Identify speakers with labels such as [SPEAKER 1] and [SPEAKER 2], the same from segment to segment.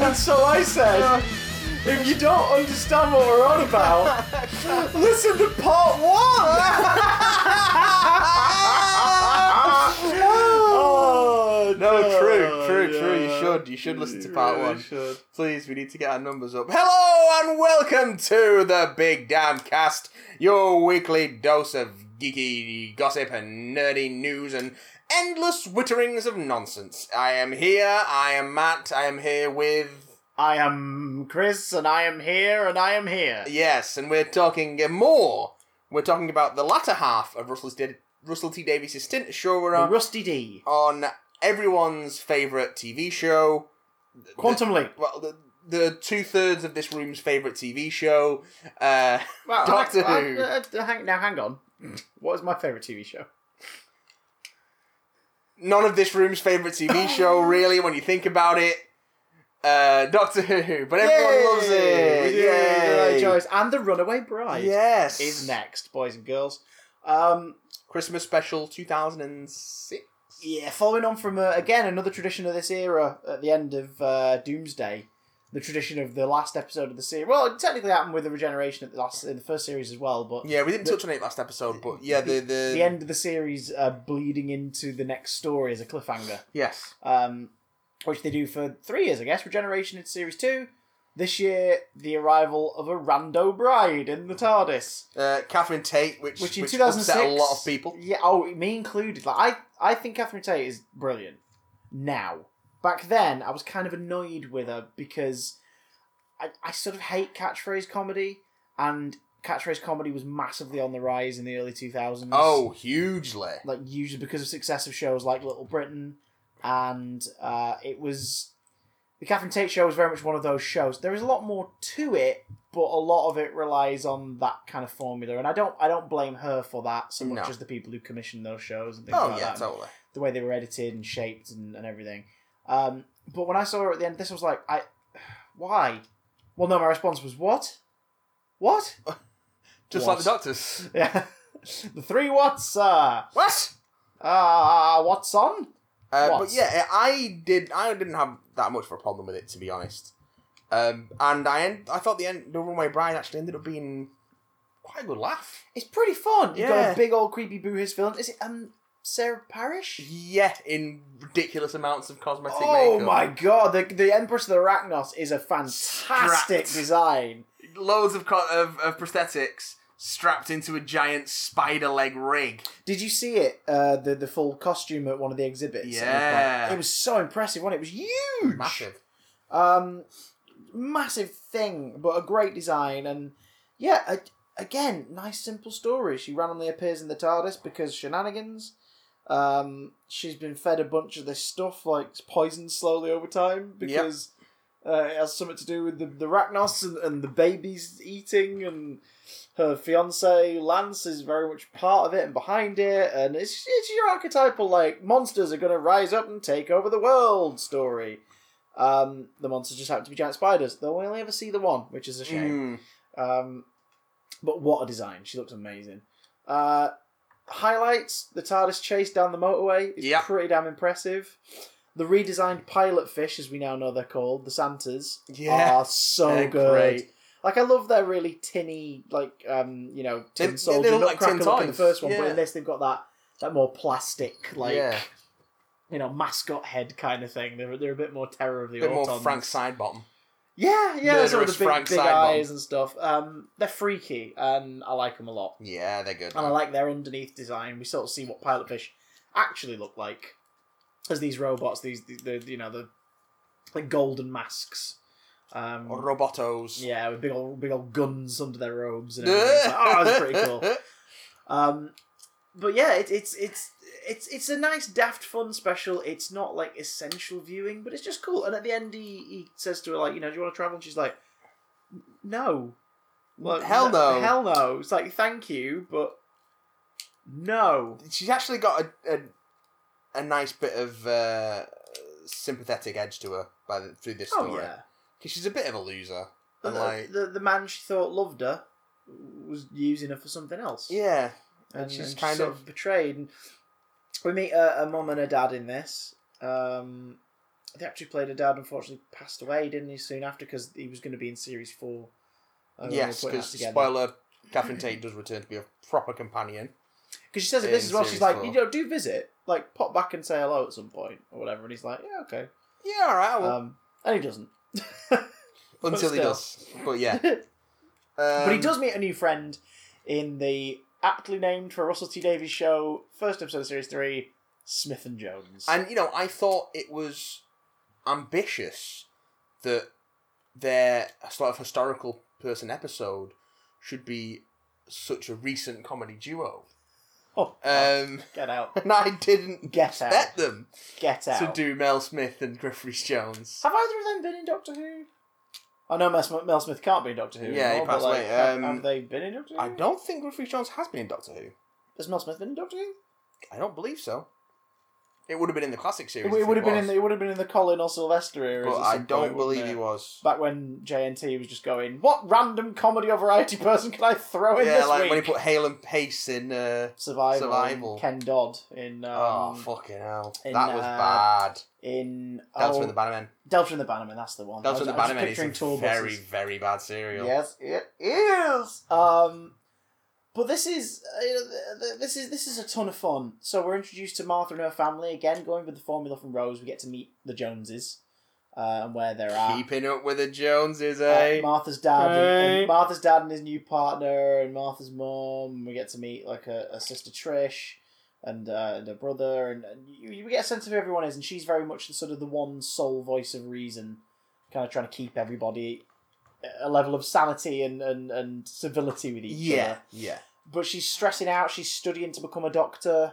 [SPEAKER 1] and so I said, if you don't understand what we're on about, listen to part one. oh,
[SPEAKER 2] No, true,
[SPEAKER 1] God,
[SPEAKER 2] true, true. You
[SPEAKER 1] yeah.
[SPEAKER 2] should. You should listen to part
[SPEAKER 1] really
[SPEAKER 2] one.
[SPEAKER 1] should.
[SPEAKER 2] Please, we need to get our numbers up. Hello and welcome to the Big Damn Cast, your weekly dose of geeky gossip and nerdy news and endless witterings of nonsense. I am here. I am Matt. I am here with
[SPEAKER 1] I am Chris, and I am here, and I am here.
[SPEAKER 2] Yes, and we're talking uh, more. We're talking about the latter half of Russell's da- Russell T Davies' stint as
[SPEAKER 1] The
[SPEAKER 2] showrunner
[SPEAKER 1] Rusty D.
[SPEAKER 2] on everyone's favourite TV show.
[SPEAKER 1] Quantum Leap.
[SPEAKER 2] Well, the, the two thirds of this room's favourite TV show. Uh,
[SPEAKER 1] Well,
[SPEAKER 2] Doctor
[SPEAKER 1] I- I-
[SPEAKER 2] Who.
[SPEAKER 1] uh, uh, hang, now, hang on. What is my favourite TV show?
[SPEAKER 2] none of this room's favourite TV show, really, when you think about it. Uh, Doctor Who, but everyone
[SPEAKER 1] Yay!
[SPEAKER 2] loves it.
[SPEAKER 1] We did the right
[SPEAKER 2] Yay.
[SPEAKER 1] choice. And The Runaway Bride
[SPEAKER 2] Yes,
[SPEAKER 1] is next, boys and girls. Um,
[SPEAKER 2] Christmas special two thousand and six.
[SPEAKER 1] Yeah, following on from uh, again another tradition of this era at the end of uh, Doomsday, the tradition of the last episode of the series. Well, it technically happened with the regeneration at the last in the first series as well, but
[SPEAKER 2] Yeah, we didn't
[SPEAKER 1] The-
[SPEAKER 2] touch on it last episode, but yeah, the the,
[SPEAKER 1] the end of the series uh, bleeding into the next story as a cliffhanger,
[SPEAKER 2] Yes.
[SPEAKER 1] um, which they do for three years, I guess. Regeneration into series two. This year, the arrival of a rando bride in the TARDIS.
[SPEAKER 2] Uh, Catherine Tate, which
[SPEAKER 1] which in
[SPEAKER 2] which
[SPEAKER 1] 2006
[SPEAKER 2] upset a lot of people.
[SPEAKER 1] Yeah, oh, me included. Like I, I think Catherine Tate is brilliant. Now, back then, I was kind of annoyed with her because I, I sort of hate catchphrase comedy, and catchphrase comedy was massively on the rise in the early two thousands.
[SPEAKER 2] Oh, hugely.
[SPEAKER 1] like usually because of success of shows like Little Britain, and uh, it was the Catherine Tate show was very much one of those shows. There is a lot more to it, but a lot of it relies on that kind of formula, and I don't I don't blame her for that so much
[SPEAKER 2] No.
[SPEAKER 1] as the people who commissioned those shows and things
[SPEAKER 2] Oh
[SPEAKER 1] like
[SPEAKER 2] yeah,
[SPEAKER 1] that,
[SPEAKER 2] totally.
[SPEAKER 1] the way they were edited and shaped and, and everything. Um, but when I saw her at the end, this was like I why? Well, no, my response was what? What?
[SPEAKER 2] Just
[SPEAKER 1] What?
[SPEAKER 2] like the Doctors.
[SPEAKER 1] Yeah. the three what's uh
[SPEAKER 2] What?
[SPEAKER 1] uh what's on?
[SPEAKER 2] Uh,
[SPEAKER 1] What?
[SPEAKER 2] But yeah, I did. I didn't have that much of a problem with it, to be honest. Um, and I end, I thought the end, the Runaway Bride actually ended up being quite a good laugh.
[SPEAKER 1] It's pretty fun. You've got
[SPEAKER 2] Yeah.
[SPEAKER 1] a big old creepy boo his film. Is it um Sarah Parish?
[SPEAKER 2] Yeah, in ridiculous amounts of cosmetic
[SPEAKER 1] Oh
[SPEAKER 2] makeup.
[SPEAKER 1] my god, the the Empress of the Arachnos is a fantastic
[SPEAKER 2] Strapped.
[SPEAKER 1] design.
[SPEAKER 2] Loads of, co- of of prosthetics strapped into a giant spider leg rig.
[SPEAKER 1] Did you see it? Uh, the the full costume at one of the exhibits. at one point?
[SPEAKER 2] Yeah.
[SPEAKER 1] it was so impressive. One, it? it was huge,
[SPEAKER 2] Massive.
[SPEAKER 1] um, massive thing, but a great design. And yeah, a, again, nice simple story. She randomly appears in the TARDIS because shenanigans. Um, she's been fed a bunch of this stuff, like poisoned slowly over time because uh, it has something to do with the, the Rachnos and, and the babies eating, and her fiance Lance is very much part of it and behind it. And it's, it's your archetypal, like, monsters are going to rise up and take over the world story. Um, the monsters just happen to be giant spiders, though we only ever see the one, which is a shame.
[SPEAKER 2] Mm.
[SPEAKER 1] Um, but what a design! She looks amazing. Uh, highlights: the TARDIS chase down the motorway is
[SPEAKER 2] Yep.
[SPEAKER 1] pretty damn impressive. The redesigned pilot fish, as we now know they're called, the Santas,
[SPEAKER 2] Oh, Yeah.
[SPEAKER 1] are so
[SPEAKER 2] They're
[SPEAKER 1] good.
[SPEAKER 2] great.
[SPEAKER 1] Like I love their really tinny, like um, you know,
[SPEAKER 2] They-
[SPEAKER 1] tin
[SPEAKER 2] they
[SPEAKER 1] soldier
[SPEAKER 2] look like tin
[SPEAKER 1] nutcracker look in the
[SPEAKER 2] toys.
[SPEAKER 1] first one, but
[SPEAKER 2] Yeah.
[SPEAKER 1] in this they've got that that more plastic, like
[SPEAKER 2] yeah.
[SPEAKER 1] you know, mascot head kind of thing. They're they're a bit more terror of the
[SPEAKER 2] A bit more
[SPEAKER 1] Autons.
[SPEAKER 2] Frank Sidebottom.
[SPEAKER 1] Yeah, yeah, some of the
[SPEAKER 2] Murderous
[SPEAKER 1] big,
[SPEAKER 2] Frank
[SPEAKER 1] big
[SPEAKER 2] Sidebottom.
[SPEAKER 1] eyes and stuff. Um, they're freaky, and I like them a lot.
[SPEAKER 2] Yeah, they're good.
[SPEAKER 1] And I like their underneath design. We sort of see what pilotfish actually look like as these robots, these the, the you know the like golden masks. Um,
[SPEAKER 2] Or Robotos.
[SPEAKER 1] yeah, with big old big old guns under their robes and everything. It's like, oh, that's pretty cool. Um, but yeah, it, it's it's it's it's a nice daft fun special. It's not like essential viewing, but it's just cool. And at the end, he, he says to her like, you know, do you want to travel? And she's like, no, Like,
[SPEAKER 2] Hell no.
[SPEAKER 1] hell no. It's like thank you, but no.
[SPEAKER 2] She's actually got a, a, a nice bit of uh, sympathetic edge to her by the, through this story.
[SPEAKER 1] Oh yeah,
[SPEAKER 2] Because she's a bit of a loser.
[SPEAKER 1] the,
[SPEAKER 2] And like,
[SPEAKER 1] the the man she thought loved her was using her for something else.
[SPEAKER 2] Yeah.
[SPEAKER 1] and,
[SPEAKER 2] And she's
[SPEAKER 1] and
[SPEAKER 2] kind
[SPEAKER 1] sort
[SPEAKER 2] of-
[SPEAKER 1] betrayed. And we meet a, a mum and a dad in this. Um, they actually played a dad. Unfortunately, passed away, didn't he? Soon after, because he was going to be in series four. uh, when we were
[SPEAKER 2] yes,
[SPEAKER 1] putting that
[SPEAKER 2] because
[SPEAKER 1] together.
[SPEAKER 2] spoiler, Catherine Tate does return to be a proper companion.
[SPEAKER 1] Because she says it this
[SPEAKER 2] in
[SPEAKER 1] as well.
[SPEAKER 2] series
[SPEAKER 1] She's like,
[SPEAKER 2] four.
[SPEAKER 1] you know, do visit, like pop back and say hello at some point or whatever. And he's like, yeah, okay.
[SPEAKER 2] Yeah, all right. Oh, Well,
[SPEAKER 1] Um, and he doesn't. but
[SPEAKER 2] until he
[SPEAKER 1] still.
[SPEAKER 2] does. But yeah.
[SPEAKER 1] but he
[SPEAKER 2] Um,
[SPEAKER 1] does meet a new friend in the aptly named for Russell T Davies show, first episode of series three, Smith and Jones.
[SPEAKER 2] And you know, I thought it was ambitious that their sort of historical person episode should be such a recent comedy duo.
[SPEAKER 1] oh,
[SPEAKER 2] Um,
[SPEAKER 1] get out,
[SPEAKER 2] and I didn't
[SPEAKER 1] get out,
[SPEAKER 2] expect them
[SPEAKER 1] get
[SPEAKER 2] to
[SPEAKER 1] out.
[SPEAKER 2] do Mel Smith and Griffiths Jones.
[SPEAKER 1] Have either of them been in Doctor Who? I know Mel Smith, Mel Smith can't be in Doctor Who.
[SPEAKER 2] Yeah, he
[SPEAKER 1] anymore, but,
[SPEAKER 2] passed
[SPEAKER 1] like,
[SPEAKER 2] away.
[SPEAKER 1] have-
[SPEAKER 2] Um,
[SPEAKER 1] have, they been in Doctor Who?
[SPEAKER 2] I don't think Griffiths Jones has been in Doctor Who.
[SPEAKER 1] Has Mel Smith been in Doctor Who?
[SPEAKER 2] I don't believe so. It would have been in the classic series.
[SPEAKER 1] It,
[SPEAKER 2] if
[SPEAKER 1] would have been in
[SPEAKER 2] was,
[SPEAKER 1] the it would have been in the Colin or Sylvester era.
[SPEAKER 2] But
[SPEAKER 1] at
[SPEAKER 2] I
[SPEAKER 1] some
[SPEAKER 2] don't
[SPEAKER 1] point, wouldn't
[SPEAKER 2] believe
[SPEAKER 1] it?
[SPEAKER 2] he was.
[SPEAKER 1] back when JNT was just going, what random comedy or variety person can I throw in
[SPEAKER 2] yeah,
[SPEAKER 1] this
[SPEAKER 2] like
[SPEAKER 1] week?
[SPEAKER 2] when he put Hale and Pace in. Uh,
[SPEAKER 1] Survival,
[SPEAKER 2] Survival.
[SPEAKER 1] and Ken Dodd in um,
[SPEAKER 2] oh fucking hell!
[SPEAKER 1] in,
[SPEAKER 2] that was
[SPEAKER 1] uh,
[SPEAKER 2] bad.
[SPEAKER 1] in
[SPEAKER 2] Delta
[SPEAKER 1] oh,
[SPEAKER 2] and the Bannerman.
[SPEAKER 1] Delta and the Bannerman. That's the one.
[SPEAKER 2] Delta
[SPEAKER 1] I was-
[SPEAKER 2] and the
[SPEAKER 1] I was
[SPEAKER 2] Bannerman
[SPEAKER 1] picturing
[SPEAKER 2] is a
[SPEAKER 1] tour
[SPEAKER 2] very,
[SPEAKER 1] buses.
[SPEAKER 2] very bad serial.
[SPEAKER 1] Yes, it is. Um, but this is uh, th- th- this is this is a ton of fun. So we're introduced to Martha and her family again, going with the formula from Rose. We get to meet the Joneses uh, and where they're at.
[SPEAKER 2] Keeping up with the Joneses,
[SPEAKER 1] Uh,
[SPEAKER 2] eh?
[SPEAKER 1] Martha's dad and,
[SPEAKER 2] Hey.
[SPEAKER 1] and Martha's dad and his new partner and Martha's mum. We get to meet like a, a sister Trish and uh, and a brother and, and you, you get a sense of who everyone is and she's very much the sort of the one sole voice of reason, kind of trying to keep everybody at a level of sanity and and, and civility with each
[SPEAKER 2] yeah,
[SPEAKER 1] other.
[SPEAKER 2] yeah.
[SPEAKER 1] But she's stressing out. She's studying to become a doctor.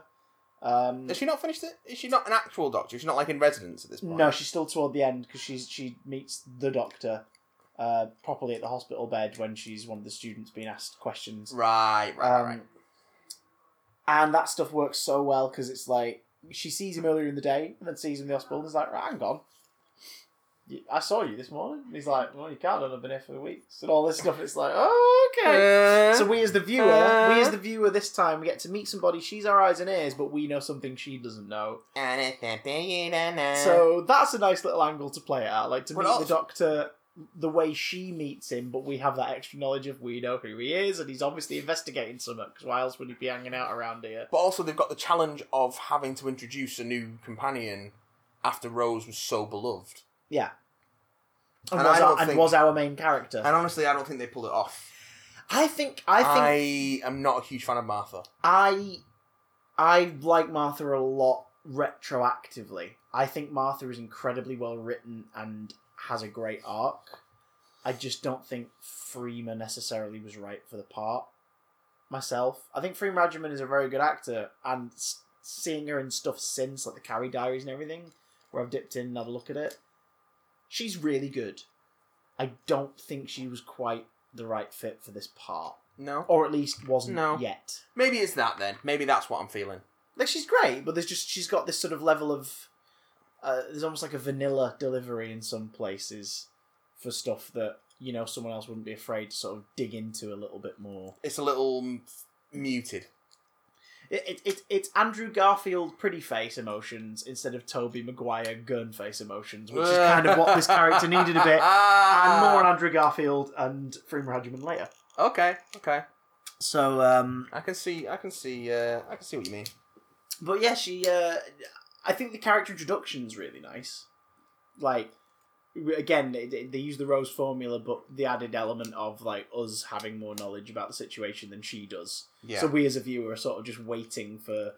[SPEAKER 1] Um,
[SPEAKER 2] Has she not finished it? Is she not an actual doctor? She's not like in residence at this point.
[SPEAKER 1] No, she's still toward the end because she's she meets the doctor uh, properly at the hospital bed when she's one of the students being asked questions.
[SPEAKER 2] Right, right, right.
[SPEAKER 1] Um, And that stuff works so well because it's like she sees him earlier in the day and then sees him in the hospital and is like, right, hang on. You- I saw you this morning. And he's like, well, you can't. I've been here for weeks and all this stuff. It's like, oh, okay.
[SPEAKER 2] Uh,
[SPEAKER 1] So we as the viewer,
[SPEAKER 2] Uh.
[SPEAKER 1] we as the viewer this time, we get to meet somebody. She's our eyes and ears, but we know something she doesn't know.
[SPEAKER 2] and it's something you don't know.
[SPEAKER 1] So that's a nice little angle to play it at, like to
[SPEAKER 2] Well,
[SPEAKER 1] meet
[SPEAKER 2] also-
[SPEAKER 1] the Doctor the way she meets him, but we have that extra knowledge of we know who he is, and he's obviously investigating something. Because why else would he be hanging out around here?
[SPEAKER 2] but also they've got the challenge of having to introduce a new companion after Rose was so beloved.
[SPEAKER 1] And,
[SPEAKER 2] And
[SPEAKER 1] was,
[SPEAKER 2] I don't
[SPEAKER 1] our, and
[SPEAKER 2] think-
[SPEAKER 1] was our main character?
[SPEAKER 2] And honestly, I don't think they pulled it off.
[SPEAKER 1] I think I think
[SPEAKER 2] I am not a huge fan of Martha.
[SPEAKER 1] I I like Martha a lot retroactively. I think Martha is incredibly well written and has a great arc. I just don't think Freema necessarily was right for the part myself. I think Freema Rajaman is a very good actor, and s- seeing her in stuff since, like the Carrie Diaries and everything, where I've dipped in and had a look at it, she's really good. I don't think she was quite the right fit for this part,
[SPEAKER 2] No.
[SPEAKER 1] or at least wasn't
[SPEAKER 2] No.
[SPEAKER 1] yet
[SPEAKER 2] Maybe it's that then. Maybe that's what I'm feeling.
[SPEAKER 1] like she's great, but there's just she's got this sort of level of uh, there's almost like a vanilla delivery in some places for stuff that you know someone else wouldn't be afraid to sort of dig into a little bit more.
[SPEAKER 2] It's a little m- muted.
[SPEAKER 1] It, it, it it's Andrew Garfield pretty face emotions instead of Toby Maguire gun face emotions, which is kind of what this character needed a bit. And more on Andrew Garfield and Freema Rajaman later.
[SPEAKER 2] Okay, okay.
[SPEAKER 1] So um,
[SPEAKER 2] I can see. I can see. Uh, I can see what you mean.
[SPEAKER 1] But yeah, she. Uh, I think the character introduction's really nice. Like, w- again, they, they they use the Rose formula, but the added element of like us having more knowledge about the situation than she does.
[SPEAKER 2] Yeah.
[SPEAKER 1] So we as a viewer are sort of just waiting for,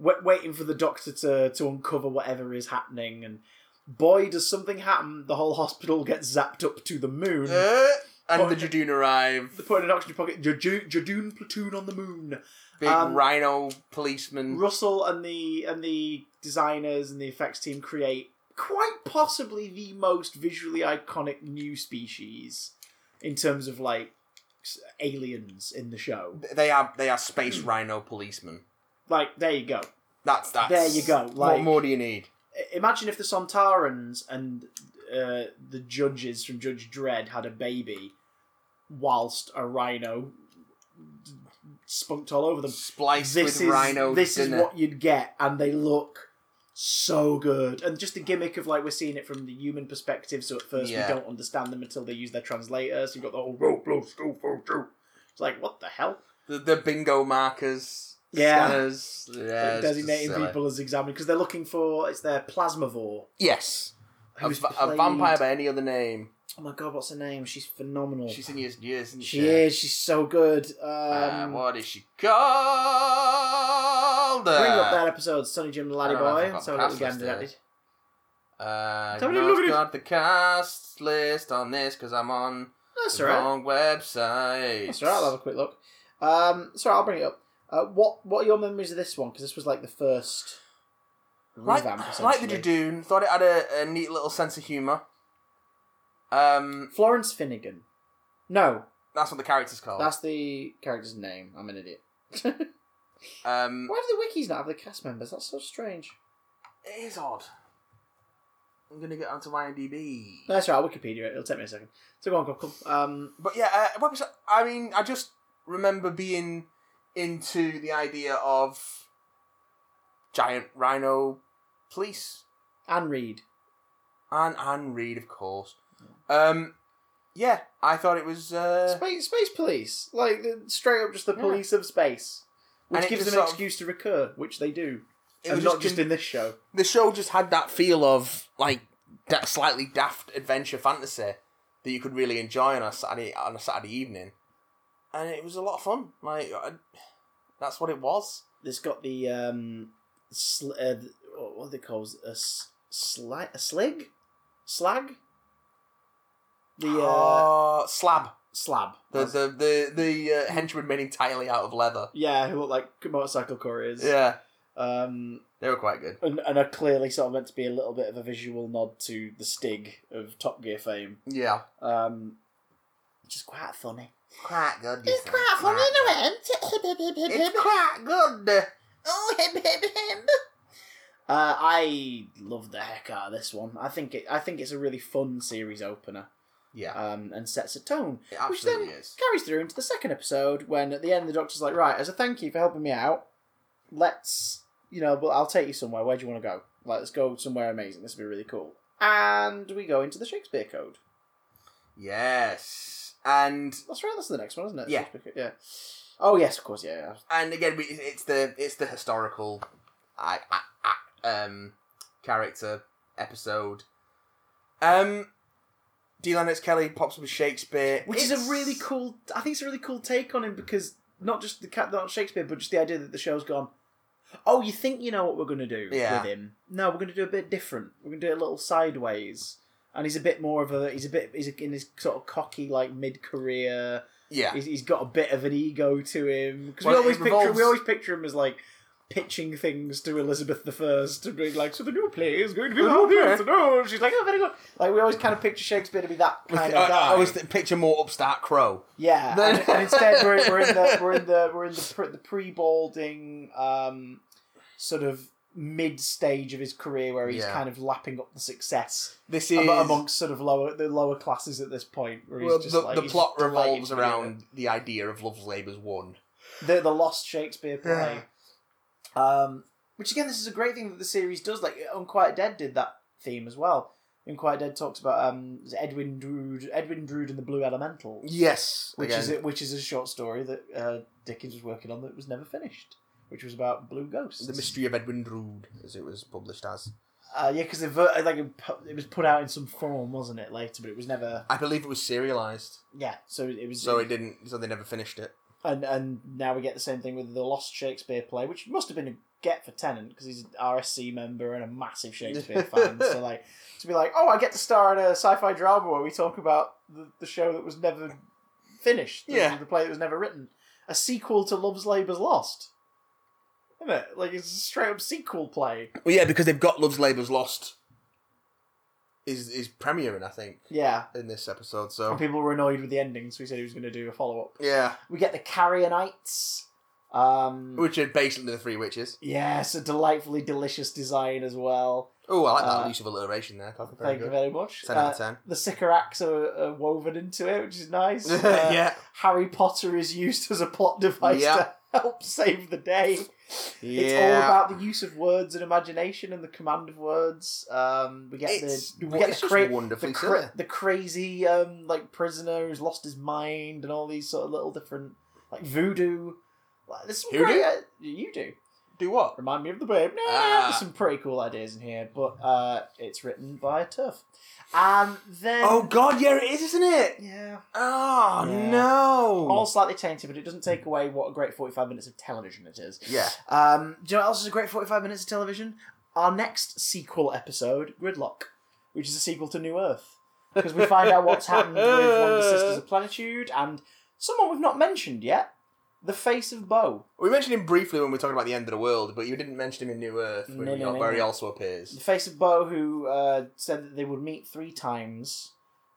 [SPEAKER 1] wait, waiting for the doctor to to uncover whatever is happening. And boy, does something happen! The whole hospital gets zapped up to the moon.
[SPEAKER 2] Uh, and the
[SPEAKER 1] But-
[SPEAKER 2] Jadoon arrive.
[SPEAKER 1] They put an oxygen pocket. Jadu- Jadoon platoon on the moon.
[SPEAKER 2] Big
[SPEAKER 1] um,
[SPEAKER 2] rhino policeman.
[SPEAKER 1] Russell and the and the designers and the effects team create quite possibly the most visually iconic new species in terms of like s- aliens in the show.
[SPEAKER 2] they are. They are space rhino policemen.
[SPEAKER 1] Like there you go.
[SPEAKER 2] That's that's.
[SPEAKER 1] There you go,
[SPEAKER 2] what
[SPEAKER 1] like-
[SPEAKER 2] more do you need?
[SPEAKER 1] I- Imagine if the Sontarans and uh, the judges from Judge Dredd had a baby whilst a rhino spunked all over them.
[SPEAKER 2] Spliced
[SPEAKER 1] this
[SPEAKER 2] with
[SPEAKER 1] is
[SPEAKER 2] rhino
[SPEAKER 1] this
[SPEAKER 2] dinner.
[SPEAKER 1] is what you'd get, and they look so good. And just the gimmick of like we're seeing it from the human perspective, so at first
[SPEAKER 2] Yeah.
[SPEAKER 1] we don't understand them until they use their translator. So you've got the whole rope, rope, scoop, rope, rope. It's like what the hell?
[SPEAKER 2] the, the bingo markers.
[SPEAKER 1] Yeah.
[SPEAKER 2] Scanners. Yeah,
[SPEAKER 1] Like,
[SPEAKER 2] it's just
[SPEAKER 1] designating
[SPEAKER 2] silly.
[SPEAKER 1] people as examined because they're looking for it's their plasmavore.
[SPEAKER 2] Yes. A,
[SPEAKER 1] who's
[SPEAKER 2] va- a
[SPEAKER 1] played-
[SPEAKER 2] vampire by any other name.
[SPEAKER 1] Oh my god, what's her name? She's phenomenal.
[SPEAKER 2] She's in years and years. Isn't
[SPEAKER 1] she is. She's so good. Um,
[SPEAKER 2] Uh, what is she called? Uh,
[SPEAKER 1] Bring up that episode, Sonny Jim the Laddie
[SPEAKER 2] I don't know if I've
[SPEAKER 1] Boy.
[SPEAKER 2] got
[SPEAKER 1] So
[SPEAKER 2] the
[SPEAKER 1] what we
[SPEAKER 2] cast
[SPEAKER 1] can
[SPEAKER 2] list
[SPEAKER 1] do that
[SPEAKER 2] there.
[SPEAKER 1] is-
[SPEAKER 2] Uh,
[SPEAKER 1] Somebody
[SPEAKER 2] I've
[SPEAKER 1] look at it.
[SPEAKER 2] got the cast list on this because I'm on
[SPEAKER 1] That's
[SPEAKER 2] the
[SPEAKER 1] all right.
[SPEAKER 2] wrong website.
[SPEAKER 1] That's all right. I'll have a quick look. Um, sorry, I'll bring it up. Uh, what What are your memories of this one? Because this was like the first
[SPEAKER 2] Like,
[SPEAKER 1] revamp.
[SPEAKER 2] like the
[SPEAKER 1] essentially.
[SPEAKER 2] Judoon, thought it had a, a neat little sense of humour. Um,
[SPEAKER 1] Florence Finnegan. No,
[SPEAKER 2] that's what the character's called.
[SPEAKER 1] that's the character's name. I'm an idiot.
[SPEAKER 2] um,
[SPEAKER 1] Why do the wikis not have the cast members? That's so strange.
[SPEAKER 2] it is odd. I'm gonna get onto IMDb.
[SPEAKER 1] No, that's all right. Wikipedia. it. It'll take me a second. So go on, go, go. Um,
[SPEAKER 2] But yeah, uh, what was I- I mean, I just remember being into the idea of giant rhino police
[SPEAKER 1] Anne Reed.
[SPEAKER 2] and Anne Reed, of course. Um, yeah, I thought it was. Uh,
[SPEAKER 1] Space, space police. Like the, straight up, just the
[SPEAKER 2] Yeah.
[SPEAKER 1] police of space,
[SPEAKER 2] And
[SPEAKER 1] which
[SPEAKER 2] it
[SPEAKER 1] gives
[SPEAKER 2] just
[SPEAKER 1] them an
[SPEAKER 2] sort of-
[SPEAKER 1] excuse to recur, which they do,
[SPEAKER 2] it
[SPEAKER 1] and
[SPEAKER 2] was
[SPEAKER 1] not just
[SPEAKER 2] con-
[SPEAKER 1] in this show.
[SPEAKER 2] the show just had that feel of like that slightly daft adventure fantasy that you could really enjoy on a Saturday on a Saturday evening, and it was a lot of fun. Like I, that's what it was.
[SPEAKER 1] It's got the um, sl- uh, th- what what are they called? A s- sli- a slig, slag. The uh,
[SPEAKER 2] Uh, slab.
[SPEAKER 1] slab.
[SPEAKER 2] The the the, the uh, henchmen made entirely out of leather.
[SPEAKER 1] yeah, who look like motorcycle couriers.
[SPEAKER 2] Yeah,
[SPEAKER 1] Um,
[SPEAKER 2] they were quite good.
[SPEAKER 1] and, and are clearly sort of meant to be a little bit of a visual nod to the Stig of Top Gear fame.
[SPEAKER 2] Yeah,
[SPEAKER 1] Um, which is quite funny.
[SPEAKER 2] quite good. you
[SPEAKER 1] isn't
[SPEAKER 2] think. good. It's quite good. Oh, hip hip hip.
[SPEAKER 1] Uh, I love the heck out of this one. I think it. I think it's a really fun series opener,
[SPEAKER 2] Yeah,
[SPEAKER 1] um, and sets a tone.
[SPEAKER 2] it
[SPEAKER 1] Which
[SPEAKER 2] absolutely is.
[SPEAKER 1] Carries through into the second episode when at the end the doctor's like, right, as a thank you for helping me out, let's you know, but I'll take you somewhere. Where do you want to go? Like, let's go somewhere amazing. This would be really cool. And we go into the Shakespeare Code.
[SPEAKER 2] Yes, and
[SPEAKER 1] That's right. That's the next one, isn't it?
[SPEAKER 2] Yeah.
[SPEAKER 1] Shakespeare Code, Yeah. Oh yes, of course. Yeah. yeah.
[SPEAKER 2] and again, we, it's the it's the historical, I, I, I um, character episode. Um, D. Lennox Kelly pops up with Shakespeare,
[SPEAKER 1] which is
[SPEAKER 2] It's-
[SPEAKER 1] a really cool. I think it's a really cool take on him because not just the cat, not Shakespeare, but just the idea that the show's gone. Oh, you think you know what we're going to do
[SPEAKER 2] Yeah.
[SPEAKER 1] with him? No, we're going to do a bit different. We're going to do it a little sideways, and he's a bit more of a. He's a bit. He's in his sort of cocky, like mid-career.
[SPEAKER 2] Yeah,
[SPEAKER 1] He's, he's got a bit of an ego to him because
[SPEAKER 2] Well,
[SPEAKER 1] we
[SPEAKER 2] it
[SPEAKER 1] always picture
[SPEAKER 2] revolves-
[SPEAKER 1] we always picture him as like pitching things to Elizabeth the First and being like, "So the new play is going to be
[SPEAKER 2] The new
[SPEAKER 1] about this."
[SPEAKER 2] play.
[SPEAKER 1] And oh, she's like, "Oh, very good." Like we always kind of picture Shakespeare to be that kind of guy.
[SPEAKER 2] I, I was th- picture more upstart crow.
[SPEAKER 1] Yeah,
[SPEAKER 2] Then-
[SPEAKER 1] and, and instead we're, we're in the we're in the we're in the, pre, the pre-balding um, sort of mid stage of his career where he's
[SPEAKER 2] Yeah.
[SPEAKER 1] kind of lapping up the success
[SPEAKER 2] This
[SPEAKER 1] am-
[SPEAKER 2] is
[SPEAKER 1] amongst sort of lower the lower classes at this point. Where he's
[SPEAKER 2] well,
[SPEAKER 1] just
[SPEAKER 2] the,
[SPEAKER 1] like,
[SPEAKER 2] the
[SPEAKER 1] he's
[SPEAKER 2] plot
[SPEAKER 1] delighted
[SPEAKER 2] revolves
[SPEAKER 1] to be in
[SPEAKER 2] around the idea of Love's Labour's won.
[SPEAKER 1] it. the the lost Shakespeare play. Um, which again, this is a great thing that the series does. Like Unquiet Dead did that theme as well. Unquiet Dead talks about um, is it Edwin Drood, Edwin Drood and the Blue Elementals.
[SPEAKER 2] Yes,
[SPEAKER 1] which
[SPEAKER 2] again.
[SPEAKER 1] is a, which is a short story that uh, Dickens was working on that was never finished, which was about blue ghosts.
[SPEAKER 2] the mystery of Edwin Drood, as it was published as.
[SPEAKER 1] Uh, yeah, because like it pu- it was put out in some form, wasn't it? Later, but it was never.
[SPEAKER 2] I believe it was serialized,
[SPEAKER 1] Yeah, so it was.
[SPEAKER 2] so it didn't. So they never finished it.
[SPEAKER 1] and and now we get the same thing with the Lost Shakespeare play, which must have been a get for Tennant because he's an RSC member and a massive Shakespeare fan. So like to be like, oh, I get to star in a sci-fi drama where we talk about the, the show that was never finished, the,
[SPEAKER 2] Yeah.
[SPEAKER 1] the play that was never written, a sequel to Love's Labour's Lost. Isn't it? Like it's a straight up sequel play.
[SPEAKER 2] Well, yeah, because they've got Love's Labour's Lost. Is is premiering, I think,
[SPEAKER 1] Yeah.
[SPEAKER 2] in this episode.
[SPEAKER 1] And
[SPEAKER 2] So
[SPEAKER 1] people were annoyed with the ending, so we said he was going to do a follow up.
[SPEAKER 2] yeah,
[SPEAKER 1] We get the Carrionites. Um,
[SPEAKER 2] Which are basically the Three Witches.
[SPEAKER 1] yes, a delightfully delicious design as well.
[SPEAKER 2] Oh, I like that
[SPEAKER 1] Uh,
[SPEAKER 2] use of alliteration there. Cocker. Very
[SPEAKER 1] Thank you
[SPEAKER 2] good.
[SPEAKER 1] very much.
[SPEAKER 2] 10
[SPEAKER 1] Uh,
[SPEAKER 2] out of 10.
[SPEAKER 1] the sycorax are, are woven into it, which is nice. Uh,
[SPEAKER 2] yeah.
[SPEAKER 1] Harry Potter is used as a plot device
[SPEAKER 2] Yeah.
[SPEAKER 1] to help save the day.
[SPEAKER 2] Yeah.
[SPEAKER 1] It's all about the use of words and imagination and the command of words. Um, we get
[SPEAKER 2] It's,
[SPEAKER 1] the we get
[SPEAKER 2] it's
[SPEAKER 1] the,
[SPEAKER 2] just
[SPEAKER 1] cra-
[SPEAKER 2] wonderfully
[SPEAKER 1] the,
[SPEAKER 2] silly.
[SPEAKER 1] cra- the crazy um, like prisoner who's lost his mind and all these sort of little different like voodoo. Like, there's some
[SPEAKER 2] Who
[SPEAKER 1] great,
[SPEAKER 2] do?
[SPEAKER 1] uh, you do
[SPEAKER 2] Do what?
[SPEAKER 1] remind me of the babe. No,
[SPEAKER 2] Ah.
[SPEAKER 1] there's some pretty cool ideas in here, but uh, it's written by Tuff. And then
[SPEAKER 2] Oh God, yeah, it is, isn't it?
[SPEAKER 1] yeah,
[SPEAKER 2] Oh
[SPEAKER 1] Yeah.
[SPEAKER 2] no.
[SPEAKER 1] all slightly tainted, but it doesn't take away what a great forty-five minutes of television it is.
[SPEAKER 2] yeah.
[SPEAKER 1] Um, do you know what else is a great 45 minutes of television? Our next sequel episode, Gridlock, which is a sequel to New Earth. Because we find out what's happened with one of the Sisters of Plenitude and someone we've not mentioned yet, the face of Bo.
[SPEAKER 2] We mentioned him briefly when we were talking about the end of the world, but you didn't mention him in New Earth, where,
[SPEAKER 1] No,
[SPEAKER 2] he-
[SPEAKER 1] no, no,
[SPEAKER 2] where he
[SPEAKER 1] no.
[SPEAKER 2] also
[SPEAKER 1] The
[SPEAKER 2] appears.
[SPEAKER 1] face of Bo, who uh, said that they would meet three times,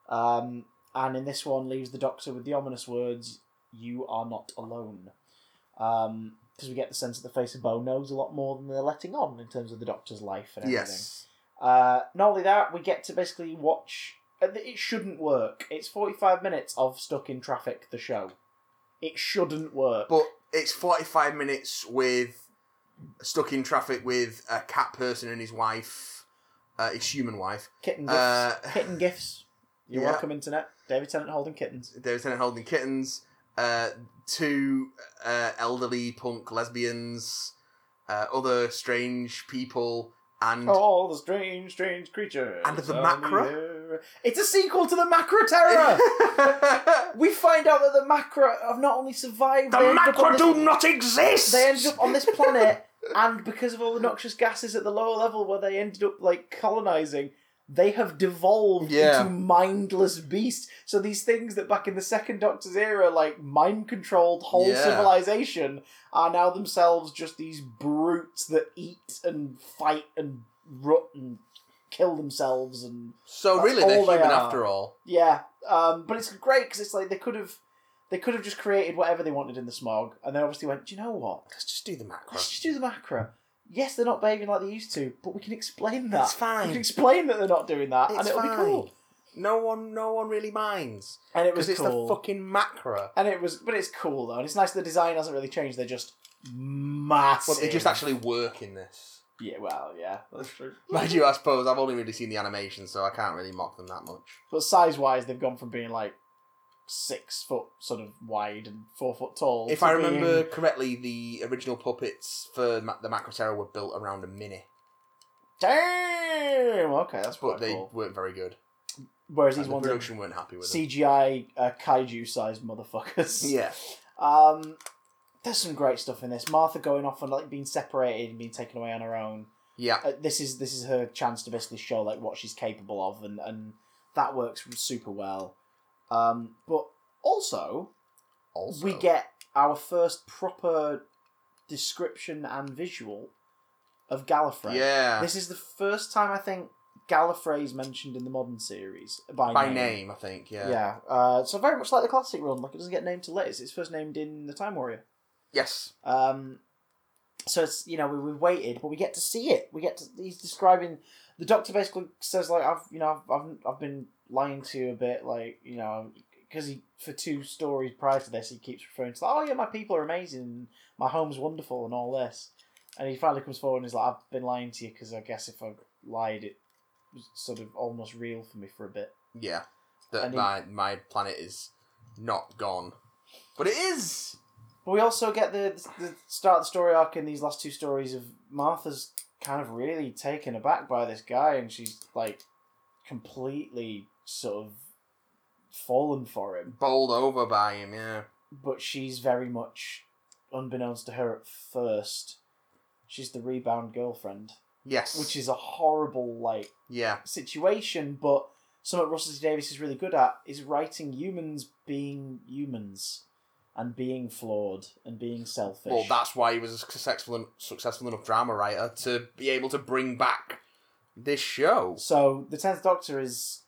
[SPEAKER 1] um, and in this one leaves the Doctor with the ominous words, You are not alone. Because we get the sense that the face of Bo knows a lot more than they're letting on in terms of the Doctor's life and everything.
[SPEAKER 2] Yes.
[SPEAKER 1] Uh, not only that, we get to basically watch. uh, It shouldn't work. It's 45 minutes of Stuck in Traffic, the show. It shouldn't work.
[SPEAKER 2] But it's 45 minutes with stuck in traffic with a cat person and his wife, uh, his human wife.
[SPEAKER 1] kitten gifts.
[SPEAKER 2] Uh,
[SPEAKER 1] kitten gifts. You're
[SPEAKER 2] yeah.
[SPEAKER 1] welcome, internet. David Tennant holding kittens.
[SPEAKER 2] They were sitting holding kittens. Uh, two uh, elderly punk lesbians, uh, other strange people, and
[SPEAKER 1] All the strange, strange creatures.
[SPEAKER 2] And the
[SPEAKER 1] are
[SPEAKER 2] Macra?
[SPEAKER 1] near. It's a sequel to the Macra Terror! we find out that the Macra have not only survived,
[SPEAKER 2] the
[SPEAKER 1] they ended up on
[SPEAKER 2] macro
[SPEAKER 1] this
[SPEAKER 2] do not exist.
[SPEAKER 1] they ended up on this planet, and because of all the noxious gases at the lower level where they ended up like colonizing, they have devolved
[SPEAKER 2] Yeah.
[SPEAKER 1] into mindless beasts. So these things that back in the second Doctor's era, like mind controlled whole
[SPEAKER 2] Yeah.
[SPEAKER 1] civilization, are now themselves just these brutes that eat and fight and rot and kill themselves and
[SPEAKER 2] so
[SPEAKER 1] That's
[SPEAKER 2] really, they're
[SPEAKER 1] all Oh, they
[SPEAKER 2] human
[SPEAKER 1] are.
[SPEAKER 2] after all.
[SPEAKER 1] yeah, um, but it's great because it's like they could have. They could have just created whatever they wanted in the smog, and they obviously went, "Do you know what?
[SPEAKER 2] Let's just do the macro.
[SPEAKER 1] Let's just do the macro. Yes, they're not behaving like they used to, but we can explain that.
[SPEAKER 2] It's
[SPEAKER 1] We can
[SPEAKER 2] fine.
[SPEAKER 1] explain that they're not doing that, and
[SPEAKER 2] It's
[SPEAKER 1] it'll be
[SPEAKER 2] fine.
[SPEAKER 1] cool.
[SPEAKER 2] No one, no one really minds
[SPEAKER 1] And it was
[SPEAKER 2] because it's
[SPEAKER 1] cool.
[SPEAKER 2] the fucking macro.
[SPEAKER 1] and it was, but it's cool though, and it's nice. The design hasn't really changed. They're just massive.
[SPEAKER 2] Well, they just actually work in this.
[SPEAKER 1] yeah, well, yeah, that's true.
[SPEAKER 2] Mind you, I suppose I've only really seen the animation, so I can't really mock them that much.
[SPEAKER 1] But size wise, they've gone from being like six foot sort of wide and four foot tall.
[SPEAKER 2] If
[SPEAKER 1] to
[SPEAKER 2] I remember
[SPEAKER 1] being-
[SPEAKER 2] correctly, the original puppets for Ma- the Macro Terror were built around a mini,
[SPEAKER 1] damn, okay, that's
[SPEAKER 2] but
[SPEAKER 1] quite
[SPEAKER 2] they
[SPEAKER 1] cool.
[SPEAKER 2] weren't very good.
[SPEAKER 1] Whereas these
[SPEAKER 2] and the
[SPEAKER 1] ones are
[SPEAKER 2] production weren't happy with them.
[SPEAKER 1] CGI uh, kaiju sized motherfuckers.
[SPEAKER 2] Yeah,
[SPEAKER 1] Um, there's some great stuff in this. Martha going off and like being separated and being taken away on her own.
[SPEAKER 2] yeah.
[SPEAKER 1] Uh, this is this is her chance to basically show like what she's capable of, and and that works super well. Um, but also,
[SPEAKER 2] Also,
[SPEAKER 1] we get our first proper description and visual of Gallifrey.
[SPEAKER 2] yeah
[SPEAKER 1] This is the first time I think Gallifrey is mentioned in the modern series by,
[SPEAKER 2] by name, I think. Yeah.
[SPEAKER 1] Yeah. Uh, so very much like the classic run, like it doesn't get named till later. It's first named in the Time Warrior.
[SPEAKER 2] Yes.
[SPEAKER 1] Um, so it's you know we, we waited, but we get to see it. We get to he's describing the doctor basically says like I've you know I've I've, I've been lying to you a bit like you know because he for two stories prior to this he keeps referring to like, oh yeah my people are amazing, my home's wonderful and all this, and he finally comes forward and is like I've been lying to you because I guess if I lied it was sort of almost real for me for a bit.
[SPEAKER 2] Yeah. That
[SPEAKER 1] And he-
[SPEAKER 2] my my planet is not gone, but it is.
[SPEAKER 1] But we also get the, the start of the story arc in these last two stories of Martha's kind of really taken aback by this guy, and she's like completely sort of fallen for him.
[SPEAKER 2] bowled over by him. Yeah.
[SPEAKER 1] But she's very much, unbeknownst to her at first, she's the rebound girlfriend,
[SPEAKER 2] Yes.
[SPEAKER 1] which is a horrible like
[SPEAKER 2] yeah.
[SPEAKER 1] situation. But something Russell T Davis is really good at is writing humans being humans. And being flawed and being selfish.
[SPEAKER 2] Well, that's why he was a successful successful enough drama writer to be able to bring back this show.
[SPEAKER 1] So the tenth Doctor is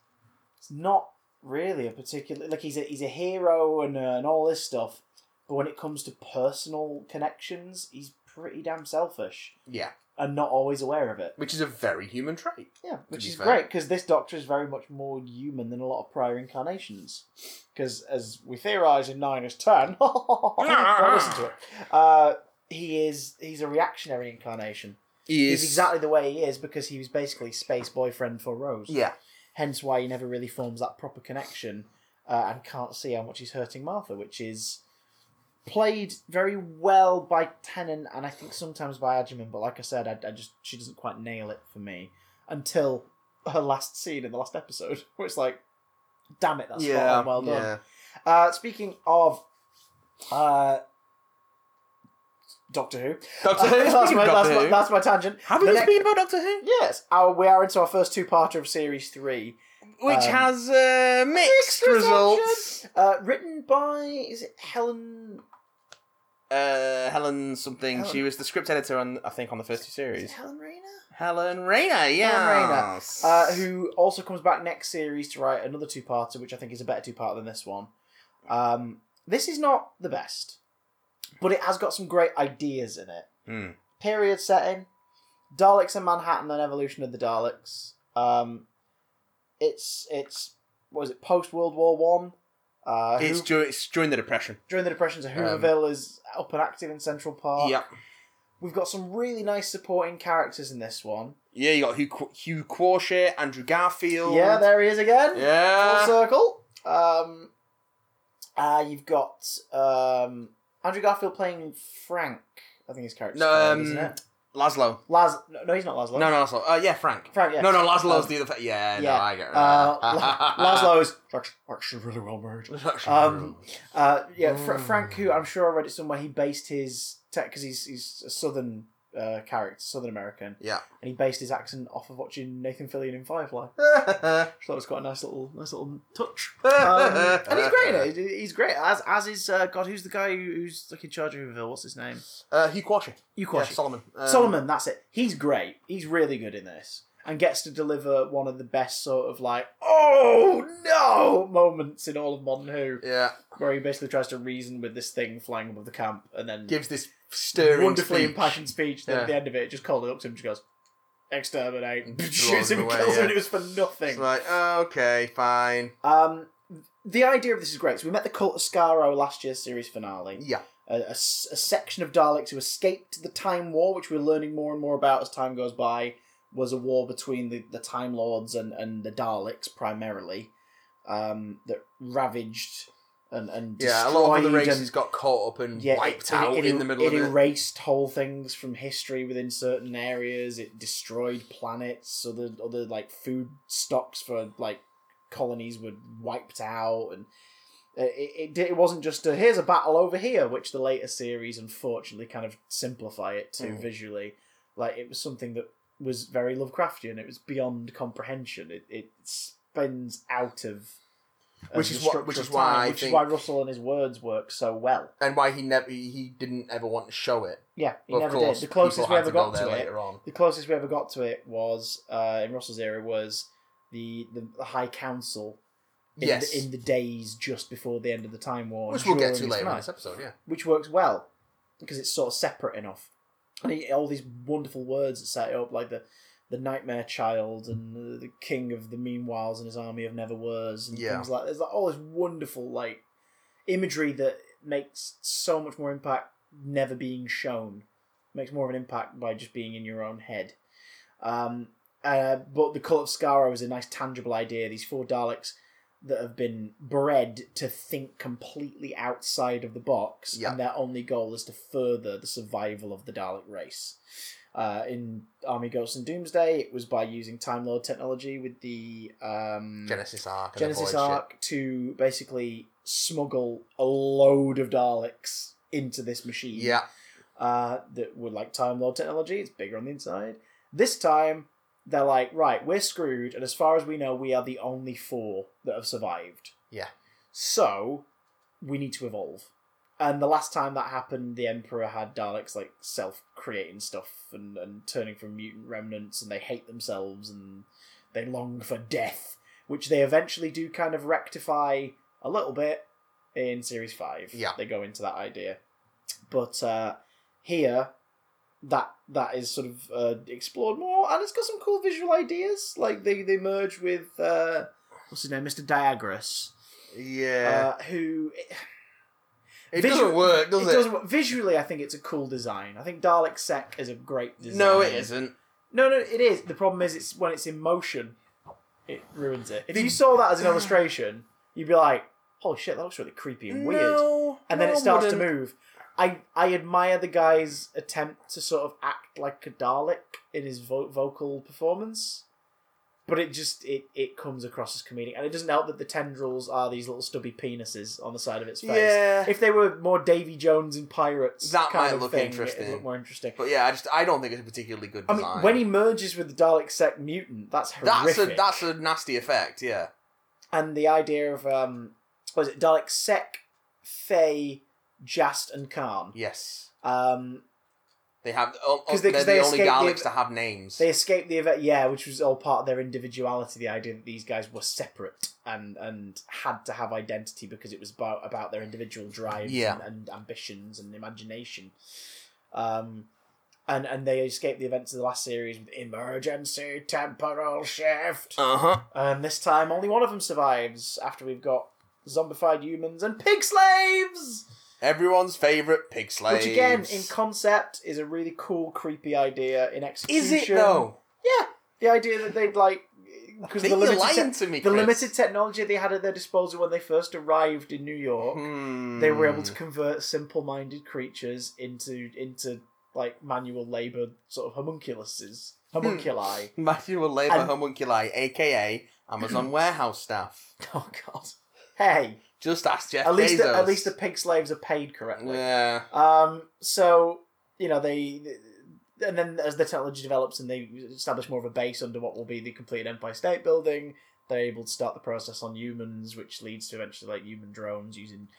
[SPEAKER 1] it's not really a particular like he's a he's a hero and uh, and all this stuff, But when it comes to personal connections, he's pretty damn selfish
[SPEAKER 2] Yeah,
[SPEAKER 1] and not always aware of it.
[SPEAKER 2] which is a very human trait.
[SPEAKER 1] Yeah, which
[SPEAKER 2] be
[SPEAKER 1] is
[SPEAKER 2] fair.
[SPEAKER 1] great because this Doctor is very much more human than a lot of prior incarnations. Because as we theorise in nine is ten, don't listen to it. Uh, he is he's a reactionary incarnation.
[SPEAKER 2] He
[SPEAKER 1] He's exactly the way he is because he was basically space boyfriend for Rose.
[SPEAKER 2] Yeah,
[SPEAKER 1] Hence why he never really forms that proper connection uh, and can't see how much he's hurting Martha, which is played very well by Tennant and I think sometimes by Adjiman, but like I said, I, I just she doesn't quite nail it for me until her last scene in the last episode, where it's like, damn it, that's spot
[SPEAKER 2] yeah,
[SPEAKER 1] on, well done.
[SPEAKER 2] yeah.
[SPEAKER 1] Uh, speaking of uh, Doctor Who,
[SPEAKER 2] Doctor Who.
[SPEAKER 1] that's,
[SPEAKER 2] Speaking
[SPEAKER 1] my,
[SPEAKER 2] of
[SPEAKER 1] that's,
[SPEAKER 2] Doctor
[SPEAKER 1] my,
[SPEAKER 2] Who,
[SPEAKER 1] that's my tangent.
[SPEAKER 2] have
[SPEAKER 1] the
[SPEAKER 2] we been
[SPEAKER 1] next-
[SPEAKER 2] speaking about Doctor Who?
[SPEAKER 1] Yes, our, we are into our first two-parter of series three.
[SPEAKER 2] Which
[SPEAKER 1] Um,
[SPEAKER 2] has uh, mixed
[SPEAKER 1] mixed
[SPEAKER 2] results.
[SPEAKER 1] Uh, written by is it Helen?
[SPEAKER 2] Uh, Helen something.
[SPEAKER 1] Helen.
[SPEAKER 2] She was the script editor on, I think, on the first two
[SPEAKER 1] Is it
[SPEAKER 2] series.
[SPEAKER 1] Helen Rayner?
[SPEAKER 2] Helen Rayner,
[SPEAKER 1] Rayner,
[SPEAKER 2] yeah.
[SPEAKER 1] Uh, who also comes back next series to write another two-parter, which I think is a better two-parter than this one. Um, this is not the best, but it has got some great ideas in it.
[SPEAKER 2] Hmm.
[SPEAKER 1] Period setting, Daleks in Manhattan and evolution of the Daleks. Um, it's it's what is it post World War One? Uh,
[SPEAKER 2] It's,
[SPEAKER 1] Hoo-
[SPEAKER 2] dur- it's during the Depression.
[SPEAKER 1] during the Depression, so
[SPEAKER 2] Um,
[SPEAKER 1] Hooverville is up and active in Central Park.
[SPEAKER 2] Yep.
[SPEAKER 1] We've got some really nice supporting characters in this one.
[SPEAKER 2] Yeah, you got Hugh, Qu- Hugh Quasher, Andrew Garfield.
[SPEAKER 1] Yeah, there he is again.
[SPEAKER 2] Yeah.
[SPEAKER 1] Full circle. Um, uh, you've got um, Andrew Garfield playing Frank. I think his character's
[SPEAKER 2] No,
[SPEAKER 1] called,
[SPEAKER 2] um,
[SPEAKER 1] isn't it?
[SPEAKER 2] Laszlo.
[SPEAKER 1] Laz. No, no, he's not Laszlo.
[SPEAKER 2] No, no, Laszlo. Uh, yeah, Frank.
[SPEAKER 1] Frank. Yeah.
[SPEAKER 2] No, no, Laszlo's
[SPEAKER 1] Um,
[SPEAKER 2] the other. Fa- yeah, no,
[SPEAKER 1] yeah.
[SPEAKER 2] I get it.
[SPEAKER 1] Uh, La- Laszlo is actually, actually really well made. um, Uh, yeah, Fra-
[SPEAKER 2] Mm.
[SPEAKER 1] Frank, who I'm sure I read it somewhere, he based his because he's he's a southern uh, character, southern American,
[SPEAKER 2] yeah.
[SPEAKER 1] and he based his accent off of watching Nathan Fillion in Firefly. Which I thought was quite a nice little nice little touch. Um, and he's great. in it. He- He's great. As as is uh, God. Who's the guy who- who's like in charge of Hooverville? What's his name?
[SPEAKER 2] Uh, Hugh Quasher.
[SPEAKER 1] You
[SPEAKER 2] Yeah,
[SPEAKER 1] question.
[SPEAKER 2] Solomon. Um,
[SPEAKER 1] Solomon. That's it. He's great. He's really good in this, and gets to deliver one of the best sort of like oh no moments in all of modern Who,
[SPEAKER 2] Yeah.
[SPEAKER 1] where he basically tries to reason with this thing flying above the camp, and then
[SPEAKER 2] Gives this stirring,
[SPEAKER 1] wonderfully
[SPEAKER 2] speech.
[SPEAKER 1] impassioned speech. Then
[SPEAKER 2] Yeah.
[SPEAKER 1] at the end of it, it just called it up to him. Just goes exterminate,
[SPEAKER 2] Blows
[SPEAKER 1] shoots him,
[SPEAKER 2] him away,
[SPEAKER 1] kills
[SPEAKER 2] yeah.
[SPEAKER 1] him. And it was for nothing.
[SPEAKER 2] It's like, oh, okay, fine.
[SPEAKER 1] Um, the idea of this is great. So we met the cult of Skaro last year's series finale.
[SPEAKER 2] Yeah.
[SPEAKER 1] A, a s- a section of Daleks who escaped the Time War, which we're learning more and more about as time goes by, was a war between the, the Time Lords and, and the Daleks primarily, um, that ravaged and and
[SPEAKER 2] Yeah, a lot of other
[SPEAKER 1] destroyed
[SPEAKER 2] races
[SPEAKER 1] and-
[SPEAKER 2] got caught up and
[SPEAKER 1] yeah,
[SPEAKER 2] wiped
[SPEAKER 1] it- it-
[SPEAKER 2] out
[SPEAKER 1] it-
[SPEAKER 2] in the middle
[SPEAKER 1] it
[SPEAKER 2] of it.
[SPEAKER 1] erased whole things from history within certain areas. It destroyed planets. Other other like food stocks for like colonies were wiped out, and uh, it it, di- it wasn't just a here's a battle over here, which the later series unfortunately kind of simplify it to
[SPEAKER 2] Mm.
[SPEAKER 1] visually. Like it was something that was very Lovecraftian. It was beyond comprehension. It it spins out of. of
[SPEAKER 2] Which
[SPEAKER 1] the
[SPEAKER 2] is why-
[SPEAKER 1] structure
[SPEAKER 2] which
[SPEAKER 1] of
[SPEAKER 2] is why
[SPEAKER 1] time,
[SPEAKER 2] I
[SPEAKER 1] which is
[SPEAKER 2] think-
[SPEAKER 1] why Russell and his words work so well.
[SPEAKER 2] And why he never he didn't ever want to show it.
[SPEAKER 1] Yeah, he
[SPEAKER 2] But of
[SPEAKER 1] never
[SPEAKER 2] course,
[SPEAKER 1] did. The closest
[SPEAKER 2] people
[SPEAKER 1] we
[SPEAKER 2] had
[SPEAKER 1] ever
[SPEAKER 2] go
[SPEAKER 1] got
[SPEAKER 2] there
[SPEAKER 1] to it,
[SPEAKER 2] later on.
[SPEAKER 1] the closest we ever got to it was uh, in Russell's era was the the, the High Council. In,
[SPEAKER 2] Yes.
[SPEAKER 1] the, in the days just before the end of the Time War,
[SPEAKER 2] Which we'll get to
[SPEAKER 1] during his
[SPEAKER 2] later in
[SPEAKER 1] time,
[SPEAKER 2] this episode, yeah.
[SPEAKER 1] which works well because it's sort of separate enough. And he, all these wonderful words that set it up, like the the Nightmare Child and the, the King of the Meanwhiles and his army of Never Wers and
[SPEAKER 2] Yeah.
[SPEAKER 1] things like. There's like all this wonderful like imagery that makes so much more impact never being shown makes more of an impact by just being in your own head um, uh, but the cult of Skaro is a nice tangible idea these four daleks that have been bred to think completely outside of the box
[SPEAKER 2] Yeah.
[SPEAKER 1] and their only goal is to further the survival of the dalek race uh, in army ghosts and doomsday it was by using time lord technology with the um,
[SPEAKER 2] Genesis Arc. And
[SPEAKER 1] Genesis
[SPEAKER 2] the Void
[SPEAKER 1] Arc to basically smuggle a load of Daleks into this
[SPEAKER 2] Ship.
[SPEAKER 1] machine.
[SPEAKER 2] Yeah.
[SPEAKER 1] Uh, that would like Time Lord technology. It's bigger on the inside. This time, they're like, right, we're screwed, and as far as we know, we are the only four that have survived.
[SPEAKER 2] Yeah.
[SPEAKER 1] So, we need to evolve. And the last time that happened, the Emperor had Daleks like self creating stuff and, and turning from mutant remnants, and they hate themselves and they long for death, which they eventually do kind of rectify a little bit in series five.
[SPEAKER 2] Yeah.
[SPEAKER 1] they go into that idea, but uh, here that that is sort of uh, explored more, and it's got some cool visual ideas. Like they they merge with uh, what's his name, Mister Diagoras,
[SPEAKER 2] Yeah.
[SPEAKER 1] uh, who
[SPEAKER 2] it
[SPEAKER 1] visual-
[SPEAKER 2] doesn't work, does it?
[SPEAKER 1] it doesn't work. visually. I think it's a cool design. I think Dalek Sec is a great design.
[SPEAKER 2] no, it isn't.
[SPEAKER 1] No, no, it is. The problem is, it's when it's in motion, it ruins it. If
[SPEAKER 2] The-
[SPEAKER 1] you saw that as an illustration, you'd be like, "Holy shit, that looks really creepy and weird."
[SPEAKER 2] No,
[SPEAKER 1] And then
[SPEAKER 2] no,
[SPEAKER 1] it starts to
[SPEAKER 2] wouldn't.
[SPEAKER 1] move. I I admire the guy's attempt to sort of act like a Dalek in his vo- vocal performance, but it just it it comes across as comedic, and it doesn't help that the tendrils are these little stubby penises on the side of its face.
[SPEAKER 2] Yeah.
[SPEAKER 1] If they were more Davy Jones and pirates,
[SPEAKER 2] That
[SPEAKER 1] kind
[SPEAKER 2] might
[SPEAKER 1] of
[SPEAKER 2] look
[SPEAKER 1] thing,
[SPEAKER 2] interesting.
[SPEAKER 1] It'd look more interesting.
[SPEAKER 2] But yeah, I just I don't think it's a particularly good
[SPEAKER 1] I
[SPEAKER 2] design.
[SPEAKER 1] mean, when he merges with the Dalek sect mutant, that's horrific.
[SPEAKER 2] that's a that's a nasty effect. Yeah.
[SPEAKER 1] and the idea of um, what is it Dalek sect, Fey, Jast, and Khan?
[SPEAKER 2] Yes.
[SPEAKER 1] Um,
[SPEAKER 2] They have oh, oh,
[SPEAKER 1] 'Cause
[SPEAKER 2] they're
[SPEAKER 1] they- 'cause
[SPEAKER 2] the
[SPEAKER 1] they
[SPEAKER 2] only
[SPEAKER 1] escape the-
[SPEAKER 2] Daleks to have names.
[SPEAKER 1] they escaped the event, yeah, which was all part of their individuality. The idea that these guys were separate and and had to have identity because it was about about their individual drives
[SPEAKER 2] Yeah.
[SPEAKER 1] and, and ambitions and imagination. Um, and and they escaped the events of the last series with emergency temporal shift.
[SPEAKER 2] Uh huh.
[SPEAKER 1] And this time, only one of them survives after we've got zombified humans and pig slaves!
[SPEAKER 2] Everyone's favorite pig slaves.
[SPEAKER 1] Which, again, in concept, is a really cool, creepy idea in execution.
[SPEAKER 2] is it though?
[SPEAKER 1] Yeah. The idea that they'd like.
[SPEAKER 2] I
[SPEAKER 1] Because
[SPEAKER 2] think
[SPEAKER 1] the,
[SPEAKER 2] you're
[SPEAKER 1] limited,
[SPEAKER 2] lying
[SPEAKER 1] te-
[SPEAKER 2] to me.
[SPEAKER 1] the
[SPEAKER 2] Chris.
[SPEAKER 1] limited technology they had at their disposal when they first arrived in New York,
[SPEAKER 2] Hmm.
[SPEAKER 1] they were able to convert simple minded creatures into, into like, manual labour sort of homunculuses. Homunculi.
[SPEAKER 2] manual labour
[SPEAKER 1] And-
[SPEAKER 2] homunculi, aka Amazon warehouse staff.
[SPEAKER 1] oh, God. Hey.
[SPEAKER 2] Just ask Jeff
[SPEAKER 1] at least
[SPEAKER 2] Bezos.
[SPEAKER 1] the, at least the pig slaves are paid correctly.
[SPEAKER 2] yeah.
[SPEAKER 1] Um, so you know they, and then as the technology develops and they establish more of a base under what will be the complete Empire State Building, they're able to start the process on humans, which leads to eventually like human drones using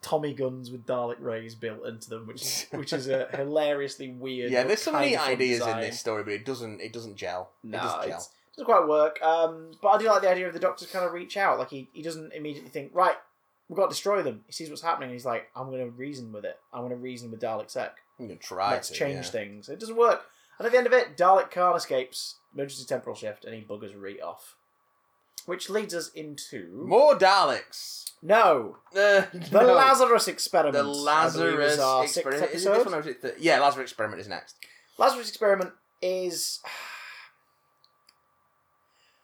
[SPEAKER 1] Tommy guns with Dalek rays built into them, which is, which is a hilariously weird.
[SPEAKER 2] Yeah,
[SPEAKER 1] but
[SPEAKER 2] there's so
[SPEAKER 1] kind
[SPEAKER 2] many
[SPEAKER 1] of fun
[SPEAKER 2] ideas in
[SPEAKER 1] design.
[SPEAKER 2] this story, but it doesn't it doesn't gel. it
[SPEAKER 1] No,
[SPEAKER 2] doesn't gel.
[SPEAKER 1] it's, doesn't quite work. Um, but I do like the idea of the doctor kind of reach out. Like he, he doesn't immediately think, right, we've got to destroy them. He sees what's happening and he's like, I'm going to reason with it. I'm going to reason with Dalek Sec.
[SPEAKER 2] I'm gonna try
[SPEAKER 1] Let's
[SPEAKER 2] to,
[SPEAKER 1] change
[SPEAKER 2] yeah.
[SPEAKER 1] things. It doesn't work. And at the end of it, Dalek Khan escapes, emergency temporal shift, and he buggers Ree off. Which leads us into.
[SPEAKER 2] More Daleks.
[SPEAKER 1] no!
[SPEAKER 2] Uh,
[SPEAKER 1] The
[SPEAKER 2] no.
[SPEAKER 1] Lazarus Experiment.
[SPEAKER 2] The
[SPEAKER 1] I believe,
[SPEAKER 2] Lazarus
[SPEAKER 1] is our sixth
[SPEAKER 2] experiment. Is it
[SPEAKER 1] episode.
[SPEAKER 2] this one or is it the- yeah, Lazarus experiment is next.
[SPEAKER 1] Lazarus Experiment is.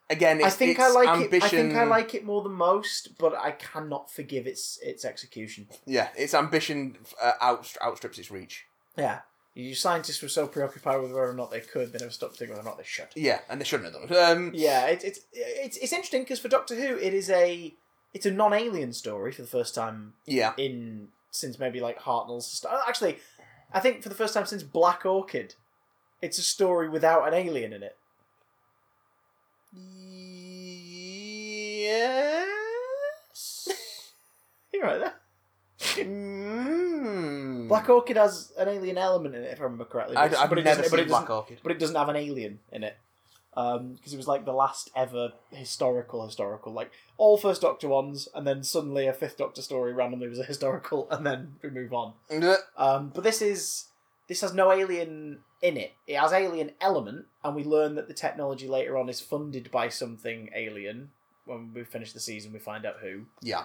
[SPEAKER 2] Again, it's,
[SPEAKER 1] I think
[SPEAKER 2] it's
[SPEAKER 1] I like
[SPEAKER 2] ambition.
[SPEAKER 1] it. I think I like it more than most, but I cannot forgive its its execution.
[SPEAKER 2] Yeah, its ambition uh, outstri- outstrips its reach.
[SPEAKER 1] Yeah. You scientists were so preoccupied with whether or not they could, they never stopped thinking whether or not they should.
[SPEAKER 2] Yeah, and they shouldn't have done. Um,
[SPEAKER 1] Yeah, it's it's it's, it's interesting because for Doctor Who, it is a it's a non-alien story for the first time
[SPEAKER 2] yeah,
[SPEAKER 1] in since maybe like Hartnell's. st- oh, Actually, I think for the first time since Black Orchid, it's a story without an alien in it.
[SPEAKER 2] yes.
[SPEAKER 1] You right there?
[SPEAKER 2] mm.
[SPEAKER 1] Black Orchid has an alien element in it, if I remember correctly. but
[SPEAKER 2] I,
[SPEAKER 1] it's-
[SPEAKER 2] have
[SPEAKER 1] but it
[SPEAKER 2] never
[SPEAKER 1] doesn't- but
[SPEAKER 2] seen
[SPEAKER 1] it doesn't-
[SPEAKER 2] Black Orchid.
[SPEAKER 1] but it doesn't have an alien in it because it was like the last ever historical historical like all first doctor ones and then suddenly a fifth doctor story randomly was a historical and then we move on um, but this is this has no alien in it it has alien element and we learn that the technology later on is funded by something alien when we finish the season we find out who
[SPEAKER 2] Yeah.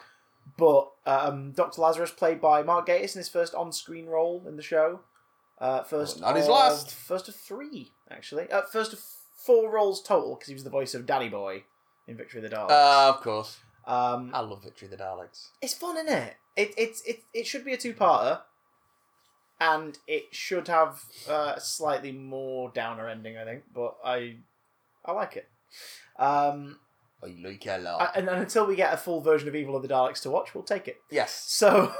[SPEAKER 1] but um, dr lazarus played by mark gatiss in his first on-screen role in the show uh, first
[SPEAKER 2] Well, not his
[SPEAKER 1] of-
[SPEAKER 2] last.
[SPEAKER 1] first of three actually uh, first of four roles total because he was the voice of danny boy in victory of the daleks
[SPEAKER 2] Uh, of course.
[SPEAKER 1] um,
[SPEAKER 2] I love Victory of the Daleks.
[SPEAKER 1] it's fun, isn't it? It it's it it should be a two parter, and it should have uh, a slightly more downer ending, I think. But I I like it. Um,
[SPEAKER 2] I like it a lot.
[SPEAKER 1] I- and, and until we get a full version of Evil of the Daleks to watch, we'll take it.
[SPEAKER 2] yes.
[SPEAKER 1] So,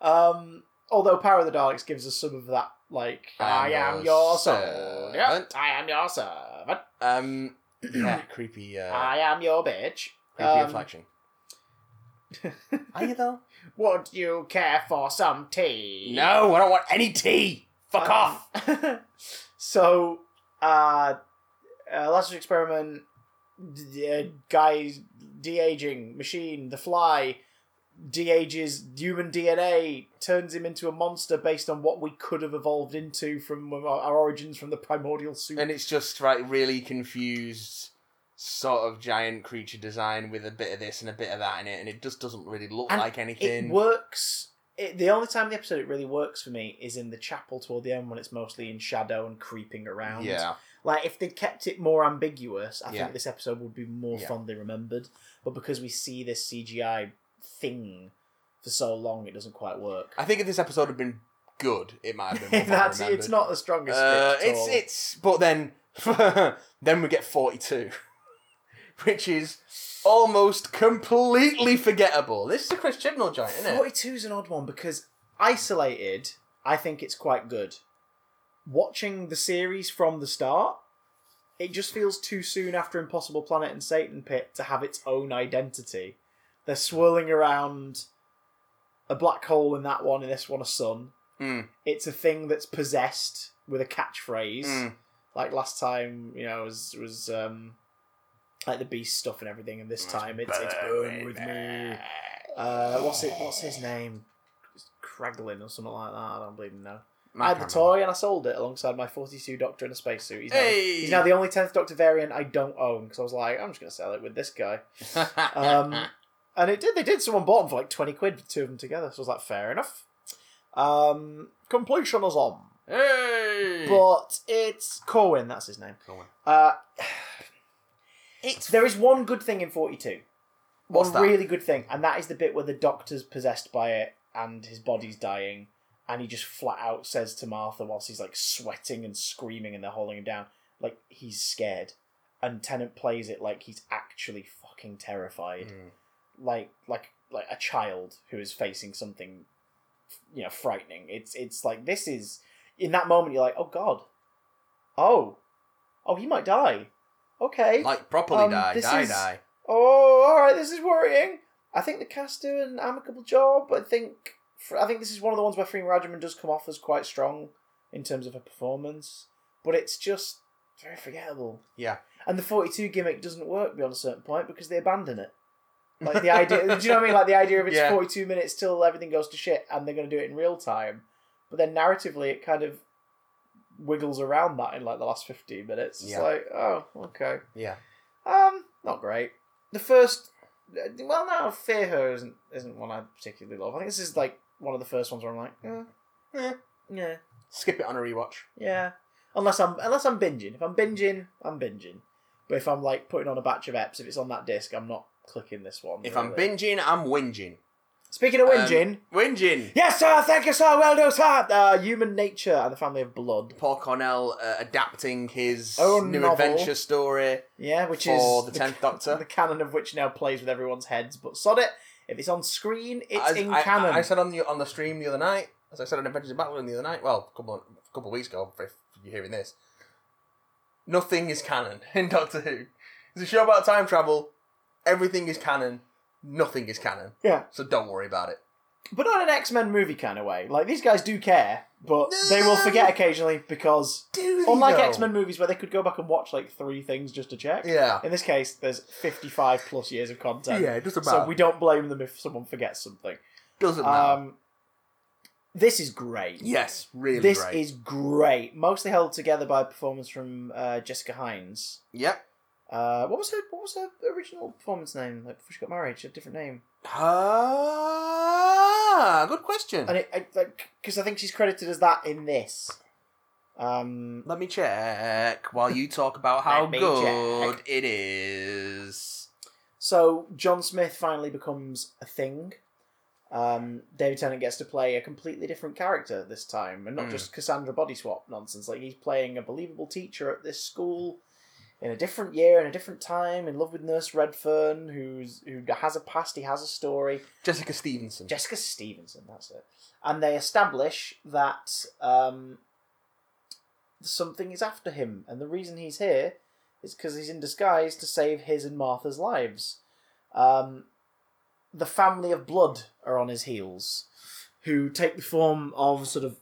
[SPEAKER 1] um, although Power of the Daleks gives us some of that, like
[SPEAKER 2] I
[SPEAKER 1] I,
[SPEAKER 2] am
[SPEAKER 1] am
[SPEAKER 2] your
[SPEAKER 1] your servant.
[SPEAKER 2] servant.
[SPEAKER 1] I am your servant.
[SPEAKER 2] Um. Yeah. creepy. Uh,
[SPEAKER 1] I am your bitch.
[SPEAKER 2] creepy
[SPEAKER 1] Um,
[SPEAKER 2] inflection. Are you though?
[SPEAKER 1] Would you care for some tea?
[SPEAKER 2] No, I don't want any tea. Fuck
[SPEAKER 1] Uh,
[SPEAKER 2] off.
[SPEAKER 1] off. Um, so, uh, uh, Lazarus Experiment, d- d- uh, guys, de aging, machine, the fly, de-ages human DNA, turns him into a monster based on what we could have evolved into from our, our origins from the primordial soup.
[SPEAKER 2] And it's just like really confused sort of giant creature design with a bit of this and a bit of that in it, and it just doesn't really look
[SPEAKER 1] And
[SPEAKER 2] like anything.
[SPEAKER 1] It works. It, the only time in the episode it really works for me is in the chapel toward the end when it's mostly in shadow and creeping around.
[SPEAKER 2] yeah,
[SPEAKER 1] Like if they kept it more ambiguous, I
[SPEAKER 2] Yeah.
[SPEAKER 1] think this episode would be more
[SPEAKER 2] Yeah.
[SPEAKER 1] fondly remembered. But because we see this CGI thing for so long, it doesn't quite work.
[SPEAKER 2] I think if this episode had been good, it might have been. More
[SPEAKER 1] That's
[SPEAKER 2] That's
[SPEAKER 1] it's not the strongest.
[SPEAKER 2] Uh,
[SPEAKER 1] script at
[SPEAKER 2] it's
[SPEAKER 1] all.
[SPEAKER 2] it's but then then we get forty two, which is almost completely forgettable. This is a Chris Chibnall joint, isn't it?
[SPEAKER 1] 42 is an odd one because isolated, I think it's quite good. Watching the series from the start, it just feels too soon after Impossible Planet and Satan Pit to have its own identity. They're swirling around a black hole in that one, in this one, a sun.
[SPEAKER 2] Mm.
[SPEAKER 1] It's a thing that's possessed with a catchphrase.
[SPEAKER 2] Mm.
[SPEAKER 1] Like last time, you know, was was um, like the beast stuff and everything, and this time it's it's burn with me. Uh, what's it? What's his name? It's Kraglin or something like that. I don't bleeding know. I had the toy and I sold it alongside my 42 Doctor in a spacesuit. He's, now-
[SPEAKER 2] Hey!
[SPEAKER 1] he's now the only 10th Doctor variant I don't own because I was like, I'm just going to sell it with this guy. Um, and it did. They did. Someone bought them for like 20 quid, the two of them together. So I was like, fair enough. Um, completion is on.
[SPEAKER 2] hey.
[SPEAKER 1] But it's Corwin, that's his name.
[SPEAKER 2] Corwin.
[SPEAKER 1] Uh,
[SPEAKER 2] It's
[SPEAKER 1] there is one good thing in 42.
[SPEAKER 2] What's
[SPEAKER 1] one
[SPEAKER 2] that?
[SPEAKER 1] really good thing, and that is the bit where the doctor's possessed by it and his body's dying, and he just flat out says to Martha whilst he's like sweating and screaming and they're holding him down, like he's scared. And Tennant plays it like he's actually fucking terrified,
[SPEAKER 2] Mm.
[SPEAKER 1] like like like a child who is facing something, you know, frightening. It's it's like this is in that moment you're like, oh god, oh, oh he might die. Okay,
[SPEAKER 2] like properly
[SPEAKER 1] um,
[SPEAKER 2] die,
[SPEAKER 1] this
[SPEAKER 2] die,
[SPEAKER 1] is-
[SPEAKER 2] die.
[SPEAKER 1] Oh, all right. This is worrying. I think the cast do an amicable job. I think I think this is one of the ones where Freeman Rajaman does come off as quite strong in terms of her performance, but it's just very forgettable.
[SPEAKER 2] Yeah.
[SPEAKER 1] And the forty-two gimmick doesn't work beyond a certain point because they abandon it. Like the idea, do you know what I mean? Like the idea of it's
[SPEAKER 2] Yeah.
[SPEAKER 1] forty-two minutes till everything goes to shit, and they're going to do it in real time. But then narratively, it kind of wiggles around that in like the last fifteen minutes. It's
[SPEAKER 2] Yeah.
[SPEAKER 1] like, oh, okay.
[SPEAKER 2] Yeah.
[SPEAKER 1] Um, not great. The first, uh, well, no, Fear Her isn't isn't one I particularly love. I think this is like one of the first ones where I'm like, eh, yeah, yeah,
[SPEAKER 2] Skip it on a rewatch.
[SPEAKER 1] yeah. Unless I'm unless I'm binging. If I'm binging, I'm binging. But if I'm like putting on a batch of eps, if it's on that disc, I'm not clicking this one.
[SPEAKER 2] If I'm
[SPEAKER 1] really.
[SPEAKER 2] binging, I'm whinging.
[SPEAKER 1] speaking of
[SPEAKER 2] Um,
[SPEAKER 1] whinging,
[SPEAKER 2] Whinging.
[SPEAKER 1] yes, sir. Thank you, sir. Well done, sir. Uh, human nature and the family of blood.
[SPEAKER 2] Paul Cornell uh, adapting his
[SPEAKER 1] Own
[SPEAKER 2] new
[SPEAKER 1] novel.
[SPEAKER 2] adventure story.
[SPEAKER 1] Yeah, which
[SPEAKER 2] For
[SPEAKER 1] is
[SPEAKER 2] the 10th Doctor.
[SPEAKER 1] The canon of which now plays with everyone's heads, but sod it. If it's on screen, it's
[SPEAKER 2] As
[SPEAKER 1] in
[SPEAKER 2] I,
[SPEAKER 1] canon.
[SPEAKER 2] I, said on the on the stream the other night, as I said on Adventures in Babylon the other night. Well, a couple of, a couple of weeks ago, if you're hearing this, nothing is canon in Doctor Who. It's a show about time travel. Everything is canon. Nothing is canon.
[SPEAKER 1] Yeah.
[SPEAKER 2] So don't worry about it.
[SPEAKER 1] but not in an X Men movie kind of way. Like these guys do care, but they will forget occasionally because
[SPEAKER 2] Do
[SPEAKER 1] unlike X Men movies where they could go back and watch like three things just to check.
[SPEAKER 2] Yeah.
[SPEAKER 1] In this case, there's 55 plus years of content.
[SPEAKER 2] Yeah, it doesn't matter.
[SPEAKER 1] So we don't blame them if someone forgets something.
[SPEAKER 2] doesn't matter.
[SPEAKER 1] Um, this is great.
[SPEAKER 2] yes, really
[SPEAKER 1] this
[SPEAKER 2] great.
[SPEAKER 1] is great. Mostly held together by a performance from uh, Jessica Hines.
[SPEAKER 2] Yep.
[SPEAKER 1] Uh, what was her? What was her original performance name? Like before she got married, she had a different name.
[SPEAKER 2] Ah, good question.
[SPEAKER 1] And it, I, like, because I think she's credited as that in this. Um,
[SPEAKER 2] Let me check while you talk about how
[SPEAKER 1] Let me
[SPEAKER 2] good it is.
[SPEAKER 1] so John Smith finally becomes a thing. Um, David Tennant gets to play a completely different character this time, and not
[SPEAKER 2] Hmm.
[SPEAKER 1] just Cassandra body swap nonsense. Like he's playing a believable teacher at this school in a different year, in a different time, in love with Nurse Redfern, who's who has a past, he has a story.
[SPEAKER 2] Jessica Stevenson.
[SPEAKER 1] Jessica Stevenson, that's it. And they establish that um, something is after him, and the reason he's here is because he's in disguise to save his and Martha's lives. Um, the family of blood are on his heels, who take the form of sort of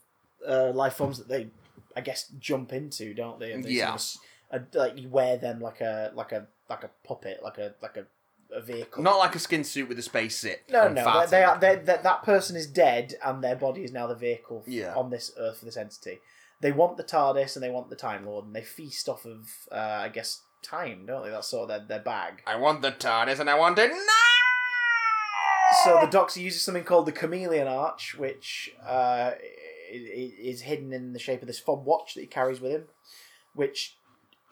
[SPEAKER 1] uh, life forms that they, I guess, jump into, don't they? And they sort of
[SPEAKER 2] Yeah.
[SPEAKER 1] s- uh, like you wear them like a like a like a puppet, like a like a a vehicle.
[SPEAKER 2] Not like a skin suit with a space zip.
[SPEAKER 1] No,
[SPEAKER 2] and
[SPEAKER 1] no,
[SPEAKER 2] fat
[SPEAKER 1] they, they
[SPEAKER 2] in
[SPEAKER 1] are.
[SPEAKER 2] it.
[SPEAKER 1] They, that that person is dead, and their body is now the vehicle f-
[SPEAKER 2] Yeah.
[SPEAKER 1] on this Earth for this entity. They want the TARDIS and they want the Time Lord, and they feast off of, uh, I guess, time, don't they? That's sort of their, their bag.
[SPEAKER 2] I want the TARDIS and I want it now!
[SPEAKER 1] So the Doctor uses something called the Chameleon Arch, which uh, i- i- is hidden in the shape of this fob watch that he carries with him, which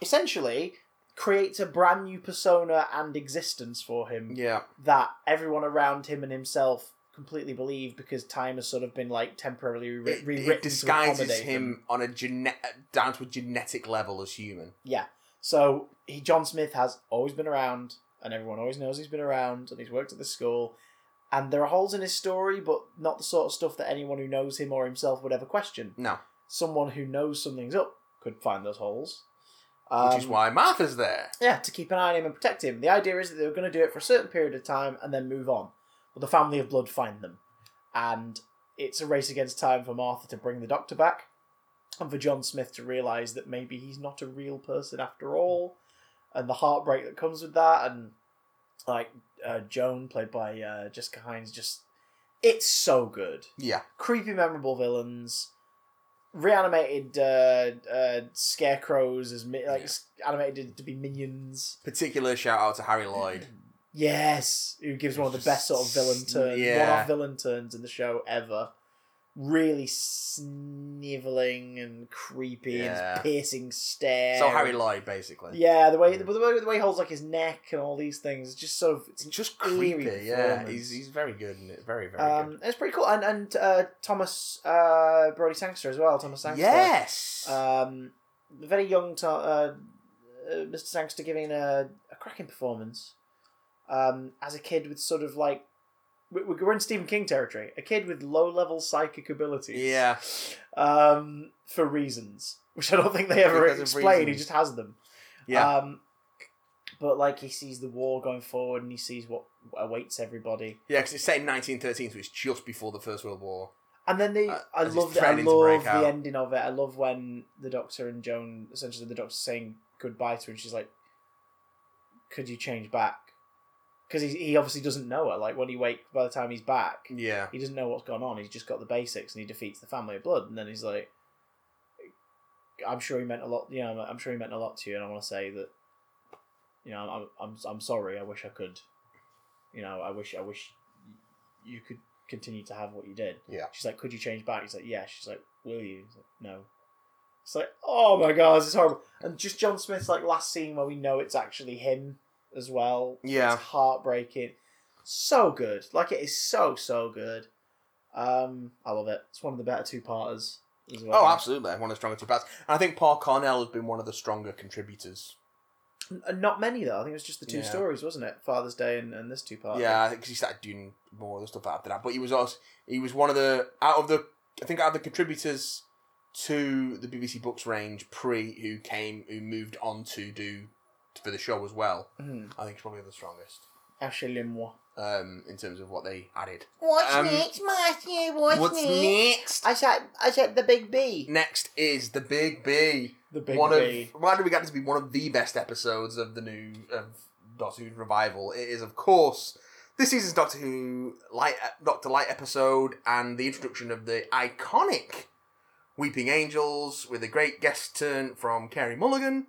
[SPEAKER 1] essentially creates a brand new persona and existence for him
[SPEAKER 2] Yeah.
[SPEAKER 1] that everyone around him and himself completely believe because time has sort of been like temporarily re-
[SPEAKER 2] It,
[SPEAKER 1] rewritten
[SPEAKER 2] it disguises
[SPEAKER 1] to accommodate
[SPEAKER 2] him
[SPEAKER 1] them.
[SPEAKER 2] on a gene- down to a genetic level as human.
[SPEAKER 1] So he, John Smith, has always been around, and everyone always knows he's been around, and he's worked at the school. And there are holes in his story, but not the sort of stuff that anyone who knows him or himself would ever question.
[SPEAKER 2] No.
[SPEAKER 1] Someone who knows something's up could find those holes.
[SPEAKER 2] Which is
[SPEAKER 1] Um,
[SPEAKER 2] why Martha's there.
[SPEAKER 1] Yeah, to keep an eye on him and protect him. The idea is that they were going to do it for a certain period of time and then move on. But the family of blood find them. And it's a race against time for Martha to bring the doctor back and for John Smith to realise that maybe he's not a real person after all and the heartbreak that comes with that. And like uh, Joan, played by uh, Jessica Hines, just. It's so good
[SPEAKER 2] Yeah.
[SPEAKER 1] creepy, memorable villains, reanimated uh, uh, scarecrows as mi- like
[SPEAKER 2] Yeah.
[SPEAKER 1] s animated to be minions.
[SPEAKER 2] Particular shout out to Harry Lloyd.
[SPEAKER 1] Yes, who gives one of the best sort of villain turns,
[SPEAKER 2] Yeah.
[SPEAKER 1] one-off villain turns in the show ever. Really sniveling and creepy and
[SPEAKER 2] Yeah.
[SPEAKER 1] his piercing stare.
[SPEAKER 2] So Harry Hmm. Lloyd, basically.
[SPEAKER 1] Yeah, the way the, way the way he holds like his neck and all these things, just sort of it's
[SPEAKER 2] It's just
[SPEAKER 1] eerie
[SPEAKER 2] creepy. Yeah,
[SPEAKER 1] performance.
[SPEAKER 2] he's he's very good in it. Very very
[SPEAKER 1] um, it's pretty cool. And and uh, Thomas uh, Brody Sangster as well. Thomas
[SPEAKER 2] good.
[SPEAKER 1] Sangster.
[SPEAKER 2] Yes.
[SPEAKER 1] Um, very young to, uh, uh, Mr. Sangster giving a, a cracking performance um, as a kid with sort of like we- we- we're in Stephen King territory. A kid with low level psychic abilities.
[SPEAKER 2] yeah.
[SPEAKER 1] Um, for reasons which I don't think they ever
[SPEAKER 2] Because of
[SPEAKER 1] explain. He
[SPEAKER 2] reasons.
[SPEAKER 1] just has them.
[SPEAKER 2] Yeah.
[SPEAKER 1] Um, but like he sees the war going forward and he sees what awaits everybody.
[SPEAKER 2] Yeah, because it's set in 1913, so it's just before the First World War.
[SPEAKER 1] And then they,
[SPEAKER 2] Uh,
[SPEAKER 1] I
[SPEAKER 2] as he's
[SPEAKER 1] love it. I
[SPEAKER 2] threatening to break
[SPEAKER 1] love the
[SPEAKER 2] out.
[SPEAKER 1] ending of it. I love when the Doctor and Joan, essentially the Doctor saying goodbye to her, and she's like, "Could you change back?" Because he he obviously doesn't know her. Like when he wake by the time he's back,
[SPEAKER 2] Yeah.
[SPEAKER 1] he doesn't know what's gone on. He's just got the basics, and he defeats the Family of Blood, and then he's like, "I'm sure he meant a lot. You know, I'm sure he meant a lot to you, and I want to say that, you know, I'm I'm I'm sorry. I wish I could, you know, I wish I wish you could continue to have what you did."
[SPEAKER 2] Yeah.
[SPEAKER 1] She's like, "Could you change back?" He's like, "Yeah." She's like, "Will you?" He's like, "No." It's like, "Oh my god, this is horrible." And just John Smith's like last scene where we know it's actually him as well.
[SPEAKER 2] Yeah.
[SPEAKER 1] it's heartbreaking. So good, like it is so so good. Um, I love it. It's one of the better two parters as well.
[SPEAKER 2] Oh, absolutely. One of the stronger two parts. And I think Paul Cornell has been one of the stronger contributors.
[SPEAKER 1] absolutely. uh, Not many though. I think it was just the two
[SPEAKER 2] Yeah.
[SPEAKER 1] stories, wasn't it? Father's Day and, and this two part.
[SPEAKER 2] Yeah, I think 'cause he started doing more of the stuff after that. But he was also he was one of the out of the I think out of the contributors to the BBC Books range pre who came who moved on to do for the show as well.
[SPEAKER 1] Mm.
[SPEAKER 2] I think he's probably the strongest
[SPEAKER 1] Ashley Limois.
[SPEAKER 2] um, in terms of what they added.
[SPEAKER 1] What's
[SPEAKER 2] Um,
[SPEAKER 1] next, Matthew? What's,
[SPEAKER 2] next?
[SPEAKER 1] I said I said the big B.
[SPEAKER 2] Next is the Big B.
[SPEAKER 1] The big
[SPEAKER 2] one
[SPEAKER 1] B.
[SPEAKER 2] of why do we get this to be one of the best episodes of the new of Doctor Who's revival? It is of course this season's Doctor Who light Doctor Light episode and the introduction of the iconic Weeping Angels with a great guest turn from Kerry Mulligan.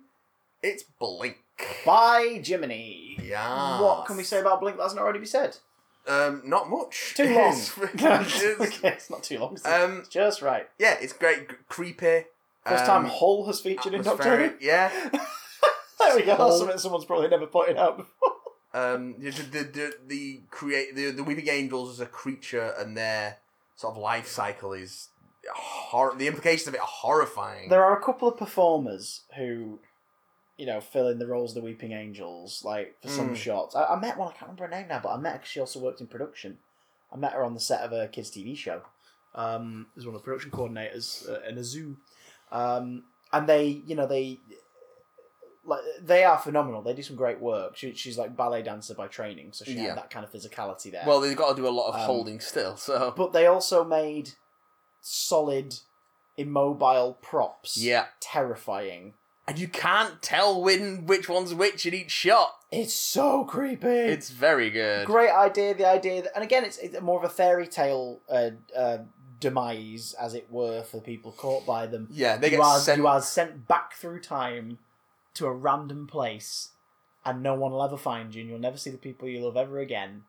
[SPEAKER 2] It's Blink.
[SPEAKER 1] By Jiminy.
[SPEAKER 2] Yeah.
[SPEAKER 1] What can we say about Blink that hasn't already been said?
[SPEAKER 2] Um, not much.
[SPEAKER 1] Too long.
[SPEAKER 2] It's-
[SPEAKER 1] okay, it's not too long. It's
[SPEAKER 2] um,
[SPEAKER 1] just right.
[SPEAKER 2] yeah, it's great, g- creepy.
[SPEAKER 1] First
[SPEAKER 2] um,
[SPEAKER 1] time Hole has featured in Doctor Who.
[SPEAKER 2] atmospheric, Yeah.
[SPEAKER 1] There we go. That's
[SPEAKER 2] Hole.
[SPEAKER 1] something someone's probably never pointed out before.
[SPEAKER 2] Um, the the the, the, the create the, the weeping angels as a creature and their sort of life cycle is hor- the implications of it are horrifying.
[SPEAKER 1] There are a couple of performers who, you know, fill in the roles of the Weeping Angels, like for some
[SPEAKER 2] Mm.
[SPEAKER 1] shots. I, I met one, I can't remember her name now, but I met her 'cause she also worked in production. I met her on the set of a kids' TV show um, as one of the production coordinators uh, in a zoo. Um, and they, you know, they. Like they are phenomenal. They do some great work. She, she's like ballet dancer by training, so she
[SPEAKER 2] Yeah.
[SPEAKER 1] had that kind of physicality there.
[SPEAKER 2] well, they've got to do a lot of
[SPEAKER 1] Um,
[SPEAKER 2] holding still. So
[SPEAKER 1] but they also made solid, immobile props.
[SPEAKER 2] yeah,
[SPEAKER 1] terrifying
[SPEAKER 2] and you can't tell when which one's which in each shot.
[SPEAKER 1] It's so creepy.
[SPEAKER 2] It's very good.
[SPEAKER 1] great idea. The idea, that, and again, it's, it's more of a fairy tale uh, uh, demise, as it were, for people caught by them.
[SPEAKER 2] Yeah, they
[SPEAKER 1] you
[SPEAKER 2] get
[SPEAKER 1] are
[SPEAKER 2] sent.
[SPEAKER 1] you are sent back through time to a random place, and no one will ever find you, and you'll never see the people you love ever again.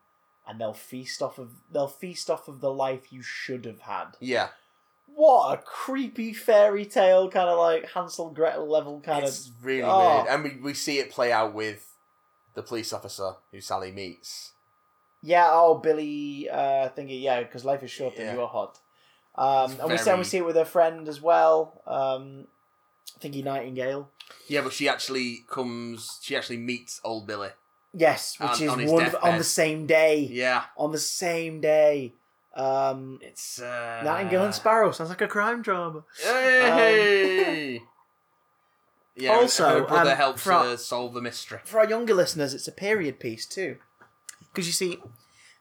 [SPEAKER 1] And they'll feast off of they'll feast off of the life you should have had.
[SPEAKER 2] yeah,
[SPEAKER 1] What a creepy fairy tale kind of like Hansel Gretel level kind
[SPEAKER 2] it's
[SPEAKER 1] of
[SPEAKER 2] really
[SPEAKER 1] oh.
[SPEAKER 2] weird, and we, we see it play out with the police officer who Sally meets.
[SPEAKER 1] Yeah, oh Billy uh thingy, yeah, because life is short
[SPEAKER 2] Yeah.
[SPEAKER 1] and you're hot. Um,
[SPEAKER 2] It's
[SPEAKER 1] and we see, and we
[SPEAKER 2] very-
[SPEAKER 1] see it with her friend as well. Um, thingy Nightingale.
[SPEAKER 2] Yeah, but she actually comes. She actually meets old Billy.
[SPEAKER 1] Yes, which
[SPEAKER 2] On-
[SPEAKER 1] is
[SPEAKER 2] on his
[SPEAKER 1] one on the
[SPEAKER 2] deathbed.
[SPEAKER 1] same day.
[SPEAKER 2] Yeah,
[SPEAKER 1] On the same day. Um,
[SPEAKER 2] it's uh,
[SPEAKER 1] Nightingale and Sparrow sounds like a crime drama.
[SPEAKER 2] Hey! yeah,
[SPEAKER 1] Also,
[SPEAKER 2] her brother
[SPEAKER 1] um,
[SPEAKER 2] helps
[SPEAKER 1] Fra-
[SPEAKER 2] her uh, solve the mystery.
[SPEAKER 1] For our younger listeners, it's a period piece too, because you see,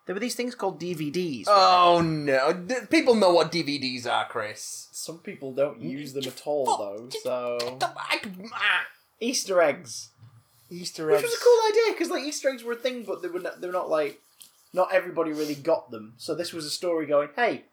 [SPEAKER 1] there were these things called DVDs.
[SPEAKER 2] Oh no! Th- People know what DVDs are, Chris.
[SPEAKER 1] Some people don't use them at all, though. So
[SPEAKER 2] ah.
[SPEAKER 1] Easter eggs.
[SPEAKER 2] Easter
[SPEAKER 1] Which was a cool idea because like Easter eggs were a thing, but they were not, they were not like not everybody really got them. So this was a story going, hey,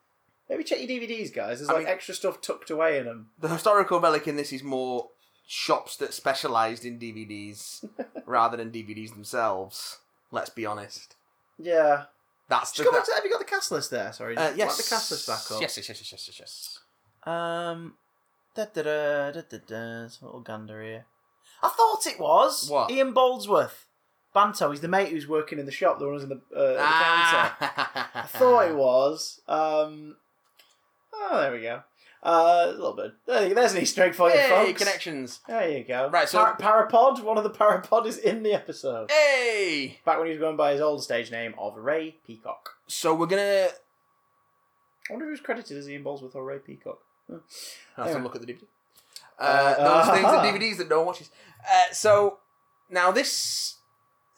[SPEAKER 1] maybe check your DVDs, guys. There's
[SPEAKER 2] I
[SPEAKER 1] like
[SPEAKER 2] mean-
[SPEAKER 1] extra stuff tucked away in them.
[SPEAKER 2] The historical relic in this is more shops that specialised in DVDs rather than DVDs themselves. Let's be honest.
[SPEAKER 1] Yeah.
[SPEAKER 2] That's
[SPEAKER 1] Just
[SPEAKER 2] the.
[SPEAKER 1] go back to, have you got the cast list there? Sorry,
[SPEAKER 2] uh,
[SPEAKER 1] just
[SPEAKER 2] yes.
[SPEAKER 1] whack the cast list back up.
[SPEAKER 2] Yes, yes, yes, yes, yes, yes, yes.
[SPEAKER 1] Um. Da da da da da da. Some little gander here. I thought it was
[SPEAKER 2] What?
[SPEAKER 1] Ian Boldsworth. Banto. He's the mate who's working in the shop. The one who's in the, uh, at the
[SPEAKER 2] Ah.
[SPEAKER 1] counter. I thought it was. Um, oh, there we go. Uh, a little bit. There you- There's an Easter egg for you,
[SPEAKER 2] Hey,
[SPEAKER 1] folks.
[SPEAKER 2] connections.
[SPEAKER 1] There you go.
[SPEAKER 2] Right, so-
[SPEAKER 1] Par- Parapod. One of the Parapod is in the episode.
[SPEAKER 2] Hey.
[SPEAKER 1] Back when he was going by his old stage name of Ray Peacock.
[SPEAKER 2] So we're gonna.
[SPEAKER 1] I wonder who's credited as Ian Boldsworth or Ray Peacock. Hmm.
[SPEAKER 2] I have to
[SPEAKER 1] Anyway.
[SPEAKER 2] look at the DVD. Uh,
[SPEAKER 1] Uh,
[SPEAKER 2] those things,
[SPEAKER 1] uh-huh.
[SPEAKER 2] the DVDs that no one watches. Uh, so now this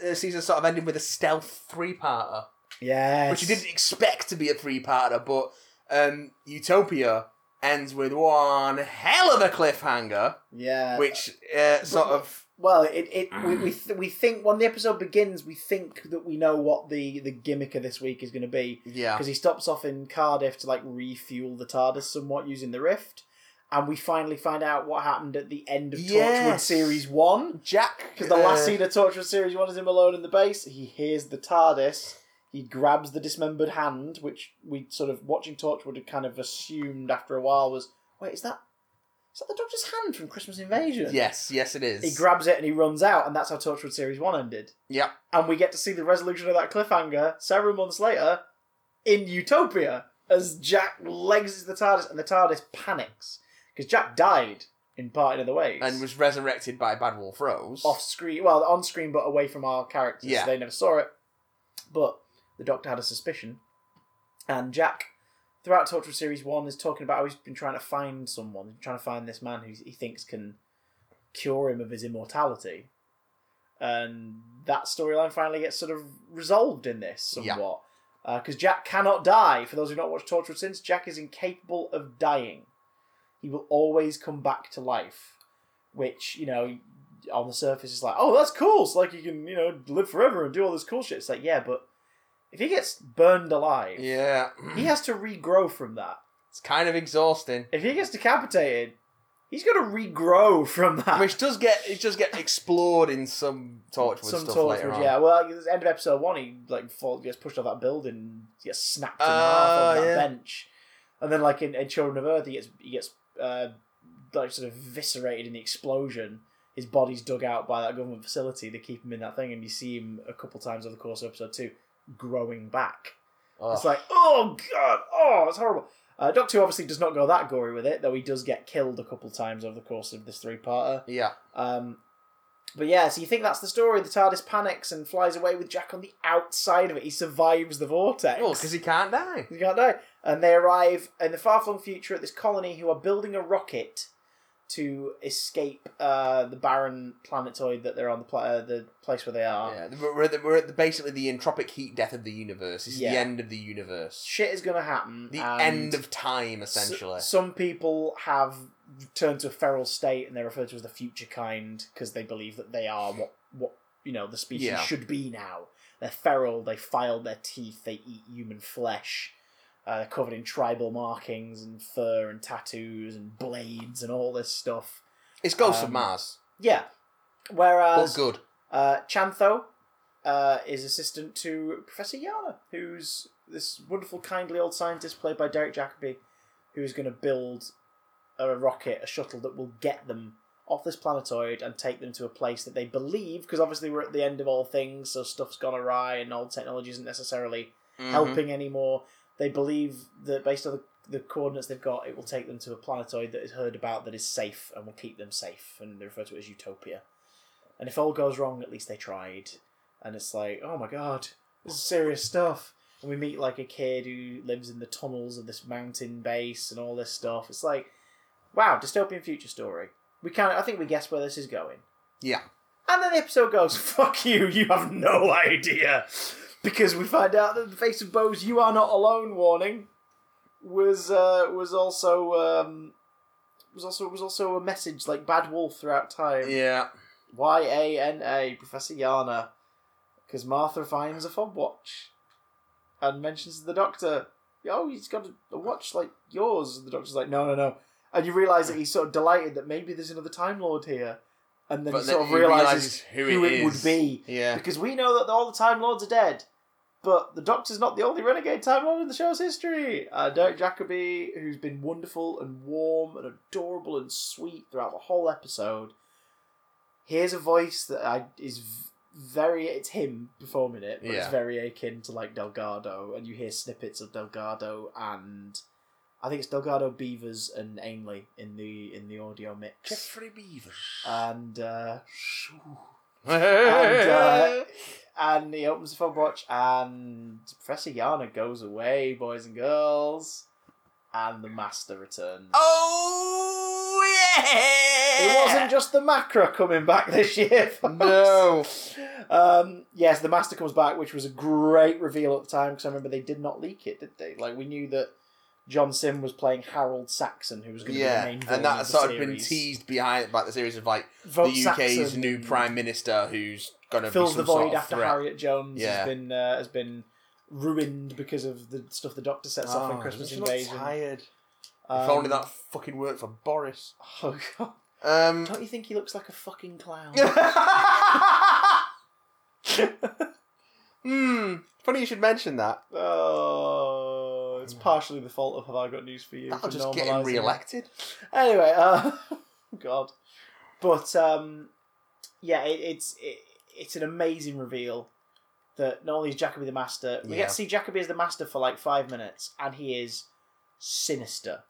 [SPEAKER 2] uh, season sort of ended with a stealth three-parter,
[SPEAKER 1] Yes.
[SPEAKER 2] which you didn't expect to be a three-parter, but um, Utopia ends with one hell of a cliffhanger,
[SPEAKER 1] Yeah.
[SPEAKER 2] which uh, sort of
[SPEAKER 1] Well, it, it we we, th- we think when the episode begins, we think that we know what the the gimmick of this week is going to be.
[SPEAKER 2] yeah,
[SPEAKER 1] because he stops off in Cardiff to like refuel the TARDIS somewhat using the rift, and we finally find out what happened at the end of Torchwood
[SPEAKER 2] Yes.
[SPEAKER 1] Series One.
[SPEAKER 2] Jack
[SPEAKER 1] Because the
[SPEAKER 2] uh,
[SPEAKER 1] last scene of Torchwood Series One is him alone in the base. He hears the TARDIS. He grabs the dismembered hand, which we sort of watching Torchwood had kind of assumed after a while was wait is that is that the Doctor's hand from Christmas Invasion?
[SPEAKER 2] Yes, yes, it is.
[SPEAKER 1] He grabs it and he runs out, and that's how Torchwood Series 1 ended.
[SPEAKER 2] Yep.
[SPEAKER 1] And we get to see the resolution of that cliffhanger several months later in Utopia as Jack legs is the TARDIS, and the TARDIS panics because Jack died in Parting of the Ways.
[SPEAKER 2] and was resurrected by Bad Wolf Rose.
[SPEAKER 1] off screen, well, on screen, but away from our characters. So
[SPEAKER 2] Yeah.
[SPEAKER 1] they never saw it. But the Doctor had a suspicion, and Jack. Throughout Torchwood Series 1 is talking about how he's been trying to find someone, trying to find this man who he thinks can cure him of his immortality. And that storyline finally gets sort of resolved in this
[SPEAKER 2] Yeah.
[SPEAKER 1] somewhat. Because Jack cannot die. For those who've not watched Torchwood since, Jack is incapable of dying. He will always come back to life. Which, you know, on the surface is like, oh, that's cool. It's like you can, you know, live forever and do all this cool shit. It's like, yeah, but if he gets burned alive,
[SPEAKER 2] yeah,
[SPEAKER 1] he has to regrow from that.
[SPEAKER 2] it's kind of exhausting.
[SPEAKER 1] If he gets decapitated, he's got to regrow from that.
[SPEAKER 2] which does get it does get explored in some Torchwood
[SPEAKER 1] some
[SPEAKER 2] stuff
[SPEAKER 1] torch
[SPEAKER 2] later
[SPEAKER 1] would-
[SPEAKER 2] on.
[SPEAKER 1] yeah. Well, at the end of episode one, he like falls, gets pushed off that building, gets snapped in
[SPEAKER 2] Oh,
[SPEAKER 1] half on that
[SPEAKER 2] yeah.
[SPEAKER 1] bench, and then like in, in Children of Earth, he gets he gets uh, like sort of eviscerated in the explosion. His body's dug out by that government facility to keep him in that thing, and you see him a couple times over the course of episode two growing back.
[SPEAKER 2] Ugh.
[SPEAKER 1] It's like, oh god, oh, it's horrible. Uh, Doctor Who obviously does not go that gory with it, though he does get killed a couple times over the course of this three-parter.
[SPEAKER 2] yeah,
[SPEAKER 1] Um, but yeah, so you think that's the story. The TARDIS panics and flies away with Jack on the outside of it. He survives the vortex.
[SPEAKER 2] well, because he can't die.
[SPEAKER 1] You can't die. And they arrive in the far flung future at this colony who are building a rocket to escape uh, the barren planetoid that they're on, the, pla- uh, the place where they are.
[SPEAKER 2] Yeah, we're we're at, the, we're at the, basically the entropic heat death of the universe. This is
[SPEAKER 1] Yeah.
[SPEAKER 2] the end of the universe,
[SPEAKER 1] Shit is going to happen.
[SPEAKER 2] the
[SPEAKER 1] and
[SPEAKER 2] end of time,
[SPEAKER 1] s-
[SPEAKER 2] essentially.
[SPEAKER 1] some people have turned to a feral state and they're referred to as the future kind because they believe that they are what what you know the species
[SPEAKER 2] Yeah.
[SPEAKER 1] should be now. They're feral. They file their teeth. They eat human flesh. Uh, they're covered in tribal markings and fur and tattoos and blades and all this stuff.
[SPEAKER 2] It's Ghosts
[SPEAKER 1] Um,
[SPEAKER 2] of Mars,
[SPEAKER 1] Yeah.
[SPEAKER 2] but
[SPEAKER 1] Whereas
[SPEAKER 2] good.
[SPEAKER 1] uh, Chantho uh, is assistant to Professor Yana, who's this wonderful, kindly old scientist played by Derek Jacobi, who's going to build a rocket, a shuttle that will get them off this planetoid and take them to a place that they believe, because obviously we're at the end of all things, so stuff's gone awry and old technology isn't necessarily
[SPEAKER 2] Mm-hmm.
[SPEAKER 1] helping anymore. They believe that based on the, the coordinates they've got, it will take them to a planetoid that is heard about that is safe and will keep them safe, and they refer to it as utopia. And if all goes wrong, at least they tried. And it's like, oh my god, this is serious stuff. And we meet like a kid who lives in the tunnels of this mountain base and all this stuff. It's like, wow, dystopian future story. We can I think we guess where this is going.
[SPEAKER 2] Yeah.
[SPEAKER 1] And then the episode goes, fuck you, you have no idea. Because we find out that the face of Bo's You Are Not Alone warning was uh, was also um, was also was also a message like Bad Wolf throughout time.
[SPEAKER 2] Yeah.
[SPEAKER 1] Y A N A, Professor Yana. Because Martha finds a fob watch and mentions to the doctor, oh, he's got a, a watch like yours. And the doctor's like, no, no, no. And you realise that he's sort of delighted that maybe there's another Time Lord here. And then
[SPEAKER 2] but
[SPEAKER 1] he
[SPEAKER 2] then
[SPEAKER 1] sort of
[SPEAKER 2] he
[SPEAKER 1] realises
[SPEAKER 2] realizes who,
[SPEAKER 1] who
[SPEAKER 2] it
[SPEAKER 1] it would
[SPEAKER 2] is.
[SPEAKER 1] be.
[SPEAKER 2] Yeah.
[SPEAKER 1] because we know that all the Time Lords are dead. But the Doctor's not the only renegade Time Lord in the show's history. Uh, Derek Jacobi, who's been wonderful and warm and adorable and sweet throughout the whole episode, hears a voice that I, is v- very. It's him performing it, but it's
[SPEAKER 2] Yeah.
[SPEAKER 1] very akin to like Delgado, and you hear snippets of Delgado and. I think it's Delgado Beavers and Ainley in the in the audio mix,
[SPEAKER 2] Jeffrey Beaver.
[SPEAKER 1] and uh, and, uh, and he opens the phone watch, and Professor Yana goes away, boys and girls, and the Master returns.
[SPEAKER 2] oh yeah!
[SPEAKER 1] It wasn't just the Macra coming back this year. folks.
[SPEAKER 2] No.
[SPEAKER 1] Um, yes, the Master comes back, which was a great reveal at the time because I remember they did not leak it, did they? Like we knew that John Sim was playing Harold Saxon, who was going to be
[SPEAKER 2] Yeah,
[SPEAKER 1] the main villain
[SPEAKER 2] and that
[SPEAKER 1] of
[SPEAKER 2] had
[SPEAKER 1] the
[SPEAKER 2] sort of
[SPEAKER 1] series.
[SPEAKER 2] been teased behind by the series of like
[SPEAKER 1] Vote
[SPEAKER 2] the UK's
[SPEAKER 1] Saxon
[SPEAKER 2] new
[SPEAKER 1] and-
[SPEAKER 2] prime minister who's going to be
[SPEAKER 1] fills
[SPEAKER 2] some
[SPEAKER 1] the
[SPEAKER 2] sort
[SPEAKER 1] void
[SPEAKER 2] of
[SPEAKER 1] after
[SPEAKER 2] threat.
[SPEAKER 1] Harriet Jones
[SPEAKER 2] Yeah.
[SPEAKER 1] has been uh, has been ruined because of the stuff the Doctor sets off in
[SPEAKER 2] Oh,
[SPEAKER 1] Christmas
[SPEAKER 2] I'm not
[SPEAKER 1] Invasion.
[SPEAKER 2] tired. if
[SPEAKER 1] Um,
[SPEAKER 2] only that fucking worked for Boris.
[SPEAKER 1] Oh god!
[SPEAKER 2] Um.
[SPEAKER 1] Don't you think he looks like a fucking clown?
[SPEAKER 2] Hmm. Funny you should mention that.
[SPEAKER 1] oh, it's partially the fault of Have I Got News for You?
[SPEAKER 2] That'll
[SPEAKER 1] for
[SPEAKER 2] just get him
[SPEAKER 1] normalising it.
[SPEAKER 2] re-elected.
[SPEAKER 1] Anyway, uh, God, but um, yeah, it, it's it, it's an amazing reveal that not only is Jacoby the master, we
[SPEAKER 2] Yeah.
[SPEAKER 1] get to see Jacoby as the master for like five minutes, and he is sinister.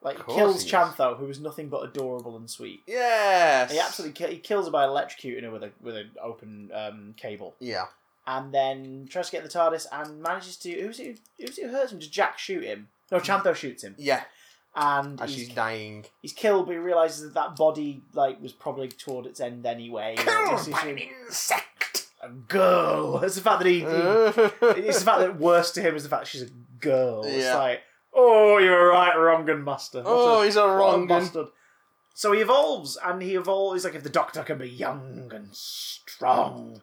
[SPEAKER 1] Like
[SPEAKER 2] Of
[SPEAKER 1] he
[SPEAKER 2] course
[SPEAKER 1] kills
[SPEAKER 2] he is.
[SPEAKER 1] Chantho, who is nothing but adorable and sweet.
[SPEAKER 2] Yes.
[SPEAKER 1] He absolutely ki- he kills her by electrocuting her with a with an open um, cable,
[SPEAKER 2] Yeah.
[SPEAKER 1] and then tries to get in the TARDIS and manages to who's it who's it who hurts him? Does Jack shoot him? No, Chantho shoots him,
[SPEAKER 2] Yeah.
[SPEAKER 1] and
[SPEAKER 2] Mm. As
[SPEAKER 1] he's
[SPEAKER 2] she's dying.
[SPEAKER 1] he's killed, but he realizes that that body like was probably toward its end anyway. It's just a-
[SPEAKER 2] insect.
[SPEAKER 1] a girl. It's the fact that he, he-
[SPEAKER 2] Uh.
[SPEAKER 1] it's the fact that worse to him is the fact that she's a girl. It's
[SPEAKER 2] Yeah.
[SPEAKER 1] like, oh, you're right, wrong and master. What a-
[SPEAKER 2] oh, he's a
[SPEAKER 1] what a
[SPEAKER 2] wrong one.
[SPEAKER 1] bastard. So he evolves, and he evolves. He's like, if the Doctor can be young and strong,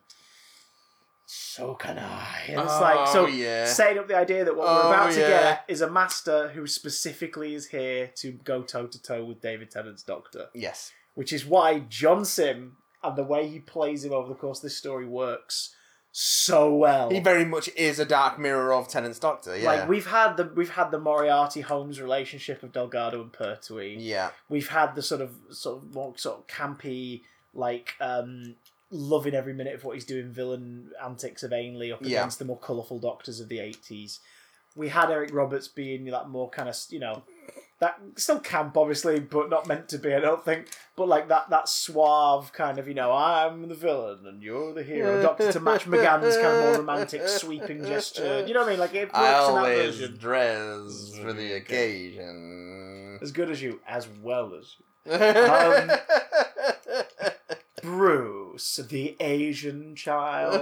[SPEAKER 1] so can I. And it's like, so
[SPEAKER 2] Oh, yeah.
[SPEAKER 1] setting up the idea that what we're
[SPEAKER 2] Oh,
[SPEAKER 1] about to
[SPEAKER 2] yeah.
[SPEAKER 1] get is a master who specifically is here to go toe to toe with David Tennant's Doctor,
[SPEAKER 2] yes.
[SPEAKER 1] which is why John Sim and the way he plays him over the course of this story works so well.
[SPEAKER 2] He very much is a dark mirror of Tennant's Doctor. Yeah.
[SPEAKER 1] Oh. Like we've had the we've had the Moriarty Holmes relationship of Delgado and Pertwee
[SPEAKER 2] yeah.
[SPEAKER 1] we've had the sort of sort of more sort of campy like um loving every minute of what he's doing villain antics of ainley up
[SPEAKER 2] Yeah.
[SPEAKER 1] against the more colourful doctors of the 80s we had eric roberts being that more kind of you know that still camp obviously but not meant to be i don't think but like that that suave kind of you know i'm the villain and you're the hero doctor to match mcgann's kind of more romantic sweeping gesture you know what i mean like it works
[SPEAKER 2] I
[SPEAKER 1] in that
[SPEAKER 2] always
[SPEAKER 1] version
[SPEAKER 2] dress for the occasion.
[SPEAKER 1] as good as you as well as you Um, Bruce, the Asian child.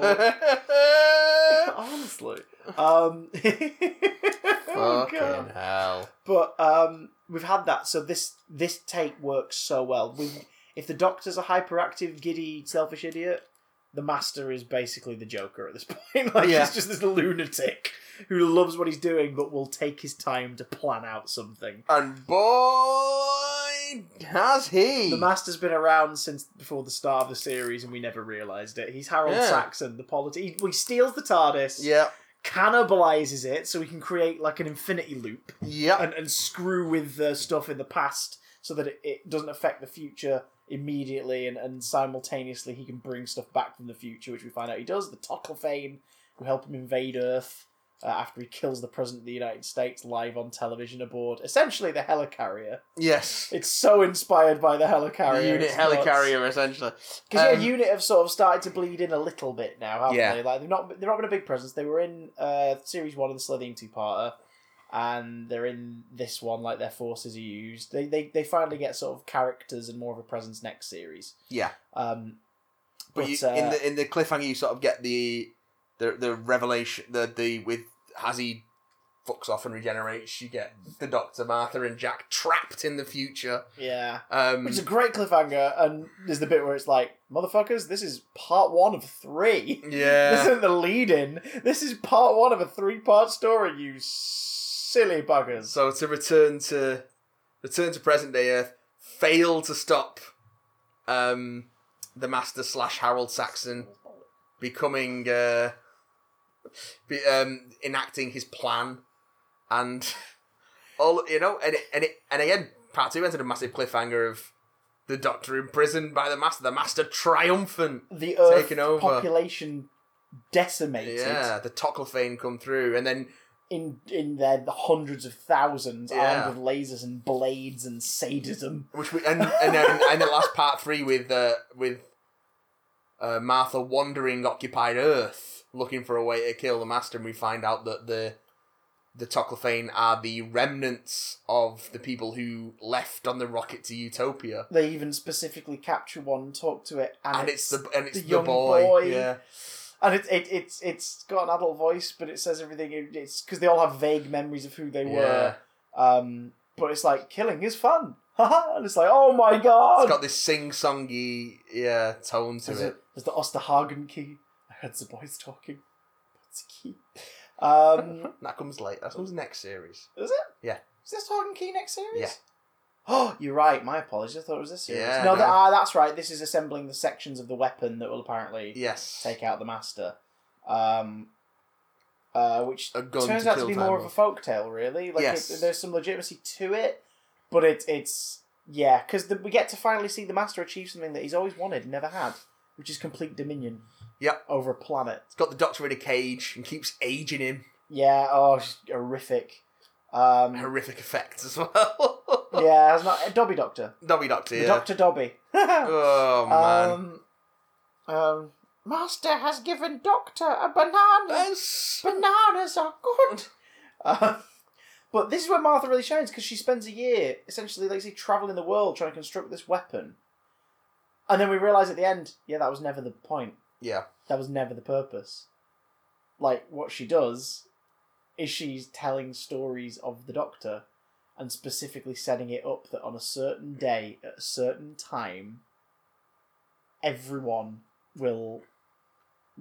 [SPEAKER 1] Honestly. Um, oh,
[SPEAKER 2] Fucking
[SPEAKER 1] God.
[SPEAKER 2] hell.
[SPEAKER 1] But um, we've had that. So this this take works so well. We if the Doctor's a hyperactive, giddy, selfish idiot, the Master is basically the Joker at this point. like
[SPEAKER 2] Yeah.
[SPEAKER 1] he's just this lunatic who loves what he's doing, but will take his time to plan out something.
[SPEAKER 2] And boy, has he!
[SPEAKER 1] The Master's been around since before the start of the series, and we never realised it. He's Harold
[SPEAKER 2] Yeah.
[SPEAKER 1] Saxon, the polity. He, well, he steals the TARDIS,
[SPEAKER 2] yep,
[SPEAKER 1] cannibalizes it, so he can create like an infinity loop
[SPEAKER 2] yep,
[SPEAKER 1] and, and screw with the stuff in the past, so that it, it doesn't affect the future immediately, and, and simultaneously he can bring stuff back from the future, which we find out he does. The Tocklefane, who help him invade Earth. Uh, after he kills the president of the United States live on television aboard, essentially the helicarrier.
[SPEAKER 2] yes.
[SPEAKER 1] It's so inspired by the helicarrier.
[SPEAKER 2] The unit helicarrier, essentially.
[SPEAKER 1] Because
[SPEAKER 2] Um,
[SPEAKER 1] yeah, unit have sort of started to bleed in a little bit now, haven't
[SPEAKER 2] Yeah.
[SPEAKER 1] they? Like they've not they've not been a big presence. They were in uh, series one of the Slithian two parter, and they're in this one. Like their forces are used. They they they finally get sort of characters and more of a presence next series.
[SPEAKER 2] Yeah.
[SPEAKER 1] Um,
[SPEAKER 2] But,
[SPEAKER 1] But,
[SPEAKER 2] you,
[SPEAKER 1] uh,
[SPEAKER 2] in the in the cliffhanger, you sort of get the the the revelation the the with as he fucks off and regenerates, you get the Doctor, Martha, and Jack trapped in the future.
[SPEAKER 1] yeah,
[SPEAKER 2] Um,
[SPEAKER 1] which is a great cliffhanger, and there's the bit where it's like, motherfuckers, this is part one of three. This
[SPEAKER 2] yeah,
[SPEAKER 1] isn't the lead in. This is part one of a three part story, you silly buggers.
[SPEAKER 2] so to return to return to present day Earth, fail to stop um, the Master slash Harold Saxon becoming uh, be, um, enacting his plan and all you know and it, and it, and again part two ended a massive cliffhanger of the doctor imprisoned by the master the master triumphant
[SPEAKER 1] the Earth
[SPEAKER 2] Taken over.
[SPEAKER 1] population decimated
[SPEAKER 2] yeah the toclefane come through and then
[SPEAKER 1] in in their hundreds of thousands
[SPEAKER 2] Yeah.
[SPEAKER 1] armed with lasers and blades and sadism.
[SPEAKER 2] which we and and then and then last part three with uh, with uh, Martha wandering occupied Earth looking for a way to kill the master, and we find out that the the Toclefane are the remnants of the people who left on the rocket to Utopia,
[SPEAKER 1] They even specifically capture one, talk to it, and,
[SPEAKER 2] and, it's, the and it's
[SPEAKER 1] the
[SPEAKER 2] the,
[SPEAKER 1] young
[SPEAKER 2] boy.
[SPEAKER 1] boy.
[SPEAKER 2] yeah,
[SPEAKER 1] and it, it it's it's got an adult voice, but it says everything. It, it's because they all have vague memories of who they
[SPEAKER 2] yeah.
[SPEAKER 1] were. Um, but it's like killing is fun, and it's like oh my god.
[SPEAKER 2] It's got this sing-songy yeah tone to
[SPEAKER 1] There's,
[SPEAKER 2] it.
[SPEAKER 1] a, there's the Osterhagen key. I heard the boys talking. What's the key? Um,
[SPEAKER 2] That comes later. That comes next series.
[SPEAKER 1] Is it?
[SPEAKER 2] Yeah.
[SPEAKER 1] Is this Hagen Key next series?
[SPEAKER 2] Yeah.
[SPEAKER 1] Oh, you're right. My apologies. I thought it was this series.
[SPEAKER 2] Yeah,
[SPEAKER 1] no,
[SPEAKER 2] no.
[SPEAKER 1] That, ah, that's right. This is assembling the sections of the weapon that will apparently
[SPEAKER 2] Yes,
[SPEAKER 1] take out the master. Um, uh, which
[SPEAKER 2] a gun
[SPEAKER 1] turns
[SPEAKER 2] to
[SPEAKER 1] out
[SPEAKER 2] kill
[SPEAKER 1] to be
[SPEAKER 2] time
[SPEAKER 1] more
[SPEAKER 2] with.
[SPEAKER 1] of a folktale, really. Like
[SPEAKER 2] Yes.
[SPEAKER 1] it, there's some legitimacy to it, but it's it's yeah, because we get to finally see the master achieve something that he's always wanted, and never had, which is complete dominion.
[SPEAKER 2] Yep.
[SPEAKER 1] Over a planet.
[SPEAKER 2] It's got the doctor in a cage and keeps aging him.
[SPEAKER 1] Yeah. Oh, she's horrific. Um,
[SPEAKER 2] horrific effects as well.
[SPEAKER 1] yeah, it's not Dobby Doctor.
[SPEAKER 2] Dobby Doctor,
[SPEAKER 1] The
[SPEAKER 2] yeah.
[SPEAKER 1] Doctor Dobby.
[SPEAKER 2] Oh man.
[SPEAKER 1] um, um, Master has given Doctor a banana.
[SPEAKER 2] That's-
[SPEAKER 1] Bananas are good. Uh, but this is where Martha really shines because she spends a year essentially, like, say, traveling the world trying to construct this weapon, and then we realize at the end, yeah, that was never the point.
[SPEAKER 2] yeah.
[SPEAKER 1] That was never the purpose. Like what she does is she's telling stories of the Doctor and specifically setting it up that on a certain day at a certain time everyone will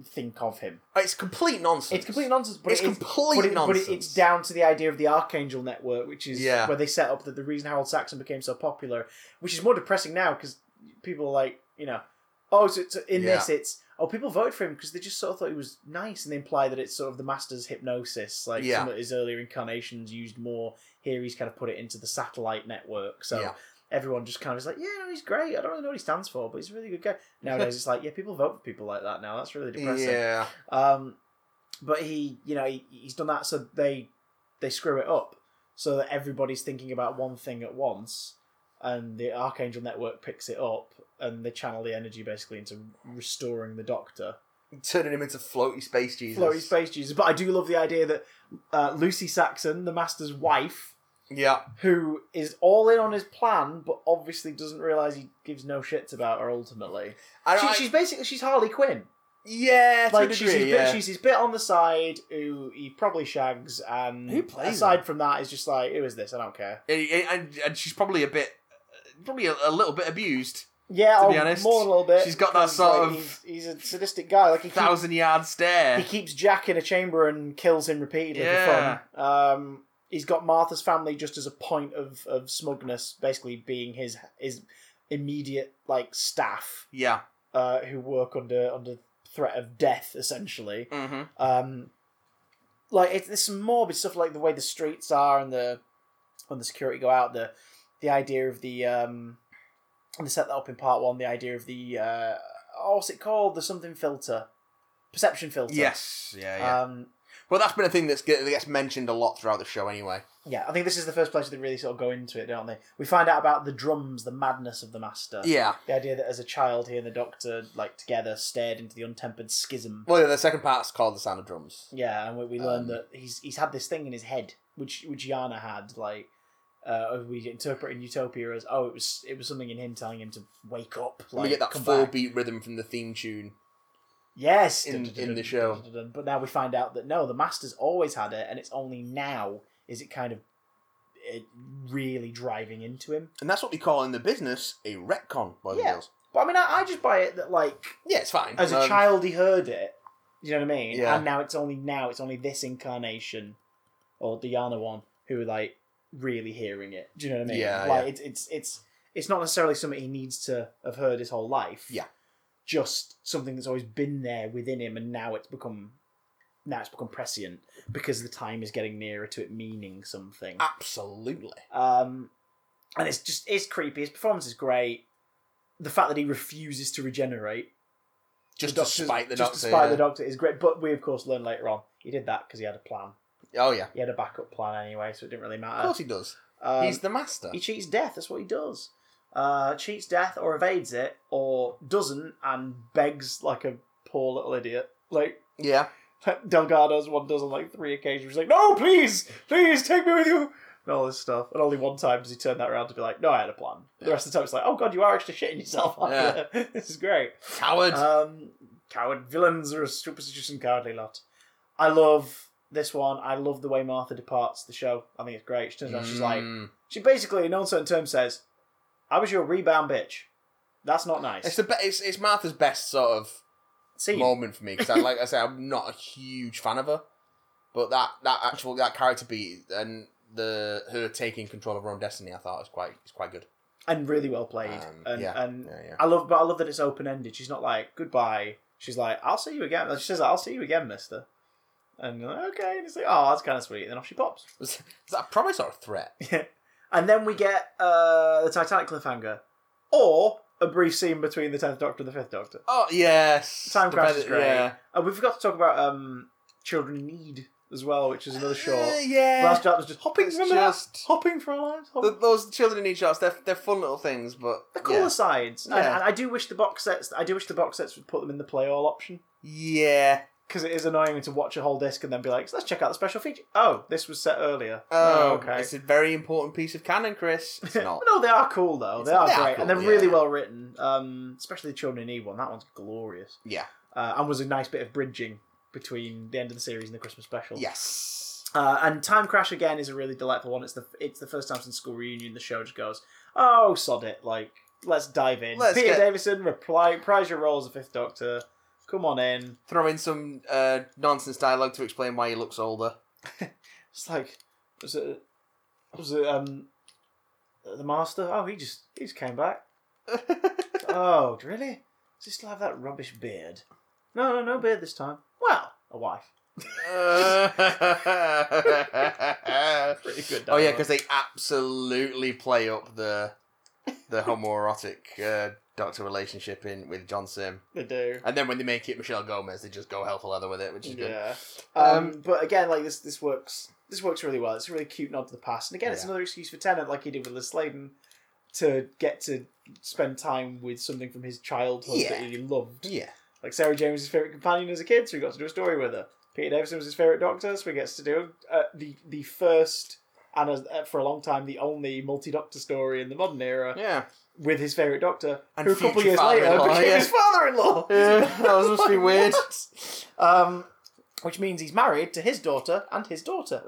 [SPEAKER 1] think of him.
[SPEAKER 2] It's complete nonsense.
[SPEAKER 1] It's complete nonsense, but
[SPEAKER 2] It's
[SPEAKER 1] it is-
[SPEAKER 2] complete
[SPEAKER 1] but it- but
[SPEAKER 2] nonsense.
[SPEAKER 1] it- it's down to the idea of the Archangel Network, which is
[SPEAKER 2] Yeah.
[SPEAKER 1] where they set up that the reason Harold Saxon became so popular, which is more depressing now because people are like, you know, oh, so, so in
[SPEAKER 2] Yeah.
[SPEAKER 1] this it's oh, people voted for him because they just sort of thought he was nice, and they imply that it's sort of the Master's hypnosis, like
[SPEAKER 2] Yeah.
[SPEAKER 1] some of his earlier incarnations used more. Here he's kind of put it into the satellite network, so
[SPEAKER 2] Yeah.
[SPEAKER 1] everyone just kind of is like, yeah, no, he's great. I don't really know what he stands for, but he's a really good guy. Nowadays, it's like, yeah, people vote for people like that now. That's really depressing.
[SPEAKER 2] Yeah.
[SPEAKER 1] Um, but he, you know, he, he's done that so they they screw it up so that everybody's thinking about one thing at once, and the Archangel Network picks it up and they channel the energy basically into restoring the Doctor.
[SPEAKER 2] Turning him into floaty space Jesus.
[SPEAKER 1] Floaty space Jesus. But I do love the idea that uh, Lucy Saxon, the Master's wife.
[SPEAKER 2] Yeah.
[SPEAKER 1] Who is all in on his plan, but obviously doesn't realize he gives no shits about her. Ultimately,
[SPEAKER 2] I,
[SPEAKER 1] she,
[SPEAKER 2] I-
[SPEAKER 1] she's basically she's Harley Quinn.
[SPEAKER 2] Yeah, to
[SPEAKER 1] like
[SPEAKER 2] a
[SPEAKER 1] she's his
[SPEAKER 2] degree,
[SPEAKER 1] bit,
[SPEAKER 2] yeah.
[SPEAKER 1] she's his bit on the side who he probably shags, and
[SPEAKER 2] Who plays
[SPEAKER 1] aside from that, is just like, who is this? I don't care.
[SPEAKER 2] And- and, and she's probably a bit, probably a, a little bit abused.
[SPEAKER 1] Yeah,
[SPEAKER 2] To be
[SPEAKER 1] or
[SPEAKER 2] honest,
[SPEAKER 1] more than a little bit.
[SPEAKER 2] she's got that
[SPEAKER 1] 'cause,
[SPEAKER 2] sort
[SPEAKER 1] like,
[SPEAKER 2] of
[SPEAKER 1] he's, he's a sadistic guy. Like he keeps,
[SPEAKER 2] Thousand yard
[SPEAKER 1] he
[SPEAKER 2] stare.
[SPEAKER 1] keeps Jack in a chamber and kills him repeatedly
[SPEAKER 2] Yeah.
[SPEAKER 1] for fun. Um, he's got Martha's family just as a point of, of smugness, basically being his his immediate like staff
[SPEAKER 2] Yeah.
[SPEAKER 1] uh, who work under under threat of death essentially.
[SPEAKER 2] Mm-hmm.
[SPEAKER 1] Um, like it's there's some morbid stuff like the way the streets are and the when the security go out the the idea of the um and they set that up in part one the idea of the uh oh, what's it called the something filter perception filter
[SPEAKER 2] Yes. Yeah. Yeah.
[SPEAKER 1] um
[SPEAKER 2] well, that's been a thing that's get, that gets mentioned a lot throughout the show, anyway.
[SPEAKER 1] yeah I think this is the first place they really sort of go into it don't they we find out about the drums the madness of the master
[SPEAKER 2] Yeah.
[SPEAKER 1] the idea that as a child he and the doctor like together stared into the untempered schism
[SPEAKER 2] Well, yeah. The second part's called the sound of drums.
[SPEAKER 1] Yeah, and we, we learn
[SPEAKER 2] Um,
[SPEAKER 1] that he's he's had this thing in his head, which which Yana had, like uh, we interpret in Utopia as oh, it was it was something in him telling him to wake up.
[SPEAKER 2] And
[SPEAKER 1] Like,
[SPEAKER 2] we get that
[SPEAKER 1] come
[SPEAKER 2] full
[SPEAKER 1] back.
[SPEAKER 2] beat rhythm from the theme tune.
[SPEAKER 1] yes
[SPEAKER 2] in-
[SPEAKER 1] Dun, dun,
[SPEAKER 2] in the
[SPEAKER 1] dun,
[SPEAKER 2] show.
[SPEAKER 1] dun, dun, dun. But now we find out that no, the master's always had it, and it's only now is it kind of it really driving into him.
[SPEAKER 2] And that's what we call in the business a retcon, boys
[SPEAKER 1] Yeah.
[SPEAKER 2] and girls.
[SPEAKER 1] But I mean, I, I just buy it that like
[SPEAKER 2] Yeah, it's fine.
[SPEAKER 1] as a
[SPEAKER 2] Um,
[SPEAKER 1] child he heard it. You know what I mean?
[SPEAKER 2] Yeah.
[SPEAKER 1] And now it's only now it's only this incarnation, or the Yana one, who are like really hearing it. Do you know what I mean?
[SPEAKER 2] Yeah,
[SPEAKER 1] Like it's it's it's it's not necessarily something he needs to have heard his whole life.
[SPEAKER 2] Yeah.
[SPEAKER 1] Just something that's always been there within him, and now it's become now it's become prescient because the time is getting nearer to it meaning something.
[SPEAKER 2] Ah. Absolutely.
[SPEAKER 1] Um, and it's just it's creepy. His performance is great. The fact that he refuses to regenerate
[SPEAKER 2] Just
[SPEAKER 1] the
[SPEAKER 2] to
[SPEAKER 1] doctor's-
[SPEAKER 2] spite the
[SPEAKER 1] just
[SPEAKER 2] doctor.
[SPEAKER 1] to spite
[SPEAKER 2] yeah.
[SPEAKER 1] the doctor is great. But we of course learn later on he did that because he had a plan.
[SPEAKER 2] Oh yeah.
[SPEAKER 1] He had a backup plan anyway, so it didn't really
[SPEAKER 2] Of
[SPEAKER 1] matter.
[SPEAKER 2] course he does.
[SPEAKER 1] Um,
[SPEAKER 2] He's the master.
[SPEAKER 1] he cheats death. That's what he does. Uh, cheats death or evades it or doesn't and begs like a poor little idiot. Like
[SPEAKER 2] Yeah.
[SPEAKER 1] Delgado's one does on like three occasions. He's like, no, please, please take me with you. And all this stuff. And only one time does he turn that around to be like, no, I had a plan. The rest of the time it's like, oh god, you are actually shitting yourself. Aren't you? this is great.
[SPEAKER 2] Coward.
[SPEAKER 1] Um, coward villains are a superstitious and cowardly lot. I love this one. I love the way Martha departs the show. I think it's great. She turns around, she's like,
[SPEAKER 2] Mm.
[SPEAKER 1] she basically, in uncertain terms, says, "I was your rebound bitch. That's not nice."
[SPEAKER 2] It's the be- it's, it's Martha's best sort of
[SPEAKER 1] Scene.
[SPEAKER 2] moment for me because I like I say I'm not a huge fan of her, but that that actual that character beat and the her taking control of her own destiny I thought was quite is quite good.
[SPEAKER 1] and really well played.
[SPEAKER 2] Um,
[SPEAKER 1] and
[SPEAKER 2] yeah.
[SPEAKER 1] and
[SPEAKER 2] Yeah, yeah.
[SPEAKER 1] I love, but I love that it's open ended. She's not like goodbye. She's like, "I'll see you again." She says, "I'll see you again, Mister." And you're like, okay, and it's like, oh, that's kind of sweet. And then off she pops.
[SPEAKER 2] Was, is that a promise or a threat?
[SPEAKER 1] And then we get uh, the Titanic cliffhanger, or a brief scene between the Tenth Doctor and the Fifth Doctor.
[SPEAKER 2] Oh yes,
[SPEAKER 1] Time Crash is
[SPEAKER 2] Depend-
[SPEAKER 1] great.
[SPEAKER 2] Yeah,
[SPEAKER 1] And we forgot to talk about um, Children in Need as well, which is another short.
[SPEAKER 2] Uh, yeah,
[SPEAKER 1] Last shot was just hopping.
[SPEAKER 2] It's
[SPEAKER 1] Remember that?
[SPEAKER 2] just-
[SPEAKER 1] Hopping for our lives. Hopping.
[SPEAKER 2] Th- those children in each shots they're they're fun little things, but
[SPEAKER 1] The colour sides. And,
[SPEAKER 2] Yeah.
[SPEAKER 1] and I do wish the box sets. I do wish the box sets would put them in the play all option
[SPEAKER 2] yeah,
[SPEAKER 1] because it is annoying to watch a whole disc and then be like, let's check out the special feature. Oh, this was set earlier.
[SPEAKER 2] yeah. Oh, It's a very important piece of canon, Chris. It's not.
[SPEAKER 1] no, they are cool though. They
[SPEAKER 2] It's-
[SPEAKER 1] are
[SPEAKER 2] they
[SPEAKER 1] great,
[SPEAKER 2] are
[SPEAKER 1] and
[SPEAKER 2] cool,
[SPEAKER 1] they're really
[SPEAKER 2] yeah.
[SPEAKER 1] well written. Um, especially the Children in Need one. That one's glorious.
[SPEAKER 2] Yeah.
[SPEAKER 1] Uh, and was a nice bit of bridging between the end of the series and the Christmas special.
[SPEAKER 2] Yes.
[SPEAKER 1] Uh, and Time Crash again is a really delightful one. It's the it's the first time since school reunion the show just goes, oh sod it, like let's dive in.
[SPEAKER 2] Let's
[SPEAKER 1] Peter
[SPEAKER 2] get-
[SPEAKER 1] Davison, reply, prize your role as the Fifth Doctor. Come on in.
[SPEAKER 2] Throw in some uh, nonsense dialogue to explain why he looks older.
[SPEAKER 1] It's like was it was it um the Master? Oh, he just he just came back. oh, really? Does he still have that rubbish beard? No, no, no beard this time. Well, a wife.
[SPEAKER 2] Oh, Pretty
[SPEAKER 1] good
[SPEAKER 2] Oh yeah,
[SPEAKER 1] dialogue.
[SPEAKER 2] because they absolutely play up the the homoerotic uh, doctor relationship in with John Sim,
[SPEAKER 1] They do.
[SPEAKER 2] and then when they make it Michelle Gomez, they just go hell for leather with it, which is good.
[SPEAKER 1] Yeah. Um,
[SPEAKER 2] Um,
[SPEAKER 1] but again, like this, this works. This works really well. It's a really cute nod to the past, and again, it's
[SPEAKER 2] Yeah.
[SPEAKER 1] another excuse for Tennant, like he did with Liz Sladen, to get to spend time with something from his childhood
[SPEAKER 2] Yeah.
[SPEAKER 1] that he loved.
[SPEAKER 2] Yeah,
[SPEAKER 1] Like Sarah James, was his favorite companion as a kid, so he got to do a story with her. Peter Davison was his favorite doctor, so he gets to do uh, the the first and as, uh, for a long time the only multi doctor story in the modern era
[SPEAKER 2] Yeah.
[SPEAKER 1] with his favourite doctor,
[SPEAKER 2] And
[SPEAKER 1] who a couple of
[SPEAKER 2] future
[SPEAKER 1] years later
[SPEAKER 2] father-in-law,
[SPEAKER 1] became
[SPEAKER 2] yeah.
[SPEAKER 1] his father in law.
[SPEAKER 2] Yeah, that was supposed to be weird.
[SPEAKER 1] Um, which means he's married to his daughter and his daughter.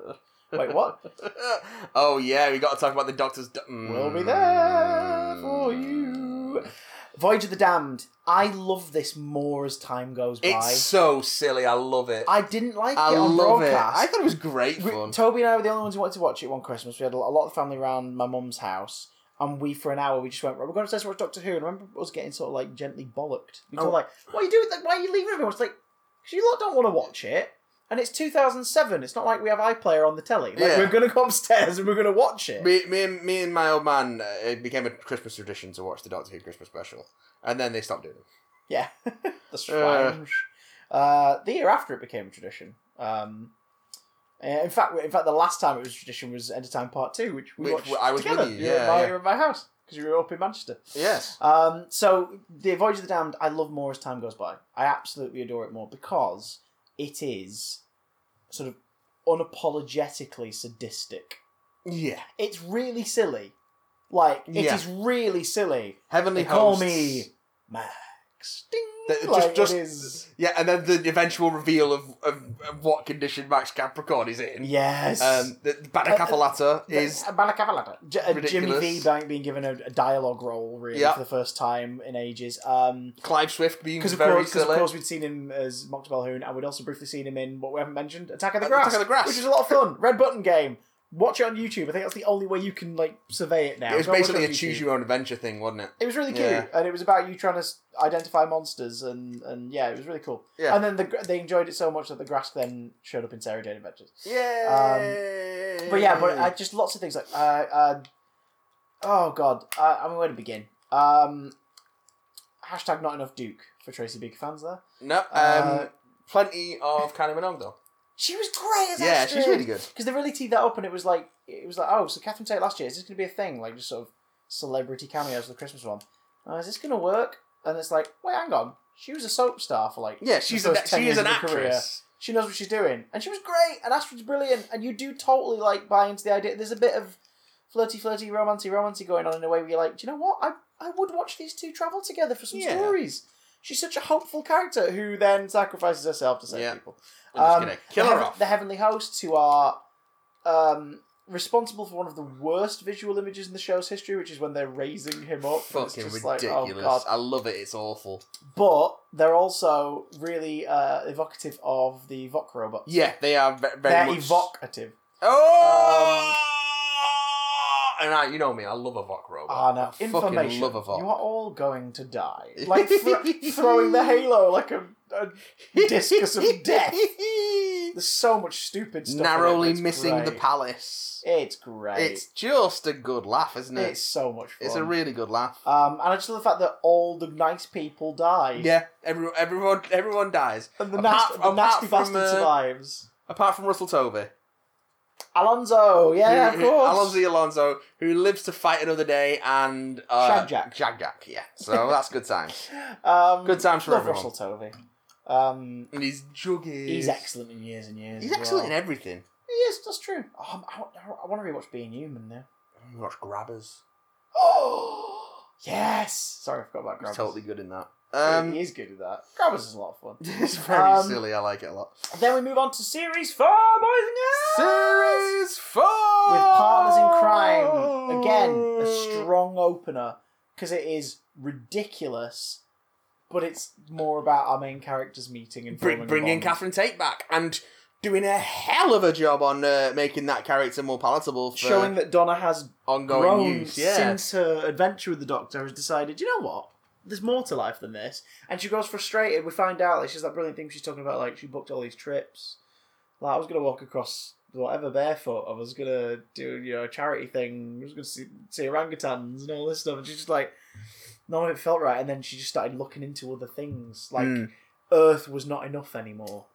[SPEAKER 1] Wait, what?
[SPEAKER 2] oh yeah, we got to talk about the Doctor's. mm. Do-
[SPEAKER 1] we'll be there for
[SPEAKER 2] Mm.
[SPEAKER 1] you. Voyage of the Damned. I love this more as time goes by.
[SPEAKER 2] It's so silly. I love it. I,
[SPEAKER 1] I didn't like it on
[SPEAKER 2] love it.
[SPEAKER 1] broadcast.
[SPEAKER 2] I thought it was great
[SPEAKER 1] We-
[SPEAKER 2] fun.
[SPEAKER 1] Toby and I were the only ones who wanted to watch it one Christmas. We had a lot a lot of family round my mum's house, and we for an hour we just went. Right, we're going upstairs to watch Doctor Who, and I remember us getting sort of like gently bollocked. We were
[SPEAKER 2] Oh.
[SPEAKER 1] like, "What are you doing? Like, why are you leaving everyone?" It's like, "Cause you lot don't want to watch it." And it's 2007. It's not like we have iPlayer on the telly. Like,
[SPEAKER 2] Yeah.
[SPEAKER 1] We're going to go upstairs and we're going to watch it.
[SPEAKER 2] Me, me, and, me and my old man, uh, it became a Christmas tradition to watch the Doctor Who Christmas special, and then they stopped doing it.
[SPEAKER 1] Yeah, that's strange. Uh, the year after it became a tradition. Um, uh, in fact, in fact, the last time it was a tradition was End of Time Part Two, which we
[SPEAKER 2] Which
[SPEAKER 1] watched
[SPEAKER 2] I was with
[SPEAKER 1] together.
[SPEAKER 2] you,
[SPEAKER 1] were at
[SPEAKER 2] yeah,
[SPEAKER 1] my,
[SPEAKER 2] yeah.
[SPEAKER 1] you were at my house because you were up in Manchester.
[SPEAKER 2] Yes.
[SPEAKER 1] Um, so the Voyage of the Damned, I love more as time goes by. I absolutely adore it more because it is sort of unapologetically sadistic.
[SPEAKER 2] Yeah.
[SPEAKER 1] It's really silly. Like it is
[SPEAKER 2] Yeah.
[SPEAKER 1] really silly.
[SPEAKER 2] Heavenly
[SPEAKER 1] They call
[SPEAKER 2] Hosts.
[SPEAKER 1] me Max. Ding.
[SPEAKER 2] That- just-
[SPEAKER 1] Like,
[SPEAKER 2] just-
[SPEAKER 1] it is.
[SPEAKER 2] Yeah, and then the eventual reveal of, of, of what condition Max Capricorn is in.
[SPEAKER 1] Yes.
[SPEAKER 2] Um, the the Bada
[SPEAKER 1] Uh,
[SPEAKER 2] Capolata is
[SPEAKER 1] Balacavaladda. J- uh, Jimmy
[SPEAKER 2] ridiculous.
[SPEAKER 1] V being, being given a, a dialogue role really
[SPEAKER 2] Yeah.
[SPEAKER 1] for the first time in ages. Um,
[SPEAKER 2] Clive Swift being
[SPEAKER 1] Because of,
[SPEAKER 2] very
[SPEAKER 1] course, 'cause of
[SPEAKER 2] silly.
[SPEAKER 1] course we'd seen him as Mox Balhoun, and we'd also briefly seen him in what we haven't mentioned, Attack of the
[SPEAKER 2] Uh,
[SPEAKER 1] Grass,
[SPEAKER 2] Attack of the Grass.
[SPEAKER 1] which is a lot of fun. Red Button Game. Watch it on YouTube. I think that's the only way you can like survey it now.
[SPEAKER 2] it was
[SPEAKER 1] Go watch
[SPEAKER 2] basically
[SPEAKER 1] on
[SPEAKER 2] a choose
[SPEAKER 1] YouTube.
[SPEAKER 2] your own adventure thing, wasn't it?
[SPEAKER 1] It was really cute,
[SPEAKER 2] Yeah.
[SPEAKER 1] and it was about you trying to s- identify monsters, and, and yeah, it was really cool.
[SPEAKER 2] Yeah.
[SPEAKER 1] And then the, gr- they enjoyed it so much that the grass then showed up in Sarah Jane Adventures.
[SPEAKER 2] Um, Yeah.
[SPEAKER 1] But yeah, but uh, just lots of things like, uh, uh, oh god, uh, I mean, where to begin? Um, hashtag not enough Duke for Tracy Beaker fans there.
[SPEAKER 2] no, um,
[SPEAKER 1] uh,
[SPEAKER 2] plenty of Kylie Minogue though.
[SPEAKER 1] She was great as
[SPEAKER 2] yeah,
[SPEAKER 1] Astrid.
[SPEAKER 2] she's really good.
[SPEAKER 1] because they really teed that up, and it was like it was like oh, so Catherine Tate last year is this going to be a thing? Like just sort of celebrity cameos for the Christmas one. Uh, is this going to work? And it's like wait, hang on, she was a soap star for like
[SPEAKER 2] Yeah,
[SPEAKER 1] the
[SPEAKER 2] she's an,
[SPEAKER 1] first 10
[SPEAKER 2] she
[SPEAKER 1] years
[SPEAKER 2] is an
[SPEAKER 1] of her career.
[SPEAKER 2] actress.
[SPEAKER 1] She knows what she's doing, and she was great. And Astrid's brilliant, and you do totally like buy into the idea. There's a bit of flirty, flirty, romancy, romancy going on in a way where you're like, do you know what? I I would watch these two travel together for some
[SPEAKER 2] Yeah.
[SPEAKER 1] stories. She's such a hopeful character who then sacrifices herself to save
[SPEAKER 2] Yeah.
[SPEAKER 1] people
[SPEAKER 2] I'm just
[SPEAKER 1] Um,
[SPEAKER 2] gonna kill
[SPEAKER 1] the,
[SPEAKER 2] her
[SPEAKER 1] heav-
[SPEAKER 2] off.
[SPEAKER 1] the heavenly hosts who are um, responsible for one of the worst visual images in the show's history, which is when they're raising him up. and it's
[SPEAKER 2] Fucking
[SPEAKER 1] just
[SPEAKER 2] ridiculous!
[SPEAKER 1] like, oh, God.
[SPEAKER 2] I love it. It's awful.
[SPEAKER 1] But they're also really uh, evocative of the Vok robot.
[SPEAKER 2] Yeah, they are ve- very
[SPEAKER 1] they're
[SPEAKER 2] much.
[SPEAKER 1] evocative.
[SPEAKER 2] Oh. and I, you know me. I love a Vok robot.
[SPEAKER 1] Ah, no.
[SPEAKER 2] I
[SPEAKER 1] Information.
[SPEAKER 2] Fucking love a Vok.
[SPEAKER 1] You are all going to die. Like thro- throwing the halo like a, a discus of death. There's so much stupid stuff. in it,
[SPEAKER 2] Narrowly
[SPEAKER 1] it's
[SPEAKER 2] missing the
[SPEAKER 1] great.
[SPEAKER 2] palace.
[SPEAKER 1] It's great.
[SPEAKER 2] It's just a good laugh, isn't it?
[SPEAKER 1] It's so much fun.
[SPEAKER 2] It's Uh, a really good laugh.
[SPEAKER 1] Um, and I just love the fact that all the nice people die.
[SPEAKER 2] yeah, everyone, everyone, everyone dies
[SPEAKER 1] And the,
[SPEAKER 2] Apart-
[SPEAKER 1] nasty, the nasty
[SPEAKER 2] apart
[SPEAKER 1] bastard
[SPEAKER 2] from, uh,
[SPEAKER 1] survives.
[SPEAKER 2] apart from Russell Tovey.
[SPEAKER 1] Alonso, yeah,
[SPEAKER 2] who-
[SPEAKER 1] of
[SPEAKER 2] who-
[SPEAKER 1] course.
[SPEAKER 2] Alonso Alonso, who lives to fight another day, and uh,
[SPEAKER 1] Shagjack.
[SPEAKER 2] Shagjack, yeah. So that's good times.
[SPEAKER 1] Um,
[SPEAKER 2] Good times for
[SPEAKER 1] love
[SPEAKER 2] everyone.
[SPEAKER 1] Russell Tovey. Um,
[SPEAKER 2] And he's juggy.
[SPEAKER 1] he's excellent in years and years.
[SPEAKER 2] He's
[SPEAKER 1] as
[SPEAKER 2] excellent in
[SPEAKER 1] well.
[SPEAKER 2] everything.
[SPEAKER 1] He is. That's true. Um, I, want to rewatch Being Human now.
[SPEAKER 2] You watch Grabbers.
[SPEAKER 1] Oh yes. Sorry, I forgot about
[SPEAKER 2] He's
[SPEAKER 1] Grabbers.
[SPEAKER 2] totally good in that.
[SPEAKER 1] Um, he
[SPEAKER 2] Um,
[SPEAKER 1] is good at that. Grabbers is a lot of fun.
[SPEAKER 2] it's very
[SPEAKER 1] Um,
[SPEAKER 2] silly. I like it a lot.
[SPEAKER 1] Then we move on to series four, boys and girls.
[SPEAKER 2] Series four
[SPEAKER 1] with Partners in Crime. Again, a strong opener because it is ridiculous, but it's more about our main characters meeting and
[SPEAKER 2] Bring,
[SPEAKER 1] forming a
[SPEAKER 2] bringing
[SPEAKER 1] bond.
[SPEAKER 2] Catherine Tate back and doing a hell of a job on uh, making that character more palatable for
[SPEAKER 1] showing that Donna has
[SPEAKER 2] ongoing
[SPEAKER 1] grown
[SPEAKER 2] use. Yeah.
[SPEAKER 1] since her adventure with the Doctor. Has decided, you know what? There's more to life than this, and she grows frustrated. We find out like she's that brilliant thing she's talking about, like she booked all these trips. Like I was gonna walk across whatever barefoot. I was gonna do you know a charity thing. I was gonna see, see orangutans and all this stuff. And she's just like, none of it felt right. And then she just started looking into other things. Like
[SPEAKER 2] Mm.
[SPEAKER 1] Earth was not enough anymore.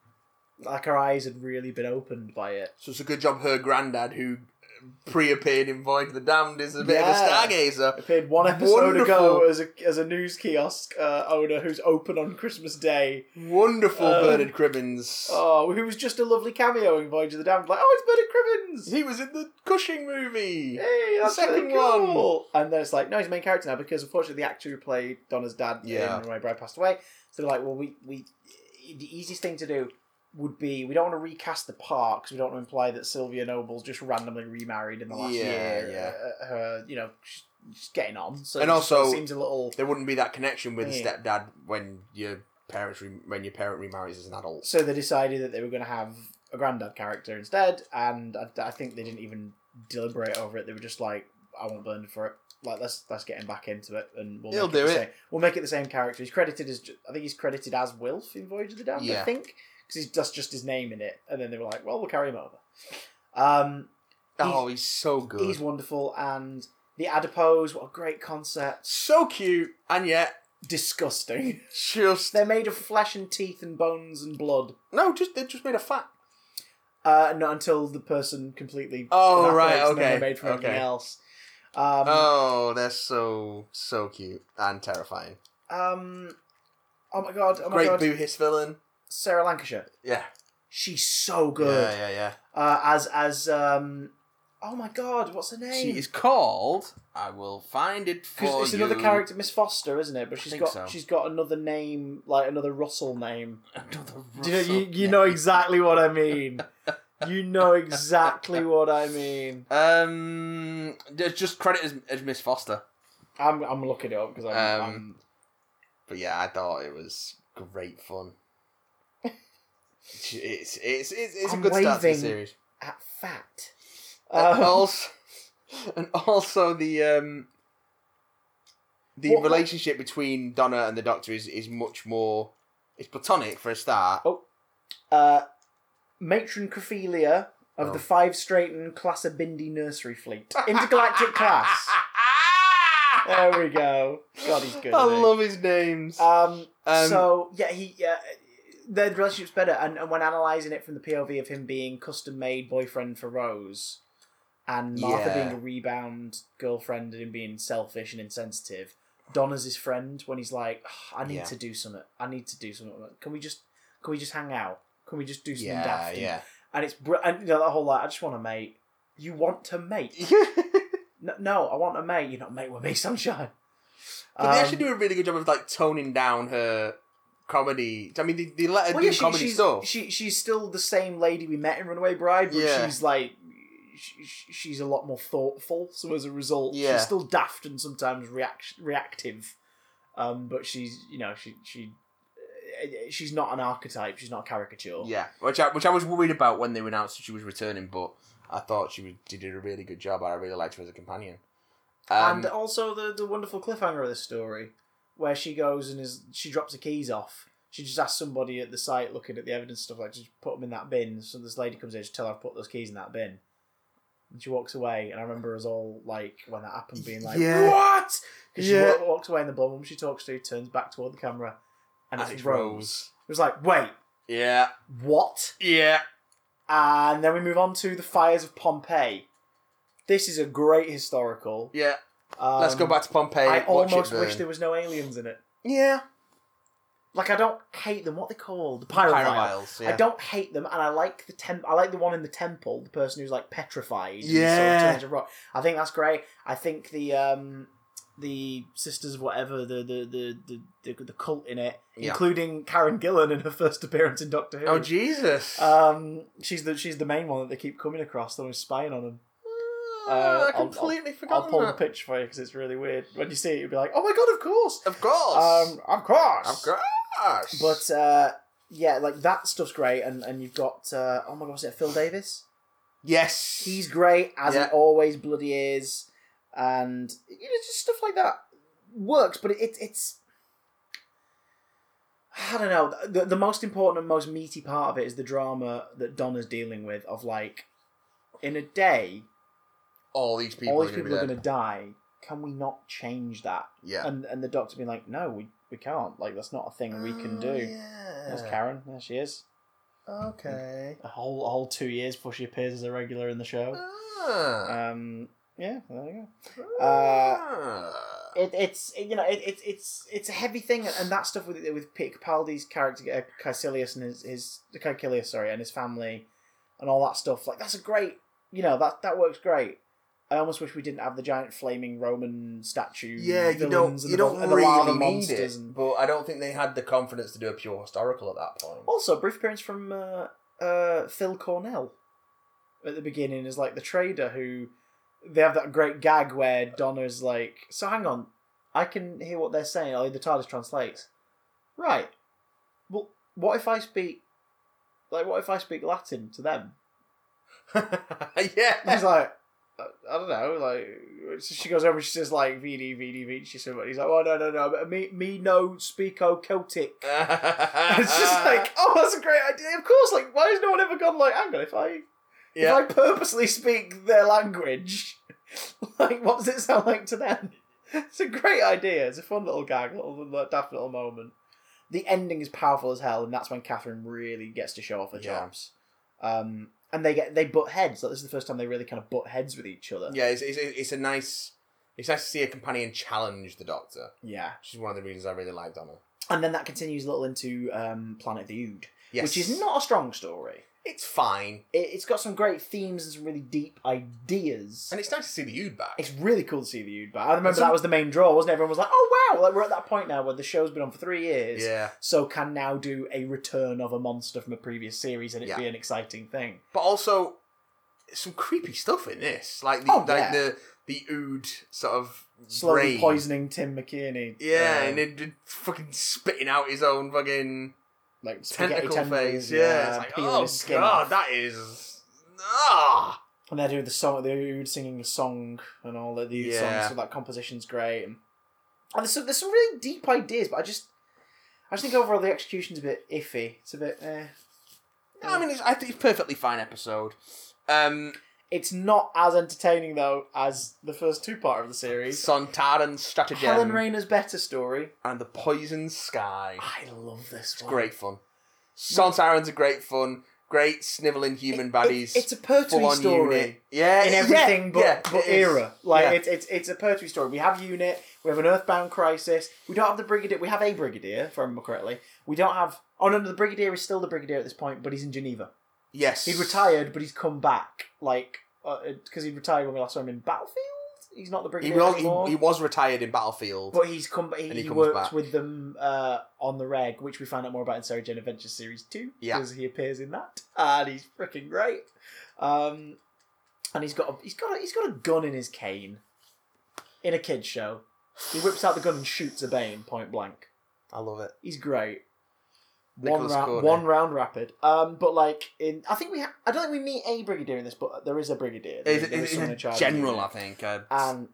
[SPEAKER 1] Like her eyes had really been opened by it.
[SPEAKER 2] So it's a good job her granddad, who pre-appeared in Void of the Damned is a bit
[SPEAKER 1] Yeah.
[SPEAKER 2] of a stargazer.
[SPEAKER 1] appeared one episode ago
[SPEAKER 2] Wonderful.
[SPEAKER 1] as a as a news kiosk uh, owner who's open on Christmas Day.
[SPEAKER 2] Wonderful
[SPEAKER 1] Um,
[SPEAKER 2] Bernard Cribbins.
[SPEAKER 1] Oh, who was just a lovely cameo in Voyage of the Damned. Like, oh, it's Bernard Cribbins.
[SPEAKER 2] he was in the Cushing movie.
[SPEAKER 1] Hey, that's
[SPEAKER 2] second
[SPEAKER 1] really cool.
[SPEAKER 2] one.
[SPEAKER 1] And then it's like, no, he's the main character now because unfortunately the actor who played Donna's dad
[SPEAKER 2] Yeah.
[SPEAKER 1] yeah. in Runaway Bride passed away. So they're like, well, we we the easiest thing to do would be we don't want to recast the part because we don't want to imply that Sylvia Noble's just randomly remarried in the last
[SPEAKER 2] Yeah,
[SPEAKER 1] year.
[SPEAKER 2] yeah.
[SPEAKER 1] Uh, her, you know, she's, she's getting on. So
[SPEAKER 2] And
[SPEAKER 1] it just
[SPEAKER 2] also-
[SPEAKER 1] seems a little
[SPEAKER 2] There wouldn't be that connection with
[SPEAKER 1] Yeah.
[SPEAKER 2] stepdad when your parents re- when your parent remarries as an adult.
[SPEAKER 1] So they decided that they were going to have a granddad character instead, and I, I think they didn't even deliberate over it. They were just like, "I want Bernard for it. Like, let's let's get him back into it, and we'll
[SPEAKER 2] He'll
[SPEAKER 1] make it
[SPEAKER 2] do
[SPEAKER 1] the
[SPEAKER 2] it.
[SPEAKER 1] Same. We'll make it the same character. He's credited as ju- I think he's credited as Wilf in Voyage of the Damned.
[SPEAKER 2] Yeah.
[SPEAKER 1] I think because that's just his name in it. And then they were like, "Well, we'll carry him over." Um,
[SPEAKER 2] oh, he's so good.
[SPEAKER 1] he's wonderful, and the adipose. What a great concept!
[SPEAKER 2] so cute, and yet
[SPEAKER 1] Disgusting.
[SPEAKER 2] just
[SPEAKER 1] They're made of flesh and teeth and bones and blood.
[SPEAKER 2] no, just they just made a fat.
[SPEAKER 1] Uh, not until the person completely.
[SPEAKER 2] Oh,
[SPEAKER 1] evaporates
[SPEAKER 2] right,
[SPEAKER 1] and then
[SPEAKER 2] okay,
[SPEAKER 1] they're made from everything
[SPEAKER 2] okay.
[SPEAKER 1] else. Um,
[SPEAKER 2] oh, they're so so cute and terrifying.
[SPEAKER 1] um, oh my god! Oh my
[SPEAKER 2] Great
[SPEAKER 1] god!
[SPEAKER 2] boo hiss villain.
[SPEAKER 1] Sarah Lancashire.
[SPEAKER 2] Yeah,
[SPEAKER 1] She's so good.
[SPEAKER 2] yeah, yeah,
[SPEAKER 1] Uh, as as um, oh my god! What's her
[SPEAKER 2] yeah.
[SPEAKER 1] name?
[SPEAKER 2] She is called. I will find it for
[SPEAKER 1] Because it's another
[SPEAKER 2] you.
[SPEAKER 1] character, Miss Foster, isn't it? But
[SPEAKER 2] I
[SPEAKER 1] she's
[SPEAKER 2] think
[SPEAKER 1] got
[SPEAKER 2] so.
[SPEAKER 1] she's got another name, like another Russell name.
[SPEAKER 2] Another
[SPEAKER 1] Do you know, you,
[SPEAKER 2] Russell.
[SPEAKER 1] you know exactly what I mean. you know exactly what I mean.
[SPEAKER 2] Um, there's just credit as, as Miss Foster.
[SPEAKER 1] I'm I'm looking it up because I'm,
[SPEAKER 2] Um,
[SPEAKER 1] I'm
[SPEAKER 2] But yeah, I thought it was great fun. It's it's it's, it's a
[SPEAKER 1] I'm
[SPEAKER 2] good start to the
[SPEAKER 1] waving.
[SPEAKER 2] series.
[SPEAKER 1] at fat.
[SPEAKER 2] and
[SPEAKER 1] Um,
[SPEAKER 2] also, and also the um, the
[SPEAKER 1] What-
[SPEAKER 2] relationship between Donna and the Doctor is is much more. It's platonic for a start.
[SPEAKER 1] uh, matron Cophelia of
[SPEAKER 2] Oh.
[SPEAKER 1] the five Straighten class of Bindi nursery fleet. Intergalactic class. There we go. God, he's good.
[SPEAKER 2] I
[SPEAKER 1] isn't he?
[SPEAKER 2] love his names.
[SPEAKER 1] Um,
[SPEAKER 2] Um,
[SPEAKER 1] so yeah, he yeah, their relationship's better, and, and when analysing it from the POV of him being custom made boyfriend for Rose, and Martha
[SPEAKER 2] Yeah.
[SPEAKER 1] being a rebound girlfriend and him being selfish and insensitive, Donna's his friend when he's like, "Ugh, I need
[SPEAKER 2] Yeah.
[SPEAKER 1] to do something. I need to do something. Can we just can we just hang out? Can we just do something
[SPEAKER 2] yeah,
[SPEAKER 1] daft? And-
[SPEAKER 2] yeah.
[SPEAKER 1] And it's br- and you know that whole like, I just want a mate. You want to mate? No, no, I want a mate. You're not a mate with me, sunshine.
[SPEAKER 2] But they
[SPEAKER 1] Um,
[SPEAKER 2] actually do a really good job of like toning down her comedy. I mean, they, they let her
[SPEAKER 1] Well,
[SPEAKER 2] do
[SPEAKER 1] yeah, she-
[SPEAKER 2] comedy
[SPEAKER 1] she's,
[SPEAKER 2] stuff.
[SPEAKER 1] She she's still the same lady we met in Runaway Bride, but
[SPEAKER 2] Yeah.
[SPEAKER 1] she's like she, she- she's a lot more thoughtful. So as a result,
[SPEAKER 2] Yeah.
[SPEAKER 1] she's still daft and sometimes react, reactive. Um, but she's you know she she eh, she's not an archetype. She's not a caricature.
[SPEAKER 2] yeah, which I which I was worried about when they announced that she was returning, but I thought she, was, she did a really good job. I really liked her as a companion. Um,
[SPEAKER 1] and also the the wonderful cliffhanger of the story, where she goes and is she drops the keys off. She just asks somebody at the site looking at the evidence stuff like, just put them in that bin. So this lady comes in, just tell her I put those keys in that bin. And she walks away, and I remember us all like when that happened, being like,
[SPEAKER 2] Yeah.
[SPEAKER 1] "What?" Because she
[SPEAKER 2] Yeah.
[SPEAKER 1] wa- walks away, and the blonde woman she talks to turns back toward the camera, and,
[SPEAKER 2] and
[SPEAKER 1] it's,
[SPEAKER 2] it's
[SPEAKER 1] Rose. It was like, "Wait,
[SPEAKER 2] Yeah,
[SPEAKER 1] what?"
[SPEAKER 2] yeah.
[SPEAKER 1] And then we move on to the fires of Pompeii. This is a great historical.
[SPEAKER 2] Yeah, let's
[SPEAKER 1] Um,
[SPEAKER 2] go back to Pompeii.
[SPEAKER 1] I
[SPEAKER 2] watch
[SPEAKER 1] almost
[SPEAKER 2] it
[SPEAKER 1] wish
[SPEAKER 2] burn.
[SPEAKER 1] there was no aliens in it.
[SPEAKER 2] Yeah,
[SPEAKER 1] Like I don't hate them. What they called? The pyrovile.
[SPEAKER 2] Pyromiles. Yeah.
[SPEAKER 1] I don't hate them, and I like the temp. I like the one in the temple, the person who's like petrified. and
[SPEAKER 2] Yeah.
[SPEAKER 1] sort of turns to rock. I think that's great. I think the um, the sisters of whatever the the the the, the, the cult in it,
[SPEAKER 2] Yeah.
[SPEAKER 1] including Karen Gillan in her first appearance in Doctor Who.
[SPEAKER 2] Oh Jesus!
[SPEAKER 1] um, she's the she's the main one that they keep coming across. The one who's spying on them.
[SPEAKER 2] Ah,
[SPEAKER 1] uh, I'll-
[SPEAKER 2] I completely
[SPEAKER 1] I'll
[SPEAKER 2] forgot
[SPEAKER 1] pull the
[SPEAKER 2] that.
[SPEAKER 1] picture for you because it's really weird. When you see it, you'll be like, "Oh my god, of course."
[SPEAKER 2] Of course.
[SPEAKER 1] Um, of course.
[SPEAKER 2] of course.
[SPEAKER 1] But uh, yeah, like that stuff's great, and and you've got uh, oh my god, is it Phil Davis?
[SPEAKER 2] yes,
[SPEAKER 1] He's great as
[SPEAKER 2] Yeah.
[SPEAKER 1] it always bloody is, and you know just stuff like that works. But it, it it's I don't know. The the most important and most meaty part of it is the drama that Donna's dealing with of like in a day
[SPEAKER 2] all these people.
[SPEAKER 1] all these
[SPEAKER 2] are gonna
[SPEAKER 1] people are
[SPEAKER 2] be
[SPEAKER 1] going to die. Can we not change that?
[SPEAKER 2] there. Yeah.
[SPEAKER 1] And and the doctor
[SPEAKER 2] Mm,
[SPEAKER 1] being like, no, we we can't. Like that's not a thing we can do.
[SPEAKER 2] Oh, Yeah.
[SPEAKER 1] There's Karen. There she is.
[SPEAKER 2] Okay.
[SPEAKER 1] a whole a whole two years before she appears as a regular in the show.
[SPEAKER 2] Ah.
[SPEAKER 1] Um, yeah, there you go. Uh,
[SPEAKER 2] Ah.
[SPEAKER 1] It, it's you know it, it, it's it's a heavy thing, and that stuff with with Pete Capaldi's character uh, Caecilius and his his Caecilius, sorry, and his family, and all that stuff. Like that's a great, you know that that works great. I almost wish we didn't have the giant flaming Roman statue.
[SPEAKER 2] yeah, you don't
[SPEAKER 1] villains
[SPEAKER 2] you
[SPEAKER 1] the-
[SPEAKER 2] don't
[SPEAKER 1] and lava
[SPEAKER 2] really need it,
[SPEAKER 1] monsters and-
[SPEAKER 2] but I don't think they had the confidence to do a pure historical at that point.
[SPEAKER 1] Also, brief appearance from uh, uh, Phil Cornell at the beginning is like the trader who they have that great gag where Donna's like, "So hang on, I can hear what they're saying." Or the TARDIS translates. Right. Well, what if I speak? Like, what if I speak Latin to them? Oh. And
[SPEAKER 2] yeah,
[SPEAKER 1] he's like, I, I don't know. Like, so she goes over. and She says like, "Vidi, vidi, vici." So he's like, "Oh no, no, no. but Me, me no speako Celtic." And it's
[SPEAKER 2] Ah.
[SPEAKER 1] just like, oh, that's a great idea. Of course, like, why has no one ever gone like, hang on, if I
[SPEAKER 2] yeah,
[SPEAKER 1] if I purposely speak their language, like, what does it sound like to them? It's a great idea. It's a fun little gag, little, little daft little moment. The ending is powerful as hell, and that's when Catherine really gets to show off her
[SPEAKER 2] Yeah.
[SPEAKER 1] chops. Um, and they get they butt heads. Like, this is the first time they really kind of butt heads with each other.
[SPEAKER 2] yeah. It's, it's, it's a nice, it's nice to see a companion challenge the Doctor,
[SPEAKER 1] yeah.
[SPEAKER 2] which is one of the reasons I really liked Donna.
[SPEAKER 1] And then that continues a little into um, Planet of the Ood,
[SPEAKER 2] Yes,
[SPEAKER 1] which is not a strong story.
[SPEAKER 2] It's fine,
[SPEAKER 1] It, it's got some great themes and some really deep ideas.
[SPEAKER 2] and it's nice to see the Ood back.
[SPEAKER 1] It's really cool to see the Ood back. I remember
[SPEAKER 2] Some-
[SPEAKER 1] that was the main draw, wasn't it? Everyone was like, "Oh wow!" Like we're at that point now where the show's been on for three years,
[SPEAKER 2] yeah,
[SPEAKER 1] so can now do a return of a monster from a previous series, and it
[SPEAKER 2] Yeah.
[SPEAKER 1] would be an exciting thing.
[SPEAKER 2] but also some creepy stuff in this, like the
[SPEAKER 1] Oh,
[SPEAKER 2] like
[SPEAKER 1] yeah.
[SPEAKER 2] the the Ood sort of
[SPEAKER 1] Slowly
[SPEAKER 2] brain.
[SPEAKER 1] poisoning Tim McKinney.
[SPEAKER 2] Yeah,
[SPEAKER 1] uh,
[SPEAKER 2] and it, it fucking spitting out his own fucking
[SPEAKER 1] like spaghetti
[SPEAKER 2] tentacle
[SPEAKER 1] tentacles,
[SPEAKER 2] phase. Yeah, it's like,
[SPEAKER 1] peeling
[SPEAKER 2] oh
[SPEAKER 1] his skin
[SPEAKER 2] god,
[SPEAKER 1] off.
[SPEAKER 2] that is ah.
[SPEAKER 1] And they're doing the song, the Ood singing a song and all of these
[SPEAKER 2] Yeah.
[SPEAKER 1] songs, so that composition's great. And, and there's, some, there's some really deep ideas, but I just, I just think overall the execution's a bit iffy. It's a bit. Eh.
[SPEAKER 2] No, I mean, it's, I think it's a perfectly fine episode. Um,
[SPEAKER 1] It's not as entertaining though as the first two part of the series.
[SPEAKER 2] Sontaran stratagem
[SPEAKER 1] Helen Ah. Rayner's better story.
[SPEAKER 2] and the poison sky.
[SPEAKER 1] I love this one.
[SPEAKER 2] Great fun. Sontaran's a great fun. Great sniveling human baddies.
[SPEAKER 1] It- it's a Pertwee
[SPEAKER 2] full-on
[SPEAKER 1] story
[SPEAKER 2] unit. Yeah,
[SPEAKER 1] in
[SPEAKER 2] Uh, yeah,
[SPEAKER 1] everything but,
[SPEAKER 2] yeah,
[SPEAKER 1] but
[SPEAKER 2] it is.
[SPEAKER 1] era. Like
[SPEAKER 2] Yeah.
[SPEAKER 1] it's it's it's a Pertwee story. We have unit. We have an Earthbound crisis. We don't have the brigadier. We have a brigadier, if I remember correctly. We don't have. Oh no, no, the brigadier is still the brigadier at this point, but he's in Geneva.
[SPEAKER 2] Yes,
[SPEAKER 1] He's retired, but he's come back. Like because he retired when we last saw him in Battlefield. He's not the
[SPEAKER 2] He
[SPEAKER 1] brigadier
[SPEAKER 2] was,
[SPEAKER 1] anymore.
[SPEAKER 2] he, he was retired in Battlefield.
[SPEAKER 1] But he's come. He,
[SPEAKER 2] And he
[SPEAKER 1] he
[SPEAKER 2] comes
[SPEAKER 1] worked
[SPEAKER 2] back.
[SPEAKER 1] with them uh, on the reg, which we find out more about in Sarah Jane Adventures series two,
[SPEAKER 2] Yeah.
[SPEAKER 1] because he appears in that, and he's freaking great. Um, and he's got a, he's got a, he's got a gun in his cane, in a kids show. He whips out the gun and shoots a Bane point blank.
[SPEAKER 2] I love it.
[SPEAKER 1] He's great. One
[SPEAKER 2] Nicholas
[SPEAKER 1] round,
[SPEAKER 2] Courtney.
[SPEAKER 1] one round rapid. Um, but like in, I think we, ha- I don't think we meet a brigadier in this, but there is a brigadier. There
[SPEAKER 2] It's,
[SPEAKER 1] there
[SPEAKER 2] it's,
[SPEAKER 1] someone in
[SPEAKER 2] it's
[SPEAKER 1] charge
[SPEAKER 2] a
[SPEAKER 1] of
[SPEAKER 2] general,
[SPEAKER 1] it.
[SPEAKER 2] I think. Uh,
[SPEAKER 1] And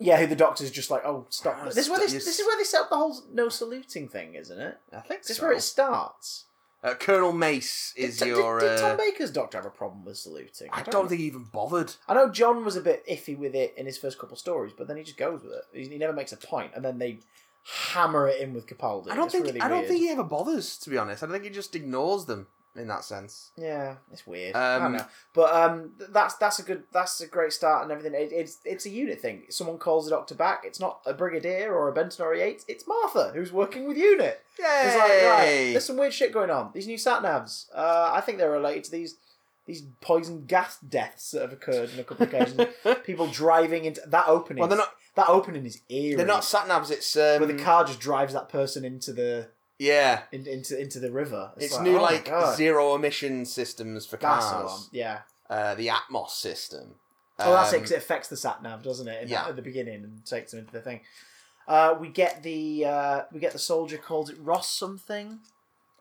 [SPEAKER 1] yeah, who the doctor's just like, oh, stop.
[SPEAKER 2] Oh,
[SPEAKER 1] This is where they,
[SPEAKER 2] stop, yes.
[SPEAKER 1] this is where they set up the whole no saluting thing, isn't it?
[SPEAKER 2] I think
[SPEAKER 1] Is this
[SPEAKER 2] so.
[SPEAKER 1] where it starts?
[SPEAKER 2] Uh, Colonel Mace is
[SPEAKER 1] did,
[SPEAKER 2] your.
[SPEAKER 1] did, did
[SPEAKER 2] uh,
[SPEAKER 1] Tom Baker's doctor have a problem with saluting?
[SPEAKER 2] I don't think he even bothered.
[SPEAKER 1] I know John was a bit iffy with it in his first couple stories, but then he just goes with it. He, he never makes a point, and then they hammer it in with Capaldi.
[SPEAKER 2] I don't
[SPEAKER 1] It's
[SPEAKER 2] think.
[SPEAKER 1] really
[SPEAKER 2] I don't
[SPEAKER 1] weird.
[SPEAKER 2] think he ever bothers. To be honest, I think he just ignores them in that sense.
[SPEAKER 1] Yeah, it's weird. I
[SPEAKER 2] Um,
[SPEAKER 1] don't know. But um, th- that's that's a good that's a great start and everything. It, it's it's a unit thing. Someone calls the doctor back. It's not a brigadier or a Benton or a Yates. It's Martha who's working with unit. It's like, right,
[SPEAKER 2] Yay!
[SPEAKER 1] there's some weird shit going on. These new sat navs. Uh, I think they're related to these these poison gas deaths that have occurred on a couple of occasions. People driving into that opening.
[SPEAKER 2] well, they're not.
[SPEAKER 1] that opening is eerie.
[SPEAKER 2] They're not sat navs. It's um.
[SPEAKER 1] where the car just drives that person into the
[SPEAKER 2] yeah,
[SPEAKER 1] in, into into the river.
[SPEAKER 2] it's, new
[SPEAKER 1] oh my
[SPEAKER 2] like
[SPEAKER 1] God.
[SPEAKER 2] zero emission systems for
[SPEAKER 1] Gas alarm.
[SPEAKER 2] cars.
[SPEAKER 1] Yeah.
[SPEAKER 2] Uh, the Atmos system.
[SPEAKER 1] Oh, that's it
[SPEAKER 2] Um,
[SPEAKER 1] 'cause it affects the sat nav, doesn't it? In
[SPEAKER 2] yeah.
[SPEAKER 1] that- at the beginning and takes them into the thing. Uh, we get the uh, we get the soldier called Ross something,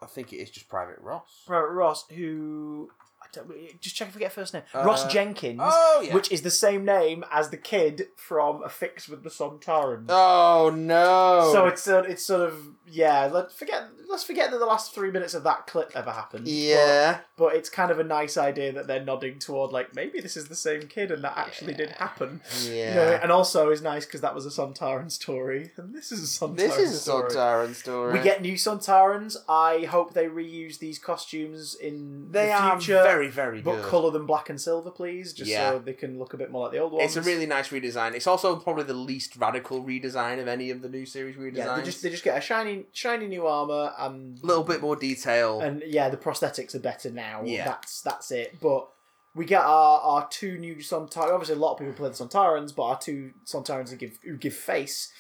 [SPEAKER 2] I think it is just Private Ross.
[SPEAKER 1] Private Ross, who I Just check if we get first name.
[SPEAKER 2] Uh,
[SPEAKER 1] Ross Jenkins,
[SPEAKER 2] Oh yeah.
[SPEAKER 1] which is the same name as the kid from A Fix with the Sontarans.
[SPEAKER 2] oh no.
[SPEAKER 1] So it's sort it's sort of yeah. Let forget let's forget that the last three minutes of that clip ever happened.
[SPEAKER 2] yeah.
[SPEAKER 1] but, but it's kind of a nice idea that they're nodding toward like maybe this is the same kid and that actually did happen. You know,
[SPEAKER 2] Yeah.
[SPEAKER 1] and also is nice because that was a Sontaran story and this is a Sontaran.
[SPEAKER 2] This is a
[SPEAKER 1] story.
[SPEAKER 2] Sontaran story.
[SPEAKER 1] We get new Sontarans. I hope they reuse these costumes in
[SPEAKER 2] they
[SPEAKER 1] the
[SPEAKER 2] are
[SPEAKER 1] future,
[SPEAKER 2] very very
[SPEAKER 1] but
[SPEAKER 2] good.
[SPEAKER 1] color them black and silver, please, just
[SPEAKER 2] Yeah.
[SPEAKER 1] so they can look a bit more like the old ones.
[SPEAKER 2] It's a really nice redesign. It's also probably the least radical redesign of any of the new series redesigns.
[SPEAKER 1] yeah. They just they just get a shiny shiny new armor and
[SPEAKER 2] a little bit more detail.
[SPEAKER 1] and yeah, the prosthetics are better now.
[SPEAKER 2] Yeah.
[SPEAKER 1] That's that's it. But we get our, our two new Sontarans. Obviously, a lot of people play the Sontarans, but our two Sontarans who give who give face.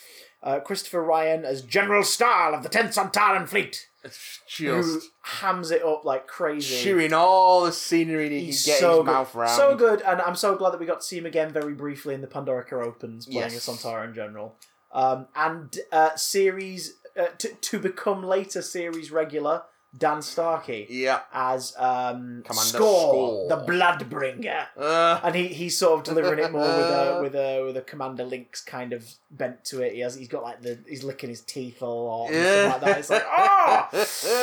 [SPEAKER 1] Uh, Christopher Ryan as General Stahl of the 10th Sontaran Fleet,
[SPEAKER 2] it's
[SPEAKER 1] who
[SPEAKER 2] just
[SPEAKER 1] hams it up like crazy.
[SPEAKER 2] chewing all the scenery that he
[SPEAKER 1] He's
[SPEAKER 2] can get
[SPEAKER 1] so
[SPEAKER 2] his mouth round.
[SPEAKER 1] So good, and I'm so glad that we got to see him again very briefly in the Pandorica Opens playing
[SPEAKER 2] Yes.
[SPEAKER 1] a Sontaran General. Um, and uh, series uh, to, to become later series regular, Dan Starkey
[SPEAKER 2] Yeah.
[SPEAKER 1] as um,
[SPEAKER 2] Commander
[SPEAKER 1] Score,
[SPEAKER 2] Score.
[SPEAKER 1] the Bloodbringer,
[SPEAKER 2] Uh,
[SPEAKER 1] and he, he's sort of delivering it more with a with a with a Commander Lynx kind of bent to it. He has he's got like the he's licking his teeth a lot and
[SPEAKER 2] yeah.
[SPEAKER 1] stuff like that. It's like
[SPEAKER 2] Uh.
[SPEAKER 1] oh.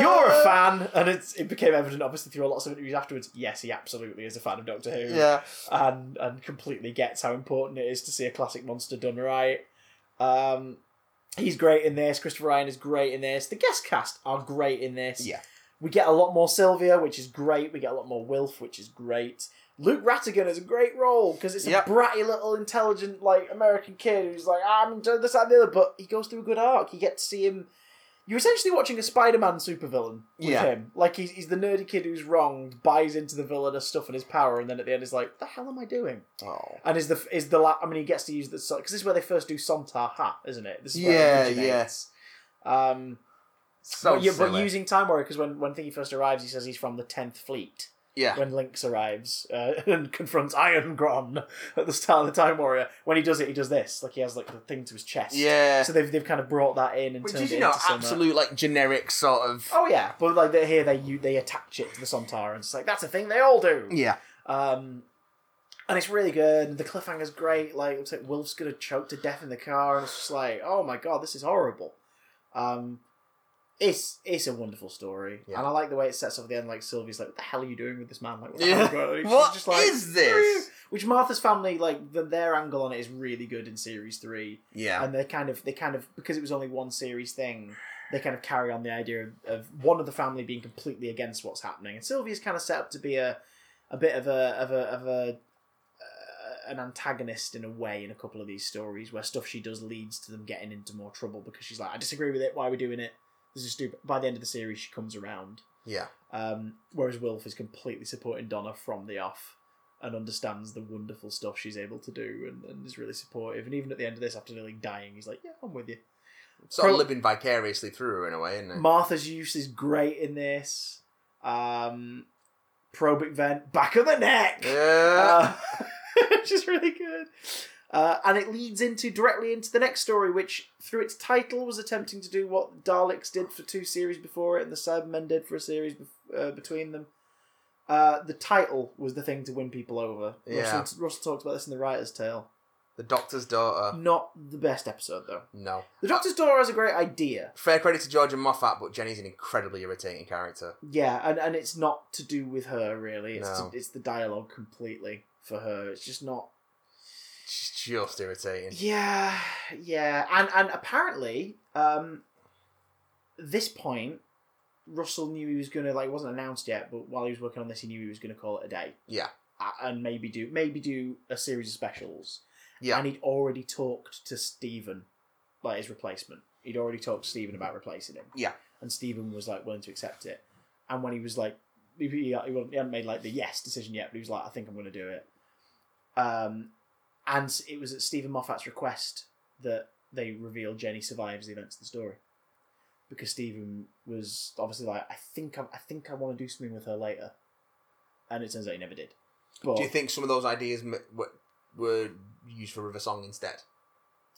[SPEAKER 1] You're a fan, and it's, it became evident, obviously, through lots of interviews afterwards. Yes, he absolutely is a fan of Doctor Who,
[SPEAKER 2] Yeah.
[SPEAKER 1] and and completely gets how important it is to see a classic monster done right. Um, he's great in this. Christopher Ryan is great in this. The guest cast are great in this.
[SPEAKER 2] Yeah.
[SPEAKER 1] We get a lot more Sylvia, which is great. We get a lot more Wilf, which is great. Luke Rattigan is a great role because it's
[SPEAKER 2] Yep.
[SPEAKER 1] a bratty little intelligent like American kid who's like "Ah, I'm into this that, and the other, but he goes through a good arc. You get to see him. You're essentially watching a Spider-Man supervillain with
[SPEAKER 2] Yeah.
[SPEAKER 1] him. Like he's, he's the nerdy kid who's wronged, buys into the villainous stuff and his power, and then at the end is like, "The hell am I doing?"
[SPEAKER 2] Oh.
[SPEAKER 1] And is the is the la- I mean, he gets to use the because this is where they first do Sontar Hat, isn't it? This is where
[SPEAKER 2] Yeah,
[SPEAKER 1] it originates. Um,
[SPEAKER 2] So
[SPEAKER 1] but, yeah, but
[SPEAKER 2] silly.
[SPEAKER 1] using Time Warrior because when when Thingy first arrives, he says he's from the Tenth Fleet.
[SPEAKER 2] Yeah.
[SPEAKER 1] When Lynx arrives uh, and confronts Iron Gron at the start of the Time Warrior, when he does it, he does this like he has like the thing to his chest.
[SPEAKER 2] Yeah.
[SPEAKER 1] So they've, they've kind of brought that in and
[SPEAKER 2] Which
[SPEAKER 1] turned
[SPEAKER 2] is,
[SPEAKER 1] it
[SPEAKER 2] you know,
[SPEAKER 1] into some, uh,
[SPEAKER 2] absolute, like, generic sort of.
[SPEAKER 1] Oh yeah, but like they, here they you, they attach it to the Sontarans. It's like that's a thing they all do.
[SPEAKER 2] Yeah.
[SPEAKER 1] Um, and it's really good. The cliffhanger's great. Like it's like Wolf's gonna choke to death in the car, and it's just like, oh my god, this is horrible. Um, it's it's a wonderful story,
[SPEAKER 2] Yeah.
[SPEAKER 1] and I like the way it sets up at the end. Like Sylvie's like, "What the hell are you doing with this man?" Like, what the
[SPEAKER 2] Yeah.
[SPEAKER 1] hell is going on? She's
[SPEAKER 2] What is
[SPEAKER 1] just like,
[SPEAKER 2] this?
[SPEAKER 1] Which Martha's family, like the, their angle on it, is really good in series three,
[SPEAKER 2] Yeah.
[SPEAKER 1] and they kind of they kind of because it was only one series thing. They kind of carry on the idea of, of one of the family being completely against what's happening, and Sylvia's kind of set up to be a a bit of a of a of a uh, an antagonist in a way in a couple of these stories where stuff she does leads to them getting into more trouble because she's like, I disagree with it. Why are we doing it? This is stupid. By the end of the series, she comes around.
[SPEAKER 2] Yeah.
[SPEAKER 1] Um, whereas Wilf is completely supporting Donna from the off and understands the wonderful stuff she's able to do and, and is really supportive. And even at the end of this, after nearly dying, he's like, Yeah, I'm with you.
[SPEAKER 2] Sort of
[SPEAKER 1] Pro-
[SPEAKER 2] living vicariously through her in a way, isn't it?
[SPEAKER 1] Martha's use is great in this. Um, probic vent, back of the neck.
[SPEAKER 2] yeah.
[SPEAKER 1] Uh, which is really good. Uh, and it leads into directly into the next story, which through its title was attempting to do what Daleks did for two series before it, and the Cybermen did for a series bef- uh, between them. Uh, the title was the thing to win people over.
[SPEAKER 2] Yeah.
[SPEAKER 1] Russell, Russell talked about this in the writer's tale.
[SPEAKER 2] the Doctor's Daughter.
[SPEAKER 1] Not the best episode though.
[SPEAKER 2] No.
[SPEAKER 1] The Doctor's Daughter has a great idea.
[SPEAKER 2] Fair credit to Georgia Moffat, but Jenny's an incredibly irritating character.
[SPEAKER 1] Yeah, and, and it's not to do with her really. It's
[SPEAKER 2] No.
[SPEAKER 1] to, it's the dialogue completely for her. It's just not
[SPEAKER 2] She's just irritating.
[SPEAKER 1] Yeah, yeah, and and apparently, um, this point, Russell knew he was gonna like it wasn't announced yet, but while he was working on this, he knew he was gonna call it a day.
[SPEAKER 2] Yeah.
[SPEAKER 1] A- and maybe do maybe do a series of specials.
[SPEAKER 2] Yeah.
[SPEAKER 1] and he'd already talked to Stephen, like his replacement. He'd already talked to Stephen about replacing him.
[SPEAKER 2] Yeah.
[SPEAKER 1] and Stephen was like willing to accept it, and when he was like, he, he, he hadn't made like the yes decision yet, but he was like, I think I'm gonna do it. Um, and it was at Stephen Moffat's request that they reveal Jenny survives the events of the story, because Stephen was obviously like, I think I, I think I want to do something with her later, and it turns out he never did. But
[SPEAKER 2] Do you think some of those ideas m- were, were used for River Song instead?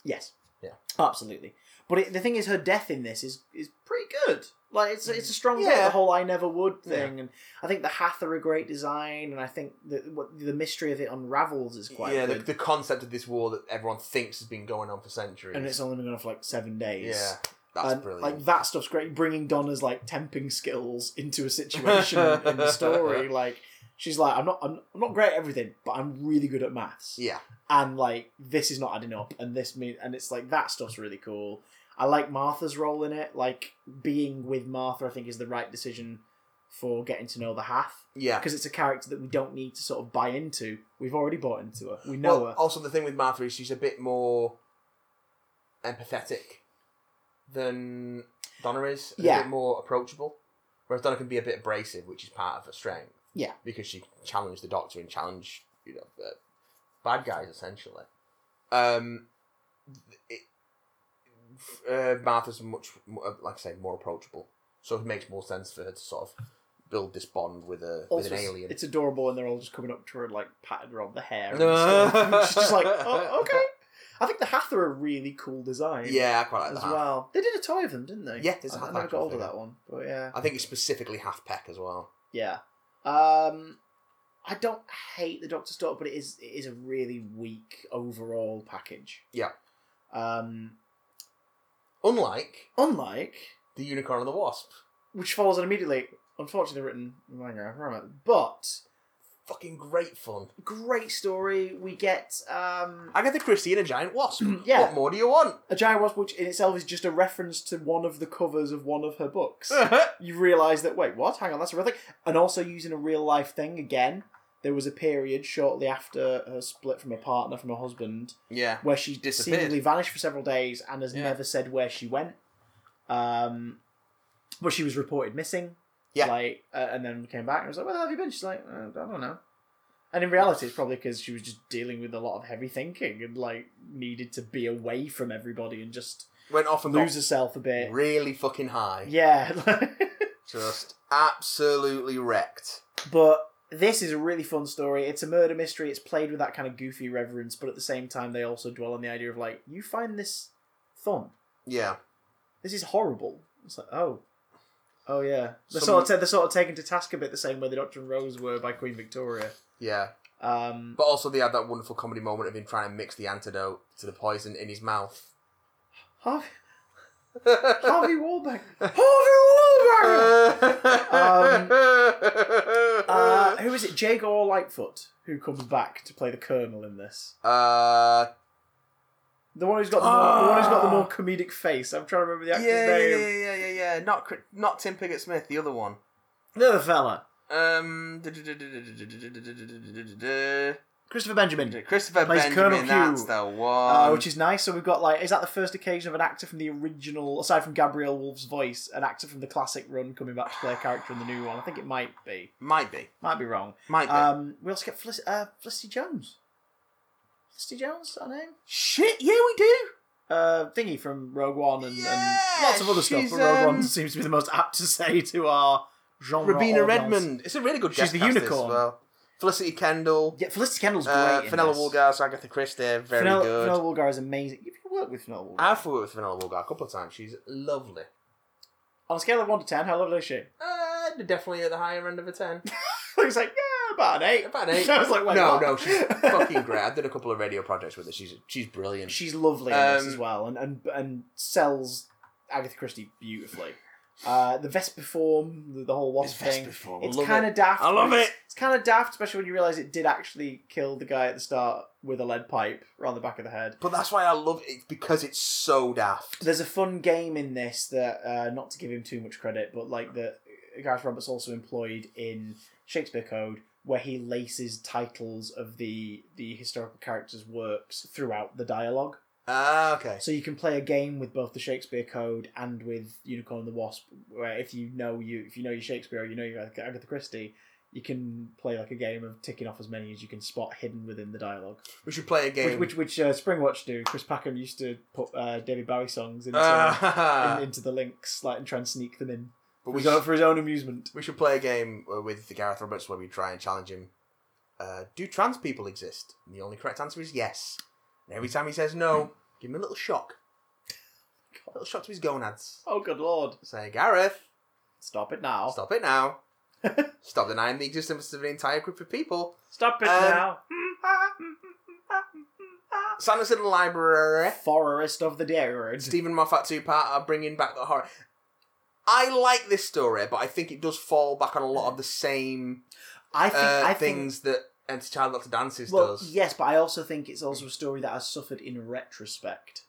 [SPEAKER 1] yes,
[SPEAKER 2] Yeah.
[SPEAKER 1] absolutely. But it, the thing is, her death in this is is pretty good. Like it's it's a strong
[SPEAKER 2] Mm. Yeah.
[SPEAKER 1] yeah. the whole "I never would" thing, and I think the Hath are a great design, and I think that what the mystery of it unravels is quite
[SPEAKER 2] yeah, the,
[SPEAKER 1] good.
[SPEAKER 2] the concept of this war that everyone thinks has been going on for centuries.
[SPEAKER 1] and it's only been going on for like seven days.
[SPEAKER 2] yeah, that's
[SPEAKER 1] And,
[SPEAKER 2] brilliant.
[SPEAKER 1] Like that stuff's great. Bringing Donna's like temping skills into a situation in the story, like she's like, I'm not, I'm, I'm not great at everything, but I'm really good at maths,
[SPEAKER 2] yeah,
[SPEAKER 1] and like this is not adding up, and this mean, and it's like that stuff's really cool. I like Martha's role in it. Like being with Martha, I think is the right decision for getting to know the Hath
[SPEAKER 2] yeah.
[SPEAKER 1] because it's a character that we don't need to sort of buy into. We've already bought into her. We know
[SPEAKER 2] Well,
[SPEAKER 1] her.
[SPEAKER 2] also, the thing with Martha is she's a bit more empathetic than Donna is. and
[SPEAKER 1] Yeah.
[SPEAKER 2] A bit more approachable. Whereas Donna can be a bit abrasive, which is part of her strength.
[SPEAKER 1] Yeah.
[SPEAKER 2] Because she can challenge the doctor and challenge, you know, the bad guys, essentially. Um, it, uh, Martha's much, mo- like I say, more approachable. So it makes more sense for her to sort of build this bond with, a, with
[SPEAKER 1] Also,
[SPEAKER 2] an
[SPEAKER 1] it's-
[SPEAKER 2] alien.
[SPEAKER 1] It's adorable, and they're all just coming up to her and like patting her on the hair. And stuff. She's just like, oh, okay. I think the Hath are a really cool design.
[SPEAKER 2] yeah, I quite like
[SPEAKER 1] as
[SPEAKER 2] that.
[SPEAKER 1] well. They did a toy of them, didn't they?
[SPEAKER 2] Yeah, there's a
[SPEAKER 1] I,
[SPEAKER 2] Hath
[SPEAKER 1] I never
[SPEAKER 2] action
[SPEAKER 1] got older
[SPEAKER 2] figure.
[SPEAKER 1] that one, but yeah,
[SPEAKER 2] I think it's specifically half peck as well.
[SPEAKER 1] yeah. Um, I don't hate the Doctor's Daughter, but it is it is a really weak overall package.
[SPEAKER 2] Yeah.
[SPEAKER 1] Um,
[SPEAKER 2] Unlike
[SPEAKER 1] unlike
[SPEAKER 2] the Unicorn and the Wasp.
[SPEAKER 1] which follows on immediately, unfortunately written manga, right? But
[SPEAKER 2] Fucking great fun.
[SPEAKER 1] great story. We get um,
[SPEAKER 2] Agatha Christie and a giant wasp.
[SPEAKER 1] Yeah.
[SPEAKER 2] What more do you want?
[SPEAKER 1] A Giant Wasp, which in itself is just a reference to one of the covers of one of her books.
[SPEAKER 2] Uh-huh.
[SPEAKER 1] you realise that, wait, what? Hang on, that's a real thing. And also using a real life thing again. There was a period shortly after her split from her partner, from her husband,
[SPEAKER 2] yeah.
[SPEAKER 1] where she
[SPEAKER 2] Disappeared.
[SPEAKER 1] seemingly vanished for several days and has
[SPEAKER 2] Yeah.
[SPEAKER 1] never said where she went. Um, but she was reported missing.
[SPEAKER 2] Yeah.
[SPEAKER 1] Like, uh, and then came back and was like, "Where the hell have you been?" She's like, "Uh, "I don't know." And in reality, it's probably because she was just dealing with a lot of heavy thinking and like needed to be away from everybody and just
[SPEAKER 2] Went off and
[SPEAKER 1] lose
[SPEAKER 2] got
[SPEAKER 1] herself a bit.
[SPEAKER 2] really fucking high.
[SPEAKER 1] Yeah.
[SPEAKER 2] Just absolutely wrecked.
[SPEAKER 1] but this is a really fun story. It's a murder mystery. It's played with that kind of goofy reverence, but at the same time, they also dwell on the idea of like, you find this fun.
[SPEAKER 2] Yeah.
[SPEAKER 1] This is horrible. It's like, oh, oh yeah. They're
[SPEAKER 2] Some-
[SPEAKER 1] sort of ta- they're sort of taken to task a bit the same way the Doctor and Rose were by Queen Victoria.
[SPEAKER 2] Yeah.
[SPEAKER 1] Um,
[SPEAKER 2] But also they had that wonderful comedy moment of him trying to mix the antidote to the poison in his mouth.
[SPEAKER 1] Harvey, Harvey Wahlberg. Harvey Wahlberg.
[SPEAKER 2] Um,
[SPEAKER 1] Uh, who is it? Jay Gore Lightfoot, who comes back to play the Colonel in this.
[SPEAKER 2] uh,
[SPEAKER 1] The one who's got the, more, the one who's got the more comedic face. I'm trying to remember the actor's
[SPEAKER 2] Ah. yeah, yeah,
[SPEAKER 1] name.
[SPEAKER 2] yeah, yeah, yeah, yeah. Not Cri- not Tim Pickett Smith, the other one.
[SPEAKER 1] The other fella,
[SPEAKER 2] Um,
[SPEAKER 1] Christopher Benjamin,
[SPEAKER 2] Christopher
[SPEAKER 1] Plays Colonel
[SPEAKER 2] Benjamin. That's
[SPEAKER 1] Q.
[SPEAKER 2] the one.
[SPEAKER 1] uh, which is nice. So we've got like, is that the first occasion of an actor from the original, aside from Gabrielle Wolf's voice, an actor from the classic run coming back to play a character in the new one? I think it might be,
[SPEAKER 2] might be,
[SPEAKER 1] might be wrong.
[SPEAKER 2] might be.
[SPEAKER 1] Um, we also get Felic- uh, Felicity Jones. Felicity Jones, is that her name?
[SPEAKER 2] Shit, yeah, we do.
[SPEAKER 1] Uh, thingy from Rogue One and,
[SPEAKER 2] Yeah,
[SPEAKER 1] and lots of other stuff.
[SPEAKER 2] she's,
[SPEAKER 1] But Rogue
[SPEAKER 2] um,
[SPEAKER 1] One seems to be the most apt to say to our genre.
[SPEAKER 2] Rabina
[SPEAKER 1] ordinance.
[SPEAKER 2] Redmond. It's a really good.
[SPEAKER 1] She's
[SPEAKER 2] guest
[SPEAKER 1] the
[SPEAKER 2] cast, this,
[SPEAKER 1] unicorn.
[SPEAKER 2] well. Felicity Kendall,
[SPEAKER 1] Yeah, Felicity Kendall's great.
[SPEAKER 2] uh,
[SPEAKER 1] in
[SPEAKER 2] Fenella
[SPEAKER 1] this.
[SPEAKER 2] Woolgar, Agatha Christie, very
[SPEAKER 1] Fenella,
[SPEAKER 2] good.
[SPEAKER 1] Fenella Woolgar is amazing. You've worked with Fenella Woolgar.
[SPEAKER 2] I've worked with Fenella Woolgar a couple of times. She's lovely.
[SPEAKER 1] On a scale of 1 to 10, how lovely is she?
[SPEAKER 2] Uh, definitely at the higher end of a ten.
[SPEAKER 1] He's like, yeah, about an 8.
[SPEAKER 2] About an eight.
[SPEAKER 1] I was like, wait,
[SPEAKER 2] no,
[SPEAKER 1] what?
[SPEAKER 2] no, she's fucking great. I did a couple of radio projects with her. She's she's brilliant.
[SPEAKER 1] She's lovely in this
[SPEAKER 2] Um,
[SPEAKER 1] as well and, and, and sells Agatha Christie beautifully. Uh, the Vesper form, the, the whole wasp thing. It's kind of daft.
[SPEAKER 2] I love
[SPEAKER 1] but it's-
[SPEAKER 2] it.
[SPEAKER 1] It's kind of daft, especially when you realise it did actually kill the guy at the start with a lead pipe around the back of the head.
[SPEAKER 2] But that's why I love it because it's so daft.
[SPEAKER 1] There's a fun game in this that, uh, not to give him too much credit, but like that Gareth Roberts also employed in Shakespeare Code, where he laces titles of the the historical characters' works throughout the dialogue.
[SPEAKER 2] Ah, okay.
[SPEAKER 1] So you can play a game with both the Shakespeare Code and with Unicorn and the Wasp, where if you know you if you know your Shakespeare or you know your Ag- Agatha Christie, you can play like a game of ticking off as many as you can spot hidden within the dialogue.
[SPEAKER 2] We should play a game.
[SPEAKER 1] Which which, which uh, Springwatch do? Chris Packham used to put uh, David Bowie songs into
[SPEAKER 2] Ah,
[SPEAKER 1] in- into the links, like and try and sneak them in
[SPEAKER 2] but
[SPEAKER 1] for
[SPEAKER 2] we
[SPEAKER 1] his, own,
[SPEAKER 2] should,
[SPEAKER 1] for his own amusement.
[SPEAKER 2] we should play a game uh, with the Gareth Roberts where we try and challenge him. Uh, do trans people exist? And the only correct answer is yes. And every time he says no, give him a little shock. little shot to his gonads.
[SPEAKER 1] Oh, good lord.
[SPEAKER 2] Say, Gareth,
[SPEAKER 1] Stop it now.
[SPEAKER 2] stop it now. stop denying the existence of an entire group of people.
[SPEAKER 1] Stop it
[SPEAKER 2] Um,
[SPEAKER 1] now.
[SPEAKER 2] Sanderson in the library.
[SPEAKER 1] Forest of the Dead.
[SPEAKER 2] Stephen Moffat two part are bringing back the horror. I like this story, but I think it does fall back on a lot of the same
[SPEAKER 1] I think
[SPEAKER 2] uh,
[SPEAKER 1] I think
[SPEAKER 2] things that Enter Child Lots of Dances
[SPEAKER 1] well,
[SPEAKER 2] does.
[SPEAKER 1] yes, but I also think it's also a story that has suffered in retrospect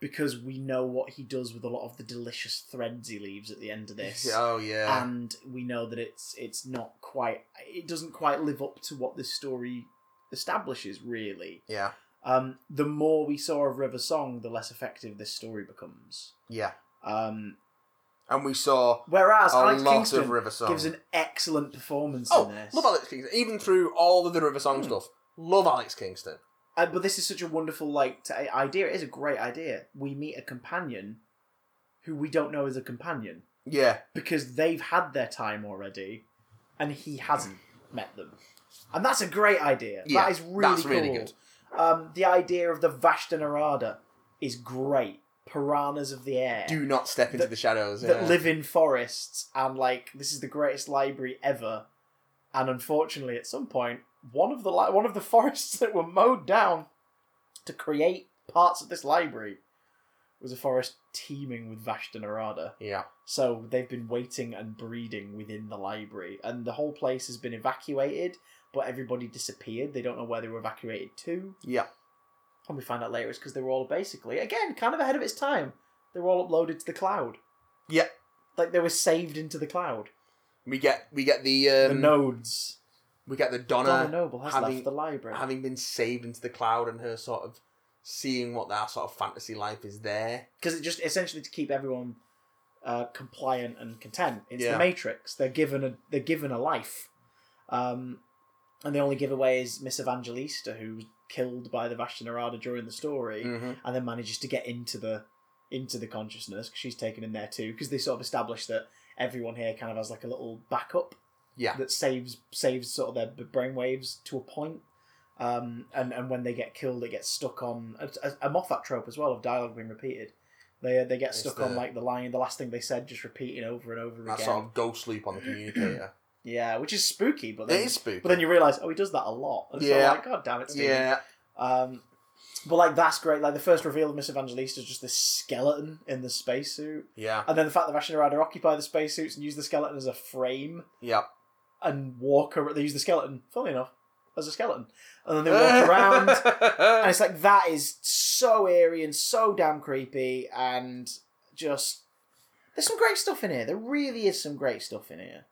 [SPEAKER 1] because we know what he does with a lot of the delicious threads he leaves at the end of this.
[SPEAKER 2] Oh yeah.
[SPEAKER 1] and we know that it's it's not quite it doesn't quite live up to what this story establishes really
[SPEAKER 2] yeah.
[SPEAKER 1] um the more we saw of river song the less effective this story becomes
[SPEAKER 2] Yeah.
[SPEAKER 1] um
[SPEAKER 2] And we saw
[SPEAKER 1] whereas
[SPEAKER 2] a
[SPEAKER 1] alex
[SPEAKER 2] lot of
[SPEAKER 1] kingston
[SPEAKER 2] River Song.
[SPEAKER 1] gives an excellent performance
[SPEAKER 2] oh,
[SPEAKER 1] in this
[SPEAKER 2] love Alex Kingston. Even through all of the River Song
[SPEAKER 1] Hmm.
[SPEAKER 2] stuff, love Alex Kingston.
[SPEAKER 1] Uh, but this is such a wonderful like t- idea it is a great idea we meet a companion who we don't know is a companion
[SPEAKER 2] Yeah.
[SPEAKER 1] because they've had their time already and he hasn't met them. And that's a great idea.
[SPEAKER 2] Yeah,
[SPEAKER 1] that is really
[SPEAKER 2] that's
[SPEAKER 1] cool.
[SPEAKER 2] really good.
[SPEAKER 1] Um, the idea of the Vashtanarada is great. Piranhas of the air
[SPEAKER 2] Do not step into
[SPEAKER 1] That-
[SPEAKER 2] the shadows.
[SPEAKER 1] that
[SPEAKER 2] yeah.
[SPEAKER 1] live in forests and like this is the greatest library ever. And unfortunately, at some point, one of the li- one of the forests that were mowed down to create parts of this library was a forest teeming with Vashtanarada.
[SPEAKER 2] Yeah.
[SPEAKER 1] So they've been waiting and breeding within the library, and the whole place has been evacuated, but everybody disappeared. They don't know where they were evacuated to.
[SPEAKER 2] Yeah.
[SPEAKER 1] And we find out later it's because they were all basically, again, kind of ahead of its time. They were all uploaded to the cloud.
[SPEAKER 2] Yeah.
[SPEAKER 1] Like they were saved into the cloud.
[SPEAKER 2] We get we get the um,
[SPEAKER 1] the nodes.
[SPEAKER 2] we get the
[SPEAKER 1] Donna Noble has
[SPEAKER 2] having-
[SPEAKER 1] left the library.
[SPEAKER 2] having been saved into the cloud and her sort of seeing what that sort of fantasy life is there.
[SPEAKER 1] Because it just essentially to keep everyone uh, compliant and content. It's
[SPEAKER 2] Yeah.
[SPEAKER 1] the Matrix. They're given a they're given a life, um, and the only giveaway is Miss Evangelista, who's killed by the Vashtanarada during the story, and then manages to get into the into the consciousness 'cause she's taken in there too. Because they sort of establish that everyone here kind of has like a little backup
[SPEAKER 2] Yeah.
[SPEAKER 1] that saves saves sort of their b- brainwaves to a point. Um, and, and when they get killed, it gets stuck on a, a, a Moffat trope as well of dialogue being repeated. They they get
[SPEAKER 2] It's
[SPEAKER 1] stuck
[SPEAKER 2] the-
[SPEAKER 1] on like the line, the last thing they said, just repeating over and over
[SPEAKER 2] That
[SPEAKER 1] again.
[SPEAKER 2] sort of ghost loop on the communicator.
[SPEAKER 1] Yeah, which is spooky, but
[SPEAKER 2] it
[SPEAKER 1] then
[SPEAKER 2] is spooky.
[SPEAKER 1] but then you realise, oh, he does that a lot. And yeah.
[SPEAKER 2] Yeah.
[SPEAKER 1] So like, oh, God damn it, Steven.
[SPEAKER 2] yeah,
[SPEAKER 1] Um, but like that's great. Like the first reveal of Miss Evangelista is just this skeleton in the spacesuit,
[SPEAKER 2] yeah,
[SPEAKER 1] and then the fact that Rashinarada occupy the spacesuits and use the skeleton as a frame
[SPEAKER 2] yeah.
[SPEAKER 1] and walk around. They use the skeleton, funnily enough, as a skeleton, and then they walk around. And it's like that is so eerie and so damn creepy, and just there's some great stuff in here. There really is some great stuff in here.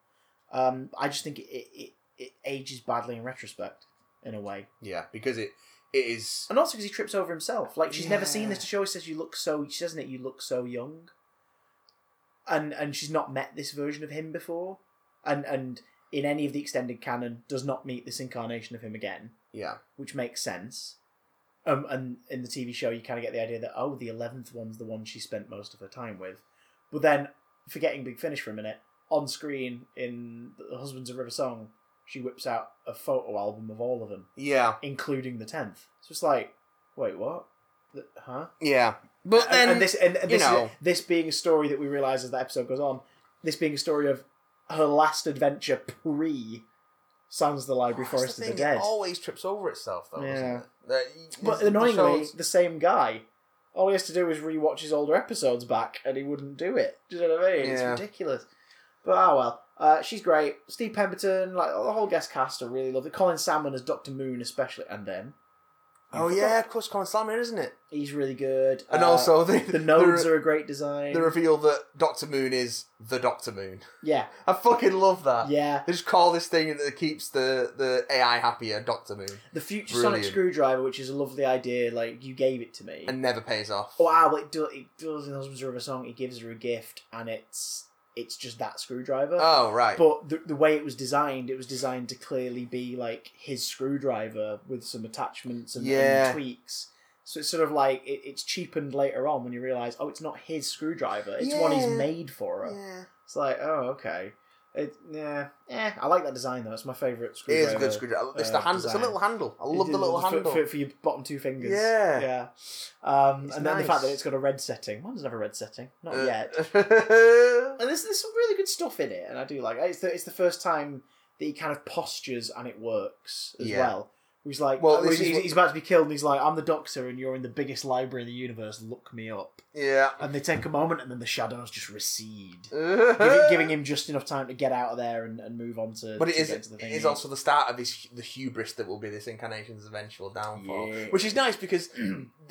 [SPEAKER 1] Um, I just think it it, it, it ages badly in retrospect, in a way.
[SPEAKER 2] yeah, because it it is.
[SPEAKER 1] And also because he trips over himself. Like she's never seen this
[SPEAKER 2] Yeah.
[SPEAKER 1] to show. He says, "You look so." She doesn't it. You look so young. And and she's not met this version of him before, and and in any of the extended canon does not meet this incarnation of him again,
[SPEAKER 2] Yeah,
[SPEAKER 1] which makes sense. Um, and in the TV show, you kind of get the idea that oh, the eleventh one's the one she spent most of her time with, but then forgetting Big Finish for a minute, on screen in the Husbands of River Song, she whips out a photo album of all of them
[SPEAKER 2] yeah,
[SPEAKER 1] including the tenth. So it's like, wait, what? Th- Huh?
[SPEAKER 2] yeah. But
[SPEAKER 1] And-
[SPEAKER 2] then
[SPEAKER 1] and this, and and
[SPEAKER 2] you
[SPEAKER 1] this,
[SPEAKER 2] know.
[SPEAKER 1] this being a story that we realize as the episode goes on, this being a story of her last adventure pre Sounds of the Library
[SPEAKER 2] Oh, That's the
[SPEAKER 1] Forest of the
[SPEAKER 2] thing,
[SPEAKER 1] Dead.
[SPEAKER 2] It always trips over itself, though.
[SPEAKER 1] Yeah.
[SPEAKER 2] Doesn't it? That-
[SPEAKER 1] but
[SPEAKER 2] it
[SPEAKER 1] annoyingly,
[SPEAKER 2] shows-
[SPEAKER 1] the same guy. All he has to do is rewatch his older episodes back, and he wouldn't do it. Do you know what I mean? It's
[SPEAKER 2] Yeah.
[SPEAKER 1] ridiculous. But ah well, uh, she's great. Steve Pemberton, like the whole guest cast, are really lovely. Colin Salmon as Doctor Moon, especially, and then
[SPEAKER 2] oh yeah, of course, Colin Slammer, isn't it?
[SPEAKER 1] he's really good.
[SPEAKER 2] And
[SPEAKER 1] Uh,
[SPEAKER 2] also the
[SPEAKER 1] the nodes are a great design.
[SPEAKER 2] the reveal that Doctor Moon is the Doctor Moon.
[SPEAKER 1] yeah,
[SPEAKER 2] I fucking love that.
[SPEAKER 1] yeah.
[SPEAKER 2] They just call this thing that keeps the, the AI happier Doctor Moon
[SPEAKER 1] The future sonic
[SPEAKER 2] Brilliant.
[SPEAKER 1] screwdriver, which is a lovely idea. Like you gave it to me.
[SPEAKER 2] and never pays off.
[SPEAKER 1] wow, it, do, it does in Husbands of a Song. He gives her a gift, and it's it's just that screwdriver.
[SPEAKER 2] Oh, right.
[SPEAKER 1] but the, the way it was designed, it was designed to clearly be like his screwdriver with some attachments and, and
[SPEAKER 2] Yeah.
[SPEAKER 1] tweaks. So it's sort of like it, it's cheapened later on when you realize, oh, it's not his screwdriver; it's one he's
[SPEAKER 2] Yeah.
[SPEAKER 1] made for her.
[SPEAKER 2] yeah.
[SPEAKER 1] It's like, oh, okay. It, yeah, yeah. I like that design though. It's my favourite
[SPEAKER 2] It
[SPEAKER 1] screwdriver.
[SPEAKER 2] is a good screwdriver. It's
[SPEAKER 1] uh,
[SPEAKER 2] the hand. It's a
[SPEAKER 1] design.
[SPEAKER 2] little handle. I love
[SPEAKER 1] It-
[SPEAKER 2] the little
[SPEAKER 1] for,
[SPEAKER 2] handle.
[SPEAKER 1] for, for your bottom two fingers.
[SPEAKER 2] Yeah.
[SPEAKER 1] yeah. Um,
[SPEAKER 2] It's
[SPEAKER 1] and then the fact that
[SPEAKER 2] nice.
[SPEAKER 1] it's got a red setting. Mine's never red setting, not
[SPEAKER 2] Uh,
[SPEAKER 1] yet. And there's there's some really good stuff in it, and I do like. It. It's the it's the first time that he kind of postures and it works as
[SPEAKER 2] Yeah.
[SPEAKER 1] well. He's like,
[SPEAKER 2] Well,
[SPEAKER 1] well,
[SPEAKER 2] this
[SPEAKER 1] he's,
[SPEAKER 2] is
[SPEAKER 1] he's,
[SPEAKER 2] what-
[SPEAKER 1] he's about to be killed, and he's like, "I'm the Doctor, and you're in the biggest library in the universe. Look me up."
[SPEAKER 2] yeah.
[SPEAKER 1] And they take a moment, and then the shadows just recede, giving,
[SPEAKER 2] Giving,
[SPEAKER 1] giving him just enough time to get out of there and, and move on to.
[SPEAKER 2] But it
[SPEAKER 1] to
[SPEAKER 2] is
[SPEAKER 1] get to the
[SPEAKER 2] it
[SPEAKER 1] thing
[SPEAKER 2] is
[SPEAKER 1] he-
[SPEAKER 2] also the start of his the hubris that will be this incarnation's eventual downfall,
[SPEAKER 1] Yeah.
[SPEAKER 2] which is nice because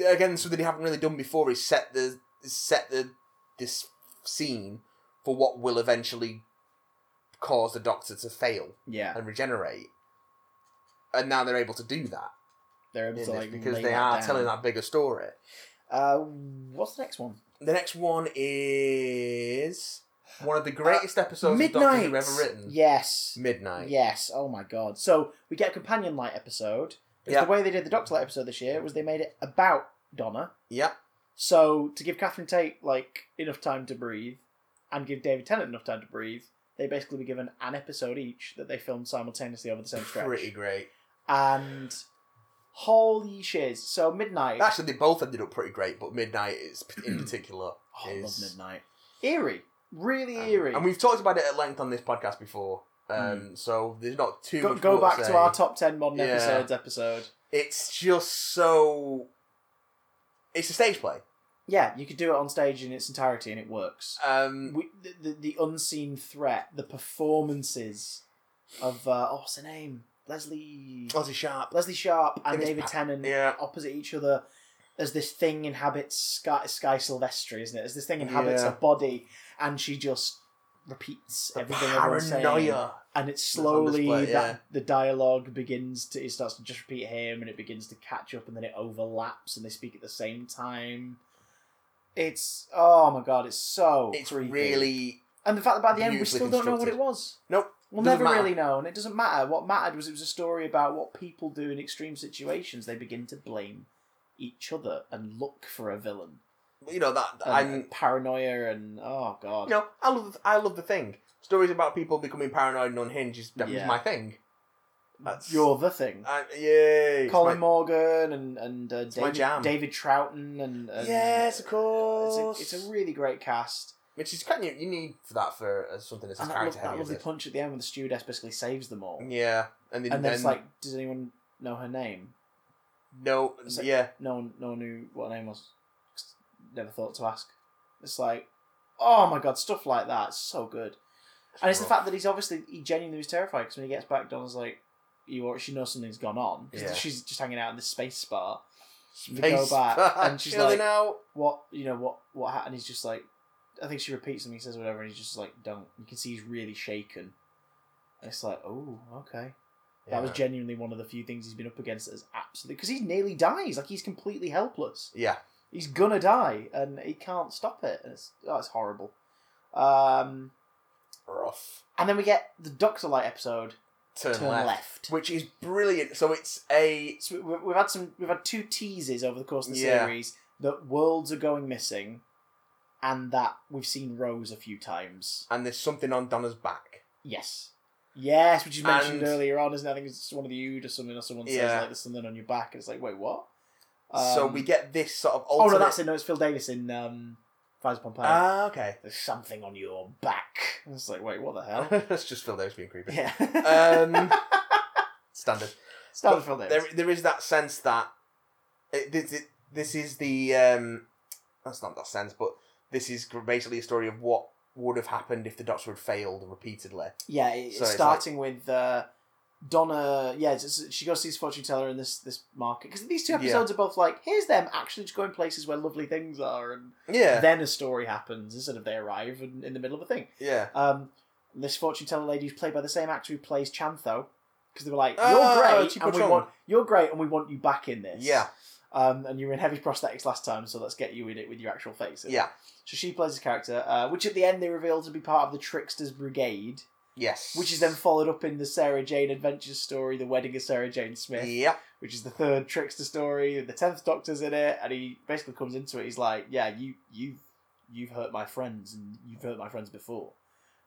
[SPEAKER 2] again something they haven't really done before is set the set the this scene for what will eventually cause the Doctor to fail
[SPEAKER 1] yeah,
[SPEAKER 2] and regenerate, and now they're able to do that
[SPEAKER 1] they're
[SPEAKER 2] in
[SPEAKER 1] able
[SPEAKER 2] this
[SPEAKER 1] to like
[SPEAKER 2] because
[SPEAKER 1] lay
[SPEAKER 2] they
[SPEAKER 1] that
[SPEAKER 2] are
[SPEAKER 1] down.
[SPEAKER 2] telling that bigger story.
[SPEAKER 1] Uh, what's the next one?
[SPEAKER 2] The next one is one of the greatest episodes of Doctor Who ever written.
[SPEAKER 1] Uh, Yes.
[SPEAKER 2] Midnight.
[SPEAKER 1] Yes. Oh my god. So we get a companion light episode. Because
[SPEAKER 2] Yeah.
[SPEAKER 1] The way they did the Doctor Light episode this year was they made it about Donna.
[SPEAKER 2] Yeah.
[SPEAKER 1] So to give Catherine Tate like enough time to breathe, and give David Tennant enough time to breathe, they basically were given an episode each that they filmed simultaneously over the same stretch.
[SPEAKER 2] Pretty great.
[SPEAKER 1] And holy shiz! So Midnight.
[SPEAKER 2] Actually, they both ended up pretty great, but Midnight is in particular.
[SPEAKER 1] oh, I love
[SPEAKER 2] is-
[SPEAKER 1] Midnight. Eerie. Really
[SPEAKER 2] um,
[SPEAKER 1] eerie.
[SPEAKER 2] And we've talked about it at length on this podcast before. Um, So there's not too
[SPEAKER 1] Mm. go,
[SPEAKER 2] much
[SPEAKER 1] go
[SPEAKER 2] more
[SPEAKER 1] back
[SPEAKER 2] say.
[SPEAKER 1] to our top ten modern
[SPEAKER 2] Yeah.
[SPEAKER 1] episodes episode.
[SPEAKER 2] It's just so. It's a stage play.
[SPEAKER 1] Yeah, you could do it on stage in its entirety and it works.
[SPEAKER 2] Um,
[SPEAKER 1] we, the, the, the unseen threat, the performances of uh, oh, what's her name? Leslie
[SPEAKER 2] Ozzy Sharp.
[SPEAKER 1] Leslie Sharp and
[SPEAKER 2] think it's
[SPEAKER 1] David
[SPEAKER 2] Pa-
[SPEAKER 1] Tennant
[SPEAKER 2] Oh, Yeah.
[SPEAKER 1] opposite each other as this thing inhabits Sky, Sky Silvestri, isn't it? As this thing inhabits
[SPEAKER 2] Yeah.
[SPEAKER 1] her body and she just repeats
[SPEAKER 2] The
[SPEAKER 1] everything everyone's saying.
[SPEAKER 2] paranoia.
[SPEAKER 1] And it's
[SPEAKER 2] That's on
[SPEAKER 1] slowly
[SPEAKER 2] display, yeah.
[SPEAKER 1] that the dialogue begins to it starts to just repeat him and it begins to catch up and then it overlaps and they speak at the same time. It's oh my god, it's so
[SPEAKER 2] It's
[SPEAKER 1] creepy.
[SPEAKER 2] really.
[SPEAKER 1] And the fact that by the end we
[SPEAKER 2] Beautifully
[SPEAKER 1] still don't know what
[SPEAKER 2] constructed.
[SPEAKER 1] it was.
[SPEAKER 2] Nope.
[SPEAKER 1] We'll
[SPEAKER 2] Doesn't
[SPEAKER 1] never
[SPEAKER 2] matter.
[SPEAKER 1] really know, and it doesn't matter. What mattered was it was a story about what people do in extreme situations. They begin to blame each other and look for a villain.
[SPEAKER 2] You know, that.
[SPEAKER 1] And,
[SPEAKER 2] I'm,
[SPEAKER 1] and paranoia and oh god.
[SPEAKER 2] you know, I love, I love the thing. Stories about people becoming paranoid and unhinged is definitely
[SPEAKER 1] Yeah.
[SPEAKER 2] my thing. That's
[SPEAKER 1] You're the thing.
[SPEAKER 2] I, yay!
[SPEAKER 1] Colin
[SPEAKER 2] It's my-
[SPEAKER 1] Morgan and and uh,
[SPEAKER 2] my
[SPEAKER 1] David,
[SPEAKER 2] jam.
[SPEAKER 1] David Troughton and, and
[SPEAKER 2] yes, of course.
[SPEAKER 1] It's a, it's a really great cast.
[SPEAKER 2] which is kind of you need for that for uh, something that's as
[SPEAKER 1] And that, lo-
[SPEAKER 2] character
[SPEAKER 1] that
[SPEAKER 2] heavy. as
[SPEAKER 1] lovely
[SPEAKER 2] this.
[SPEAKER 1] punch at the end when the stewardess basically saves them all.
[SPEAKER 2] Yeah, and then,
[SPEAKER 1] And then it's
[SPEAKER 2] then-
[SPEAKER 1] like, does anyone know her name?
[SPEAKER 2] no,
[SPEAKER 1] it's like-
[SPEAKER 2] yeah,
[SPEAKER 1] no one no one knew what her name was. Just Never thought to ask. It's like, oh my god, stuff like that. It's so good. And it's the
[SPEAKER 2] rough.
[SPEAKER 1] fact that he's obviously he genuinely was terrified because when he gets back, Donna's like, you or she knows something's gone on 'Cause
[SPEAKER 2] Yeah.
[SPEAKER 1] she's just hanging out in this space spa. We go
[SPEAKER 2] Face-
[SPEAKER 1] back and she's
[SPEAKER 2] chilling
[SPEAKER 1] like,
[SPEAKER 2] out.
[SPEAKER 1] what you know what what happened? He's just like, I think she repeats something, he says whatever, and he's just like, don't. You can see he's really shaken. And it's like, oh, okay. That was
[SPEAKER 2] Yeah.
[SPEAKER 1] genuinely one of the few things he's been up against that is absolutely because he nearly dies. Like he's completely helpless
[SPEAKER 2] yeah,
[SPEAKER 1] he's gonna die and he can't stop it and it's oh, it's horrible um
[SPEAKER 2] rough.
[SPEAKER 1] and then we get the doctor light episode
[SPEAKER 2] Turn,
[SPEAKER 1] turn
[SPEAKER 2] left.
[SPEAKER 1] left,
[SPEAKER 2] which is brilliant. So it's a
[SPEAKER 1] So we- we've had some we've had two teases over the course of the
[SPEAKER 2] Yeah.
[SPEAKER 1] series that worlds are going missing and that we've seen rose a few times
[SPEAKER 2] and there's something on Donna's back.
[SPEAKER 1] yes yes which is mentioned
[SPEAKER 2] And-
[SPEAKER 1] earlier on isn't it? i think it's one of the you or something or someone says
[SPEAKER 2] Yeah.
[SPEAKER 1] like there's something on your back and it's like wait what
[SPEAKER 2] so
[SPEAKER 1] Um,
[SPEAKER 2] we get this sort of
[SPEAKER 1] oh
[SPEAKER 2] alternate.
[SPEAKER 1] no that's it no it's phil davis in um Fires Pompeii.
[SPEAKER 2] ah okay.
[SPEAKER 1] There's something on your back. And It's like, wait, what the hell?
[SPEAKER 2] that's just Phil Davis being creepy.
[SPEAKER 1] Yeah.
[SPEAKER 2] Um, standard.
[SPEAKER 1] Started
[SPEAKER 2] But
[SPEAKER 1] from there.
[SPEAKER 2] There, there is that sense that it, this, it, this is the um, that's not that sense, but this is gr- basically a story of what would have happened if the Doctor had failed repeatedly.
[SPEAKER 1] Yeah, it- it's
[SPEAKER 2] So it's
[SPEAKER 1] starting with uh, Donna. Yeah, it's, it's- she goes to see this fortune teller in this this market because these two
[SPEAKER 2] Yeah.
[SPEAKER 1] episodes are both like, here's them actually just going places where lovely things are, and
[SPEAKER 2] Yeah,
[SPEAKER 1] then a story happens instead of they arrive in, in the middle of a thing.
[SPEAKER 2] yeah.
[SPEAKER 1] Um, this fortune teller lady is played by the same actor who plays Chantho because they were like, you're
[SPEAKER 2] Oh,
[SPEAKER 1] great,
[SPEAKER 2] Cheapo
[SPEAKER 1] and we
[SPEAKER 2] Chong.
[SPEAKER 1] want you're great, and we want you back in this.
[SPEAKER 2] Yeah,
[SPEAKER 1] um, and you were in heavy prosthetics last time, so let's get you in it with your actual face. in.
[SPEAKER 2] yeah,
[SPEAKER 1] So she plays this character, uh, which at the end they reveal to be part of the Tricksters Brigade,
[SPEAKER 2] yes.
[SPEAKER 1] which is then followed up in the Sarah Jane Adventures story, The Wedding of Sarah Jane Smith,
[SPEAKER 2] Yep.
[SPEAKER 1] which is the third Trickster story. The tenth Doctor's in it, and he basically comes into it. He's like, "Yeah, you, you, you've hurt my friends, and you've hurt my friends before."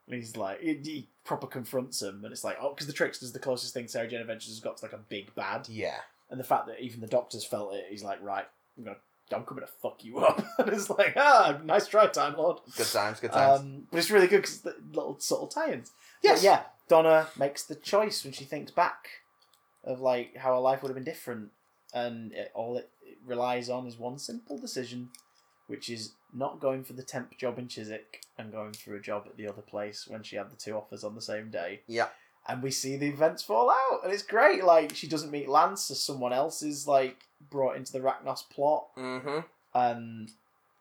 [SPEAKER 1] And he's like, he, he proper confronts him, and it's like, oh, because the trickster's the closest thing Sarah Jane Adventures has got to like a big bad,
[SPEAKER 2] Yeah.
[SPEAKER 1] and the fact that even the doctors felt it, he's like, right, I'm gonna, I'm coming to fuck you up, and it's like, ah, nice try, Time Lord.
[SPEAKER 2] Good times, good times.
[SPEAKER 1] Um, but it's really good because the little subtle tie-ins.
[SPEAKER 2] Yes.
[SPEAKER 1] But yeah. Donna makes the choice when she thinks back of like how her life would have been different, and it, all it, it relies on is one simple decision, which is not going for the temp job in Chiswick and going for a job at the other place when she had the two offers on the same day.
[SPEAKER 2] Yeah.
[SPEAKER 1] And we see the events fall out, and it's great. Like she doesn't meet Lance, so someone else is like brought into the Rachnos plot
[SPEAKER 2] mm-hmm.
[SPEAKER 1] um,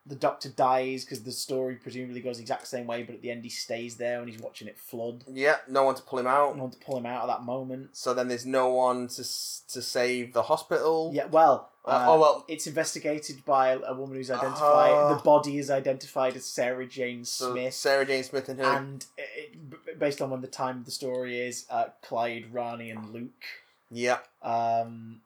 [SPEAKER 1] the doctor dies because the story presumably goes the exact same way, but at the end he stays there and he's watching it flood.
[SPEAKER 2] Yeah, no one to pull him
[SPEAKER 1] No
[SPEAKER 2] out.
[SPEAKER 1] one to pull him out of that moment.
[SPEAKER 2] So then there's no one to s- to save the hospital.
[SPEAKER 1] Yeah, well,
[SPEAKER 2] Uh,
[SPEAKER 1] uh,
[SPEAKER 2] oh well.
[SPEAKER 1] it's investigated by a woman who's identified.
[SPEAKER 2] Ah.
[SPEAKER 1] the body is identified as Sarah Jane
[SPEAKER 2] So
[SPEAKER 1] Smith,
[SPEAKER 2] Sarah Jane Smith and her.
[SPEAKER 1] and it, b- based on when the time of the story is, uh, Clyde, Rani, and Luke.
[SPEAKER 2] yeah.
[SPEAKER 1] Um,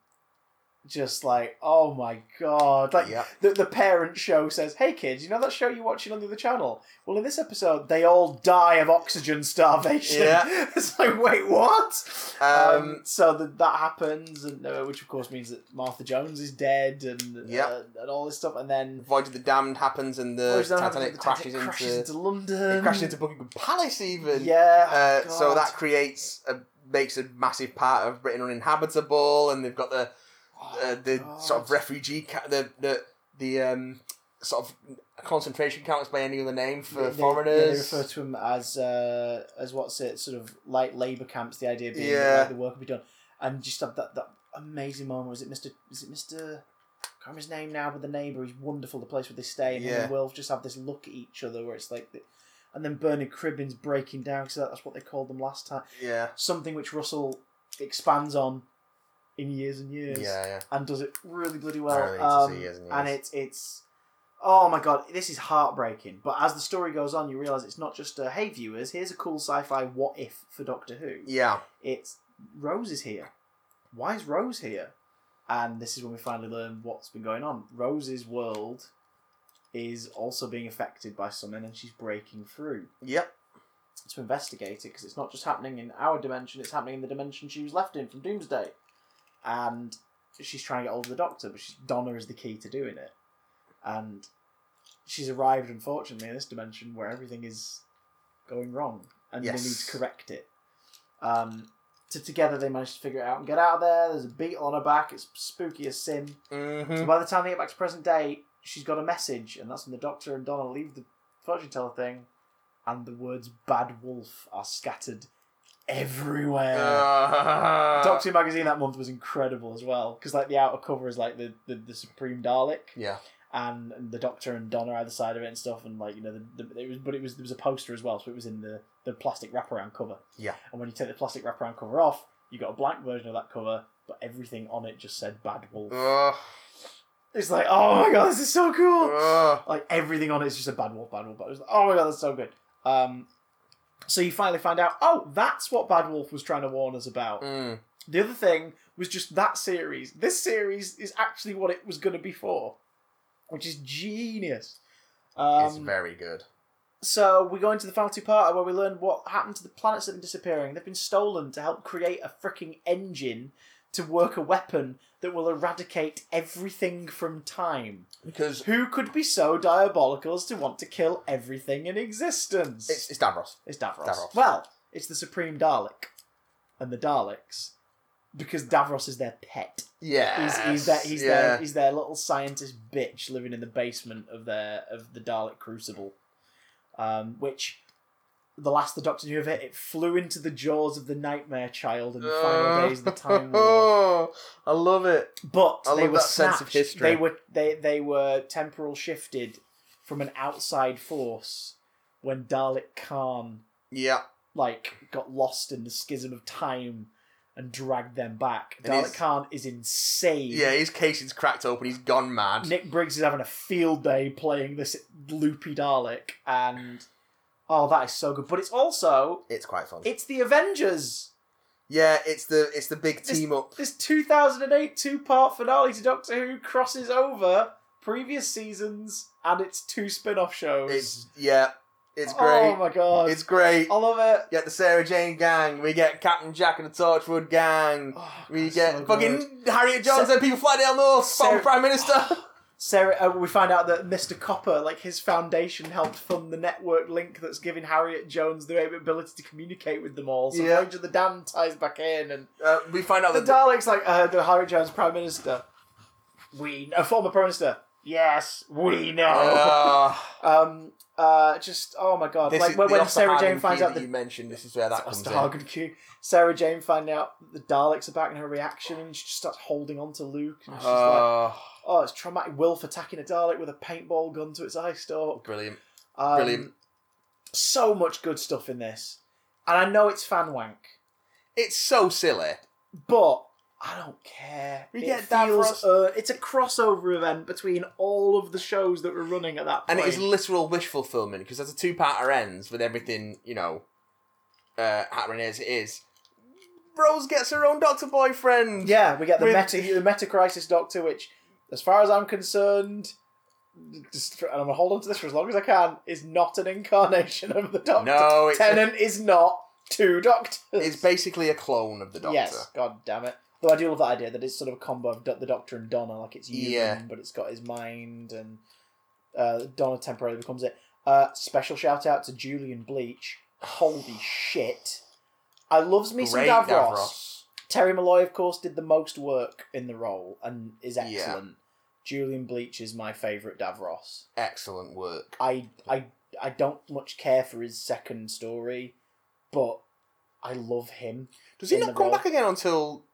[SPEAKER 1] just like, oh my god, like
[SPEAKER 2] yeah.
[SPEAKER 1] the, the parent show says, "Hey kids, you know that show you're watching on the other channel? Well, in this episode, they all die of oxygen starvation."
[SPEAKER 2] Yeah.
[SPEAKER 1] it's like, wait, what?
[SPEAKER 2] Um,
[SPEAKER 1] so that that happens, and uh, which of course means that Martha Jones is dead, and
[SPEAKER 2] Yeah.
[SPEAKER 1] uh, and all this stuff, and then
[SPEAKER 2] Voyage of the Damned happens and
[SPEAKER 1] Well,
[SPEAKER 2] the
[SPEAKER 1] it's not
[SPEAKER 2] Titanic
[SPEAKER 1] happening,
[SPEAKER 2] crashes,
[SPEAKER 1] Titanic crashes
[SPEAKER 2] into.
[SPEAKER 1] into London.
[SPEAKER 2] It crashes into Buckingham Palace even.
[SPEAKER 1] yeah.
[SPEAKER 2] Uh,
[SPEAKER 1] oh,
[SPEAKER 2] so
[SPEAKER 1] God.
[SPEAKER 2] that creates a makes a massive part of Britain uninhabitable, and they've got the
[SPEAKER 1] Oh,
[SPEAKER 2] uh, the sort of
[SPEAKER 1] God.
[SPEAKER 2] refugee ca- the the the um sort of concentration camps by any other name for
[SPEAKER 1] They- they- yeah, they
[SPEAKER 2] foreigners.
[SPEAKER 1] refer to them as uh, as what's it, sort of like labour camps. The idea being
[SPEAKER 2] Yeah.
[SPEAKER 1] that like, the work will be done, and just have that that amazing moment. Was it Mister? Is it Mister? I can't remember his name now, but the neighbour is wonderful. The place where they stay, and
[SPEAKER 2] Yeah.
[SPEAKER 1] then Wilf just have this look at each other, where it's like, the, and then Bernard Cribbins breaking down because that's what they called them last time.
[SPEAKER 2] yeah.
[SPEAKER 1] Something which Russell expands on in years and years,
[SPEAKER 2] Yeah, yeah.
[SPEAKER 1] and does it really bloody well.
[SPEAKER 2] really need to
[SPEAKER 1] um,
[SPEAKER 2] see years and
[SPEAKER 1] and
[SPEAKER 2] years.
[SPEAKER 1] it's it's oh my god, this is heartbreaking. But as the story goes on, you realise it's not just a hey viewers, here's a cool sci-fi what if for Doctor Who.
[SPEAKER 2] Yeah.
[SPEAKER 1] It's Rose is here. Why is Rose here? And this is when we finally learn what's been going on. Rose's world is also being affected by something, and she's breaking through
[SPEAKER 2] Yep.
[SPEAKER 1] to investigate it because it's not just happening in our dimension, it's happening in the dimension she was left in from Doomsday. And she's trying to get hold of the doctor, but she's, Donna is the key to doing it. And she's arrived, unfortunately, in this dimension where everything is going wrong and
[SPEAKER 2] Yes.
[SPEAKER 1] they need to correct it. Um, so together they manage to figure it out and get out of there. There's a beetle on her back, it's spooky as sin.
[SPEAKER 2] Mm-hmm.
[SPEAKER 1] And by the time they get back to present day, she's got a message, and that's when the doctor and Donna leave the fortune teller thing, and the words "bad wolf" are scattered everywhere.
[SPEAKER 2] Uh.
[SPEAKER 1] Doctor Who magazine that month was incredible as well, because like the outer cover is like the the, the supreme Dalek,
[SPEAKER 2] yeah.
[SPEAKER 1] and, and the Doctor and Donna either side of it and stuff, and like you know, the, the, it was but it was there was a poster as well, so it was in the the plastic wraparound cover.
[SPEAKER 2] Yeah.
[SPEAKER 1] And when you take the plastic wraparound cover off, you got a blank version of that cover, but everything on it just said "bad wolf."
[SPEAKER 2] Ugh.
[SPEAKER 1] It's like, oh my god, this is so cool.
[SPEAKER 2] Ugh.
[SPEAKER 1] Like everything on it is just a bad wolf, bad wolf, bad wolf. It's like, oh my god, that's so good. Um, so you finally find out, oh, that's what Bad Wolf was trying to warn us about.
[SPEAKER 2] Mm.
[SPEAKER 1] The other thing was just that series. This series is actually what it was going to be for, which is genius. Um,
[SPEAKER 2] it's very good.
[SPEAKER 1] so we go into the final two part where we learn what happened to the planets that have been disappearing. They've been stolen to help create a freaking engine to work a weapon that will eradicate everything from time.
[SPEAKER 2] Because
[SPEAKER 1] Who could be so diabolical as to want to kill everything in existence?
[SPEAKER 2] it's, it's Davros.
[SPEAKER 1] It's Davros.
[SPEAKER 2] Davros.
[SPEAKER 1] Well, it's the Supreme Dalek and the Daleks because Davros is their pet.
[SPEAKER 2] Yeah.
[SPEAKER 1] He's, he's their he's
[SPEAKER 2] yeah.
[SPEAKER 1] their he's their little scientist bitch living in the basement of their of the Dalek Crucible, um, which the last the Doctor knew of it, it flew into the jaws of the Nightmare Child in the
[SPEAKER 2] Uh,
[SPEAKER 1] final days of the Time War.
[SPEAKER 2] I love it.
[SPEAKER 1] But
[SPEAKER 2] I
[SPEAKER 1] they
[SPEAKER 2] love
[SPEAKER 1] were
[SPEAKER 2] that sense of
[SPEAKER 1] snatched.
[SPEAKER 2] history.
[SPEAKER 1] They were they they were temporal shifted from an outside force when Dalek Khan
[SPEAKER 2] Yeah.
[SPEAKER 1] like got lost in the schism of time and dragged them back.
[SPEAKER 2] And
[SPEAKER 1] Dalek
[SPEAKER 2] he's-
[SPEAKER 1] Khan is insane.
[SPEAKER 2] Yeah, his casing's cracked open. He's gone mad.
[SPEAKER 1] Nick Briggs is having a field day playing this loopy Dalek, and oh, that is so good. But it's also
[SPEAKER 2] It's quite fun.
[SPEAKER 1] it's the Avengers.
[SPEAKER 2] yeah, it's the it's the big
[SPEAKER 1] This-
[SPEAKER 2] team up.
[SPEAKER 1] This 2008 two-part finale to Doctor Who crosses over previous seasons and its two spin-off shows.
[SPEAKER 2] It's yeah. It's
[SPEAKER 1] Oh
[SPEAKER 2] great.
[SPEAKER 1] my god. Oh.
[SPEAKER 2] it's great.
[SPEAKER 1] I love it.
[SPEAKER 2] Get the Sarah Jane gang. We get Captain Jack and the Torchwood gang.
[SPEAKER 1] Oh,
[SPEAKER 2] We
[SPEAKER 1] God,
[SPEAKER 2] get
[SPEAKER 1] so good.
[SPEAKER 2] fucking Harriet Jones and people fly down north. Spot
[SPEAKER 1] Sarah-
[SPEAKER 2] Prime Minister.
[SPEAKER 1] Sarah. Uh, we find out that Mr. Copper, like his foundation, helped fund the network link that's giving Harriet Jones the ability to communicate with them all. So
[SPEAKER 2] Yeah.
[SPEAKER 1] Rage of the Dam ties back in, and
[SPEAKER 2] uh, we find out
[SPEAKER 1] the
[SPEAKER 2] that
[SPEAKER 1] Daleks like uh, the Harriet Jones Prime Minister. We a former Prime Minister. Yes, we know.
[SPEAKER 2] Uh,
[SPEAKER 1] um. Uh. Just oh my god!
[SPEAKER 2] this
[SPEAKER 1] like
[SPEAKER 2] is
[SPEAKER 1] when,
[SPEAKER 2] the
[SPEAKER 1] when
[SPEAKER 2] Oster
[SPEAKER 1] Sarah
[SPEAKER 2] Hagen
[SPEAKER 1] Jane finds
[SPEAKER 2] key
[SPEAKER 1] out
[SPEAKER 2] that
[SPEAKER 1] that
[SPEAKER 2] you mentioned, this is where that comes in.
[SPEAKER 1] Osterhagen Q. Sarah Jane finding out that the Daleks are back and her reaction, and she just starts holding on to Luke. And she's like,
[SPEAKER 2] Uh,
[SPEAKER 1] "Oh, it's traumatic." Wilf attacking a Dalek with a paintball gun to its eye stalk.
[SPEAKER 2] Oh, brilliant.
[SPEAKER 1] Um,
[SPEAKER 2] Brilliant.
[SPEAKER 1] So much good stuff in this, and I know it's fan wank,
[SPEAKER 2] It's so silly.
[SPEAKER 1] but I don't care.
[SPEAKER 2] We
[SPEAKER 1] It
[SPEAKER 2] get that for us.
[SPEAKER 1] uh, it's a crossover event between all of the shows that were running at that
[SPEAKER 2] And
[SPEAKER 1] point.
[SPEAKER 2] it is literal wish fulfillment because as a two-parter ends with everything you know uh, happening as it is, Rose gets her own doctor boyfriend.
[SPEAKER 1] Yeah, we get the
[SPEAKER 2] With-
[SPEAKER 1] meta the meta crisis doctor, which, as far as I'm concerned, just, and I'm gonna hold on to this for as long as I can, is not an incarnation of the doctor.
[SPEAKER 2] No, it's a-
[SPEAKER 1] Tennant is not two doctors.
[SPEAKER 2] It's basically a clone of the doctor.
[SPEAKER 1] Yes, god damn it. Though I do love that idea that it's sort of a combo of Do- the Doctor and Donna, like it's human,
[SPEAKER 2] Yeah.
[SPEAKER 1] but it's got his mind, and uh, Donna temporarily becomes it. Uh, special shout out to Julian Bleach. Holy shit! I loves me some
[SPEAKER 2] Great
[SPEAKER 1] Davros. Terry Malloy, of course, did the most work in the role and is
[SPEAKER 2] Yeah.
[SPEAKER 1] excellent. Julian Bleach is my favourite Davros.
[SPEAKER 2] Excellent work.
[SPEAKER 1] I I I don't much care for his second story, but I love him.
[SPEAKER 2] Does he
[SPEAKER 1] In
[SPEAKER 2] not
[SPEAKER 1] the
[SPEAKER 2] come
[SPEAKER 1] role.
[SPEAKER 2] back again until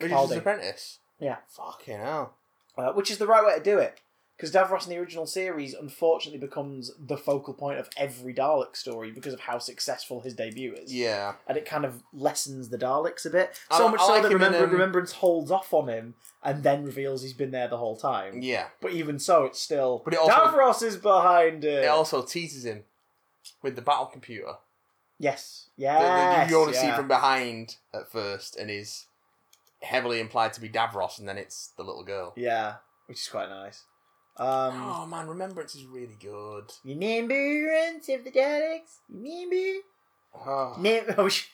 [SPEAKER 2] Richard's
[SPEAKER 1] Capaldi.
[SPEAKER 2] Apprentice?
[SPEAKER 1] Yeah.
[SPEAKER 2] Fucking hell.
[SPEAKER 1] Uh, which is the right way to do it. Because Davros in the original series unfortunately becomes the focal point of every Dalek story because of how successful his debut is.
[SPEAKER 2] Yeah.
[SPEAKER 1] And it kind of lessens the Daleks a bit.
[SPEAKER 2] I-
[SPEAKER 1] So
[SPEAKER 2] I
[SPEAKER 1] much
[SPEAKER 2] like
[SPEAKER 1] so that
[SPEAKER 2] him in,
[SPEAKER 1] Remember-
[SPEAKER 2] um,
[SPEAKER 1] Remembrance holds off on him and then reveals he's been there the whole time.
[SPEAKER 2] Yeah.
[SPEAKER 1] But even so, it's still.
[SPEAKER 2] But it also-
[SPEAKER 1] Davros is behind it.
[SPEAKER 2] It also teases him with the battle computer.
[SPEAKER 1] yes.
[SPEAKER 2] that-
[SPEAKER 1] Yes.
[SPEAKER 2] that you only see
[SPEAKER 1] yeah.
[SPEAKER 2] from behind at first and is heavily implied to be Davros and then it's the little girl.
[SPEAKER 1] Yeah, which is quite nice. Um,
[SPEAKER 2] oh man, Remembrance is really good.
[SPEAKER 1] you remembrance of the Daleks. You remember.
[SPEAKER 2] Oh.
[SPEAKER 1] Mem- oh, we should-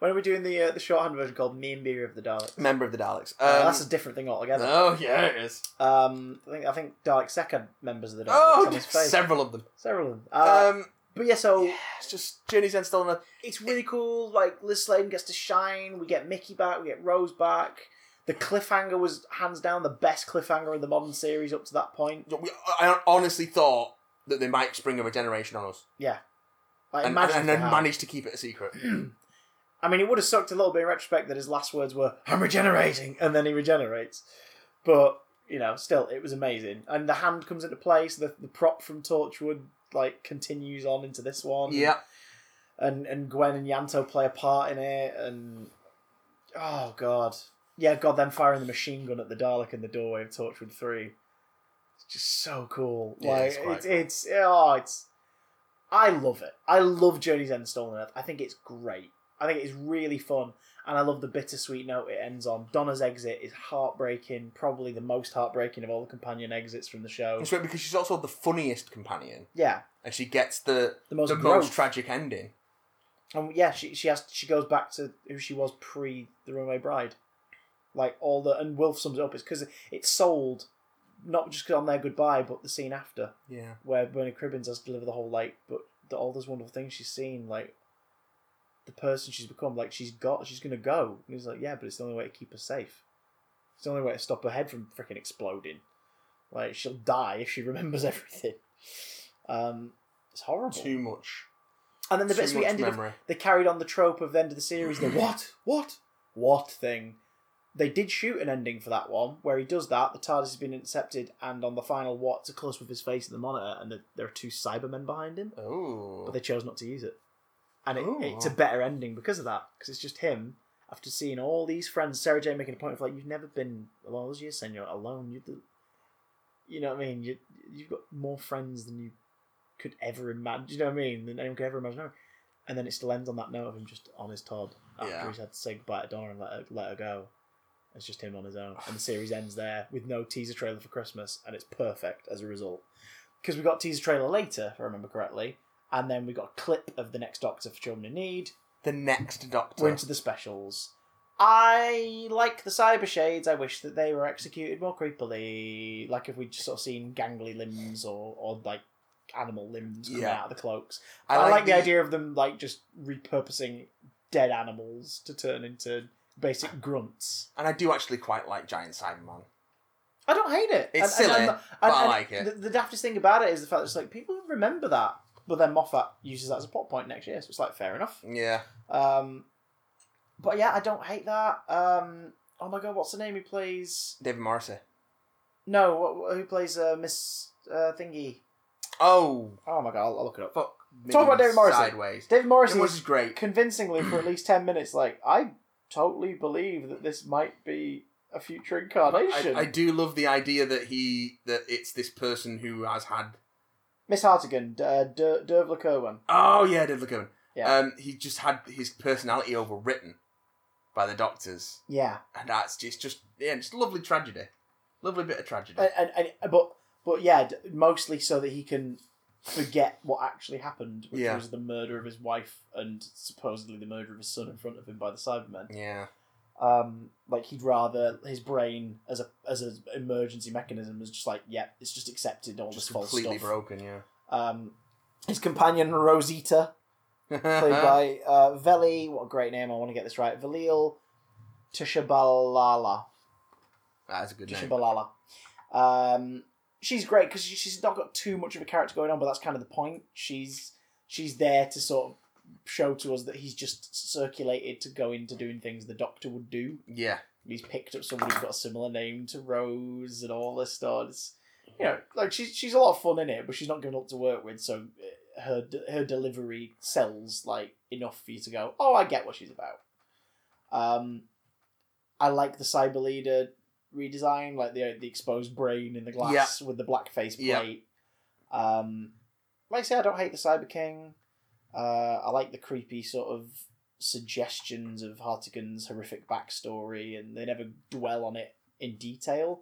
[SPEAKER 1] when are we doing the uh, the shorthand version called Member of the Daleks?
[SPEAKER 2] Member of the Daleks. Um,
[SPEAKER 1] Uh, that's a different thing altogether.
[SPEAKER 2] oh yeah, it is.
[SPEAKER 1] Um, I think I think Dalek second members of the Daleks
[SPEAKER 2] Oh,
[SPEAKER 1] on his face.
[SPEAKER 2] several of them.
[SPEAKER 1] Several of them. Uh,
[SPEAKER 2] um,
[SPEAKER 1] but yeah, so
[SPEAKER 2] yeah, it's just Journey's End still on Earth.
[SPEAKER 1] it's really cool. Like Liz Sladen gets to shine. We get Mickey back. We get Rose back. The cliffhanger was hands down the best cliffhanger in the modern series up to that point.
[SPEAKER 2] We- I honestly thought that they might spring a regeneration on us,
[SPEAKER 1] Like,
[SPEAKER 2] and, and,
[SPEAKER 1] imagine
[SPEAKER 2] and
[SPEAKER 1] if
[SPEAKER 2] then
[SPEAKER 1] they had.
[SPEAKER 2] managed to keep it a secret.
[SPEAKER 1] I mean, it would have sucked a little bit in retrospect that his last words were "I'm regenerating," and then he regenerates. But you know, still, it was amazing. And the hand comes into place. The, the prop from Torchwood like continues on into this one.
[SPEAKER 2] yeah,
[SPEAKER 1] And and Gwen and Yanto play a part in it. And oh god, yeah, god, them firing the machine gun at the Dalek in the doorway of Torchwood Three. It's just so cool.
[SPEAKER 2] Yeah,
[SPEAKER 1] like
[SPEAKER 2] it's quite
[SPEAKER 1] it's it's oh it's. I love it. I love Journey's End Stolen Earth. I think it's great. I think it's really fun, and I love the bittersweet note it ends on. Donna's exit is heartbreaking, probably the most heartbreaking of all the companion exits from the show.
[SPEAKER 2] it's great because she's also the funniest companion,
[SPEAKER 1] Yeah,
[SPEAKER 2] and she gets the
[SPEAKER 1] the most
[SPEAKER 2] the
[SPEAKER 1] growth.
[SPEAKER 2] most tragic ending.
[SPEAKER 1] And yeah, she she has she goes back to who she was pre the Runaway Bride, like all the and Wilf sums it up. It's because it's sold, not just on their goodbye, but the scene after
[SPEAKER 2] Yeah,
[SPEAKER 1] where Bernie Cribbins has to deliver the whole like, but the, all those wonderful things she's seen, like the person she's become, like she's got, she's gonna go. And he's like, yeah, but it's the only way to keep her safe. It's the only way to stop her head from freaking exploding. Like she'll die if she remembers everything. Um, it's horrible.
[SPEAKER 2] too much.
[SPEAKER 1] and then the
[SPEAKER 2] too
[SPEAKER 1] bits we
[SPEAKER 2] much
[SPEAKER 1] ended up
[SPEAKER 2] memory.
[SPEAKER 1] they carried on the trope of the end of the series, the what, what, what thing. They did shoot an ending for that one where he does that. The TARDIS has been intercepted, and on the final what, it's a close with his face at the monitor, and the, there are two Cybermen behind him,
[SPEAKER 2] Oh,
[SPEAKER 1] but they chose not to use it. And it,
[SPEAKER 2] Ooh.
[SPEAKER 1] it's a better ending because of that, because it's just him after seeing all these friends. Sarah J making a point of like, you've never been well, all those years, saying you're alone. You, do- you know what I mean? You you've got more friends than you could ever imagine. You know what I mean? Than anyone could ever imagine. And then it still ends on that note of him just on his Todd after
[SPEAKER 2] Yeah.
[SPEAKER 1] he's had to say goodbye to Donna and let her, let her go. It's just him on his own, and the series ends there with no teaser trailer for Christmas, and it's perfect as a result. Because we got teaser trailer later, if I remember correctly, and then we got a clip of the next Doctor for Children in Need.
[SPEAKER 2] The next Doctor.
[SPEAKER 1] We're into the specials. I like the cyber shades. I wish that they were executed more creepily. Like if we'd just sort of seen gangly limbs or, or like animal limbs coming
[SPEAKER 2] Yeah.
[SPEAKER 1] out of the cloaks.
[SPEAKER 2] I
[SPEAKER 1] I like, the idea of them like just repurposing dead animals to turn into basic grunts.
[SPEAKER 2] And I do actually quite like Giant Cyberman.
[SPEAKER 1] I don't hate it.
[SPEAKER 2] It's
[SPEAKER 1] And- and I'm-
[SPEAKER 2] silly, but
[SPEAKER 1] and-
[SPEAKER 2] I
[SPEAKER 1] and
[SPEAKER 2] like it.
[SPEAKER 1] The, the daftest thing about it is the fact that it's like people remember that, but then Moffat uses that as a plot point next year, so it's like fair enough.
[SPEAKER 2] Yeah.
[SPEAKER 1] Um, but yeah, I don't hate that. Um, oh my god, what's the name who plays?
[SPEAKER 2] David Morrissey.
[SPEAKER 1] No, what, what- who plays uh, Miss uh, Thingy?
[SPEAKER 2] Oh,
[SPEAKER 1] Oh my god, I'll, I'll look it up.
[SPEAKER 2] fuck.
[SPEAKER 1] Talk about David Morrissey.
[SPEAKER 2] Sideways.
[SPEAKER 1] David
[SPEAKER 2] It
[SPEAKER 1] Morrissey
[SPEAKER 2] was great.
[SPEAKER 1] convincingly for at least 10 minutes like i totally believe that this might be a future
[SPEAKER 2] I,
[SPEAKER 1] incarnation
[SPEAKER 2] I do love the idea that he that it's this person who has had.
[SPEAKER 1] miss hartigan D- uh, D- dervla kerwin
[SPEAKER 2] Oh yeah, David Lagoon.
[SPEAKER 1] Yeah.
[SPEAKER 2] Um, he just had his personality overwritten by the doctors,
[SPEAKER 1] yeah
[SPEAKER 2] and that's just just yeah, just lovely tragedy, lovely bit of tragedy.
[SPEAKER 1] and, and, and- but but yeah d- mostly so that he can forget what actually happened which
[SPEAKER 2] Yeah.
[SPEAKER 1] was the murder of his wife and supposedly the murder of his son in front of him by the cybermen
[SPEAKER 2] yeah,
[SPEAKER 1] um like he'd rather his brain as a as an emergency mechanism is just like yeah it's just accepted all
[SPEAKER 2] just
[SPEAKER 1] this false
[SPEAKER 2] completely
[SPEAKER 1] stuff
[SPEAKER 2] broken. Yeah.
[SPEAKER 1] um his companion rosita
[SPEAKER 2] Uh-huh.
[SPEAKER 1] played by uh, Veli. What a great name! I want to get this right. Valil Tishabalala.
[SPEAKER 2] that's a good name.
[SPEAKER 1] Tishabalala. Um, she's great because she's not got too much of a character going on, but that's kind of the point. She's she's there to sort of show to us that he's just circulated to go into doing things the Doctor would do.
[SPEAKER 2] Yeah,
[SPEAKER 1] He's picked up somebody who's got a similar name to Rose and all this stuff. It's, you know, like she's she's a lot of fun in it, but she's not given up to work with. So uh, her d- her delivery sells like enough for you to go, oh, I get what she's about. Um, I like the cyber leader redesign, like the the exposed brain in the glass with the black face
[SPEAKER 2] Yeah.
[SPEAKER 1] plate. Um, like I say, I don't hate the Cyber King. Uh, I like the creepy sort of suggestions of Hartigan's horrific backstory, and they never dwell on it in detail.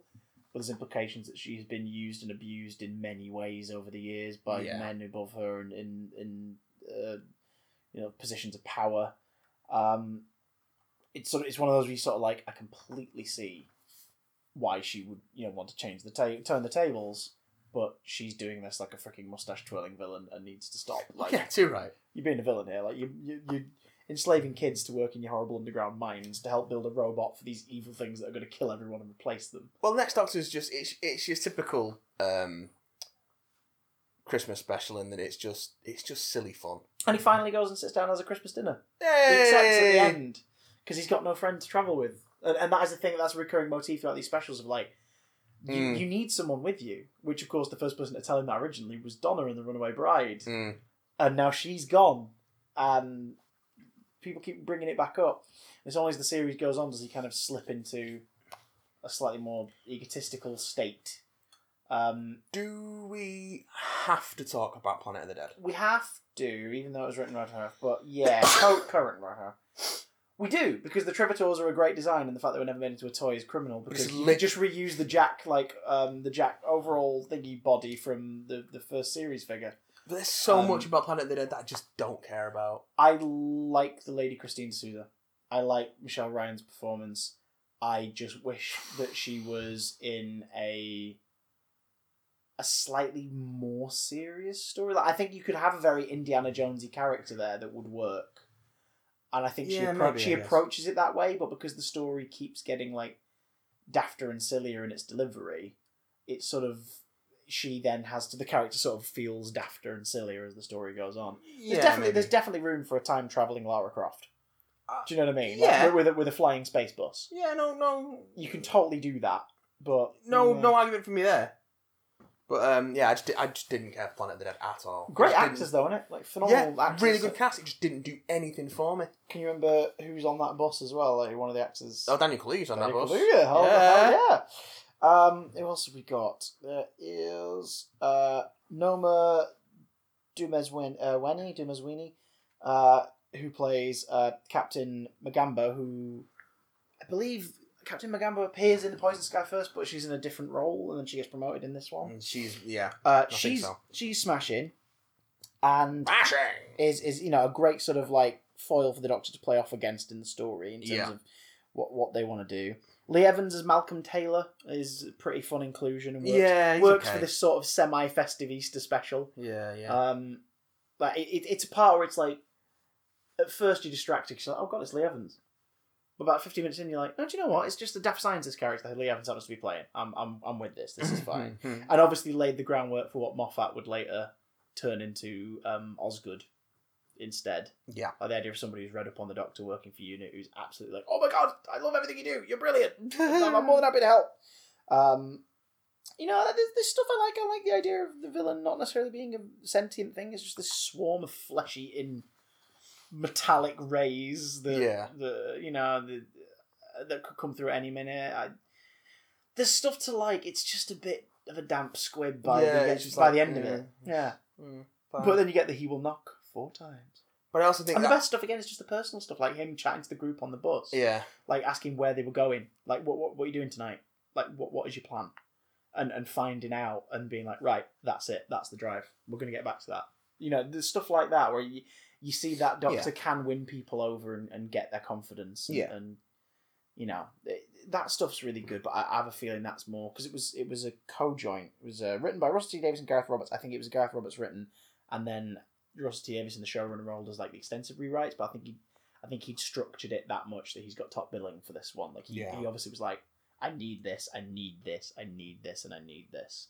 [SPEAKER 1] But there's implications that she's been used and abused in many ways over the years by
[SPEAKER 2] Yeah.
[SPEAKER 1] men above her and in in uh, you know positions of power. Um, it's sort of it's one of those where you sort of like I completely see why she would you know want to change the ta- turn the tables, but she's doing this like a freaking mustache twirling villain and needs to stop. Like
[SPEAKER 2] yeah, too right.
[SPEAKER 1] you're being a villain here. Like you you you enslaving kids to work in your horrible underground mines to help build a robot for these evil things that are going to kill everyone and replace them.
[SPEAKER 2] Well, next Doctor is just it's it's your typical um, Christmas special in that it's just it's just silly fun.
[SPEAKER 1] And he finally goes and sits down and has a Christmas dinner. He accepts at
[SPEAKER 2] Hey!
[SPEAKER 1] the end because he's got no friend to travel with, and, and that is the thing that's a recurring motif throughout these specials of like. You,
[SPEAKER 2] Mm.
[SPEAKER 1] you need someone with you, which of course the first person to tell him that originally was Donna in The Runaway Bride,
[SPEAKER 2] Mm.
[SPEAKER 1] and now she's gone, and people keep bringing it back up. It's only as the series goes on does he kind of slip into a slightly more egotistical state. Um,
[SPEAKER 2] Do we have to talk about Planet of the Dead?
[SPEAKER 1] we have to, even though it was written Radha, but yeah, co- current Radha. We do because the Trevators are a great design, and the fact that we're never made into a toy is criminal because
[SPEAKER 2] It's
[SPEAKER 1] you
[SPEAKER 2] lit-
[SPEAKER 1] could just reuse the Jack like um, the Jack overall thingy body from the the first series figure.
[SPEAKER 2] There's so
[SPEAKER 1] Um,
[SPEAKER 2] much about Planet of the Dead that I just don't care about.
[SPEAKER 1] I like the Lady Christine Souza. I like Michelle Ryan's performance. I just wish that she was in a a slightly more serious story. Like, I think you could have a very Indiana Jonesy character there that would work. And I think she
[SPEAKER 2] Yeah,
[SPEAKER 1] appro-
[SPEAKER 2] maybe,
[SPEAKER 1] she
[SPEAKER 2] I guess.
[SPEAKER 1] approaches it that way, but because the story keeps getting like dafter and sillier in its delivery, it's sort of she then has to the character sort of feels dafter and sillier as the story goes on. There's definitely there's definitely room for a time traveling Lara Croft.
[SPEAKER 2] Uh,
[SPEAKER 1] Do you know what I mean?
[SPEAKER 2] yeah.
[SPEAKER 1] Like, with a, with a flying space bus,
[SPEAKER 2] yeah, no, no,
[SPEAKER 1] you can totally do that. But
[SPEAKER 2] no,
[SPEAKER 1] Mm.
[SPEAKER 2] no argument for me there. But um, yeah, I just, di- I just didn't care for Planet of the Dead at all. I
[SPEAKER 1] great
[SPEAKER 2] just didn't-
[SPEAKER 1] actors though, isn't it? Like
[SPEAKER 2] Yeah,
[SPEAKER 1] phenomenal actors.
[SPEAKER 2] really good cast. It just didn't do anything for me.
[SPEAKER 1] Can you remember who's on that bus as well? Like one of the actors.
[SPEAKER 2] Oh, Daniel Kaluuya's on
[SPEAKER 1] Daniel
[SPEAKER 2] that bus.
[SPEAKER 1] Kaluuya. Oh,
[SPEAKER 2] Yeah.
[SPEAKER 1] yeah. yeah. Um, who else have we got? There is uh, Noma Dumezwin, uh, Weni, Dumezwini, uh, who plays uh, Captain Magamba, who I believe Captain Magamba appears in the Poison Sky first, but she's in a different role, and then she gets promoted in this one.
[SPEAKER 2] And She's yeah.
[SPEAKER 1] Uh,
[SPEAKER 2] Mm, think
[SPEAKER 1] she's
[SPEAKER 2] so.
[SPEAKER 1] she's smashing. and
[SPEAKER 2] Bashing!
[SPEAKER 1] is is you know a great sort of like foil for the Doctor to play off against in the story in terms
[SPEAKER 2] Yeah.
[SPEAKER 1] of what what they want to do. Lee Evans as Malcolm Taylor is a pretty fun inclusion and works,
[SPEAKER 2] Yeah, he's
[SPEAKER 1] works
[SPEAKER 2] okay.
[SPEAKER 1] for this sort of semi festive Easter special.
[SPEAKER 2] Yeah, yeah.
[SPEAKER 1] Um, but it, it, it's a part where it's like at first you're distracted because you're like, oh god, it's Lee Evans. But about 15 minutes in, you're like, no, do you know what? It's just the daft scientist character that Lee Evans happens to be playing. I'm, I'm, I'm with this. This is fine. and obviously laid the groundwork for what Moffat would later turn into um, Osgood instead.
[SPEAKER 2] Yeah.
[SPEAKER 1] Like the idea of somebody who's read up on the Doctor working for UNIT who's absolutely like, oh my god, I love everything you do. You're brilliant. I'm, I'm more than happy to help. Um, you know, there's, there's stuff I like. I like the idea of the villain not necessarily being a sentient thing. It's just this swarm of fleshy in metallic rays that
[SPEAKER 2] Yeah.
[SPEAKER 1] the you know the, that could come through any minute. I, there's stuff to like. It's just a bit of a damp squib by
[SPEAKER 2] Yeah,
[SPEAKER 1] the
[SPEAKER 2] it's just
[SPEAKER 1] by
[SPEAKER 2] like,
[SPEAKER 1] the end of
[SPEAKER 2] yeah.
[SPEAKER 1] it. Yeah,
[SPEAKER 2] Mm, fine.
[SPEAKER 1] but then you get the he will knock four times.
[SPEAKER 2] But I also think
[SPEAKER 1] And the
[SPEAKER 2] that-
[SPEAKER 1] best stuff again is just the personal stuff, like him chatting to the group on the bus,
[SPEAKER 2] yeah,
[SPEAKER 1] like asking where they were going, like what what what are you doing tonight, like what what is your plan, and and finding out and being like right, that's it, that's the drive. We're gonna get back to that. You know, there's stuff like that where you you see that doctor can win people over and, and get their confidence. And,
[SPEAKER 2] Yeah.
[SPEAKER 1] and you know it, that stuff's really good, but I, I have a feeling that's more because it was it was a co-joint. It was uh, written by Russell T Davies and Gareth Roberts. I think it was Gareth Roberts written, and then Russell T Davies in the showrunner role does like the extensive rewrites. But I think he, I think he'd structured it that much that he's got top billing for this one. Like he,
[SPEAKER 2] Yeah.
[SPEAKER 1] he obviously was like, I need this, I need this, I need this, and I need this.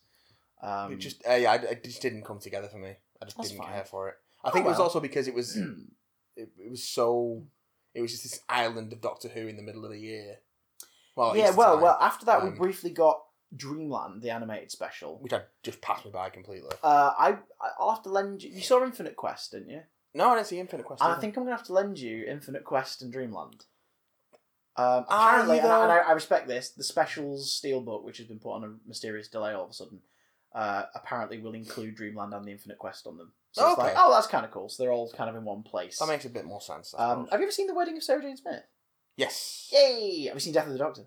[SPEAKER 1] Um,
[SPEAKER 2] it just uh, yeah, I, it just didn't come together for me. I just
[SPEAKER 1] That's
[SPEAKER 2] didn't
[SPEAKER 1] fine.
[SPEAKER 2] care for it. I
[SPEAKER 1] Oh,
[SPEAKER 2] think it was
[SPEAKER 1] well.
[SPEAKER 2] also because it was it, it was so it was just this island of Doctor Who in the middle of the year. Well, at
[SPEAKER 1] yeah,
[SPEAKER 2] Easter
[SPEAKER 1] well,
[SPEAKER 2] Oh, time,
[SPEAKER 1] well. After that,
[SPEAKER 2] Um,
[SPEAKER 1] we briefly got Dreamland, the animated special.
[SPEAKER 2] which I just passed me by completely.
[SPEAKER 1] Uh, I I'll have to lend you. You saw Infinite Quest, didn't you?
[SPEAKER 2] No, I don't see Infinite Quest.
[SPEAKER 1] And I
[SPEAKER 2] either.
[SPEAKER 1] think I'm gonna have to lend you Infinite Quest and Dreamland. Um,
[SPEAKER 2] Are
[SPEAKER 1] apparently,
[SPEAKER 2] you
[SPEAKER 1] and, I, and
[SPEAKER 2] though?
[SPEAKER 1] I, I respect this. The specials steelbook, which has been put on a mysterious delay all of a sudden, uh, apparently will include Dreamland and the Infinite Quest on them. So it's
[SPEAKER 2] Okay.
[SPEAKER 1] like, oh, that's kind of cool. So they're all kind of in one place.
[SPEAKER 2] that makes a bit more sense. I
[SPEAKER 1] um,
[SPEAKER 2] suppose.
[SPEAKER 1] have you ever seen The Wedding of Sarah Jane Smith?
[SPEAKER 2] yes.
[SPEAKER 1] Yay! Have you seen Death of the Doctor?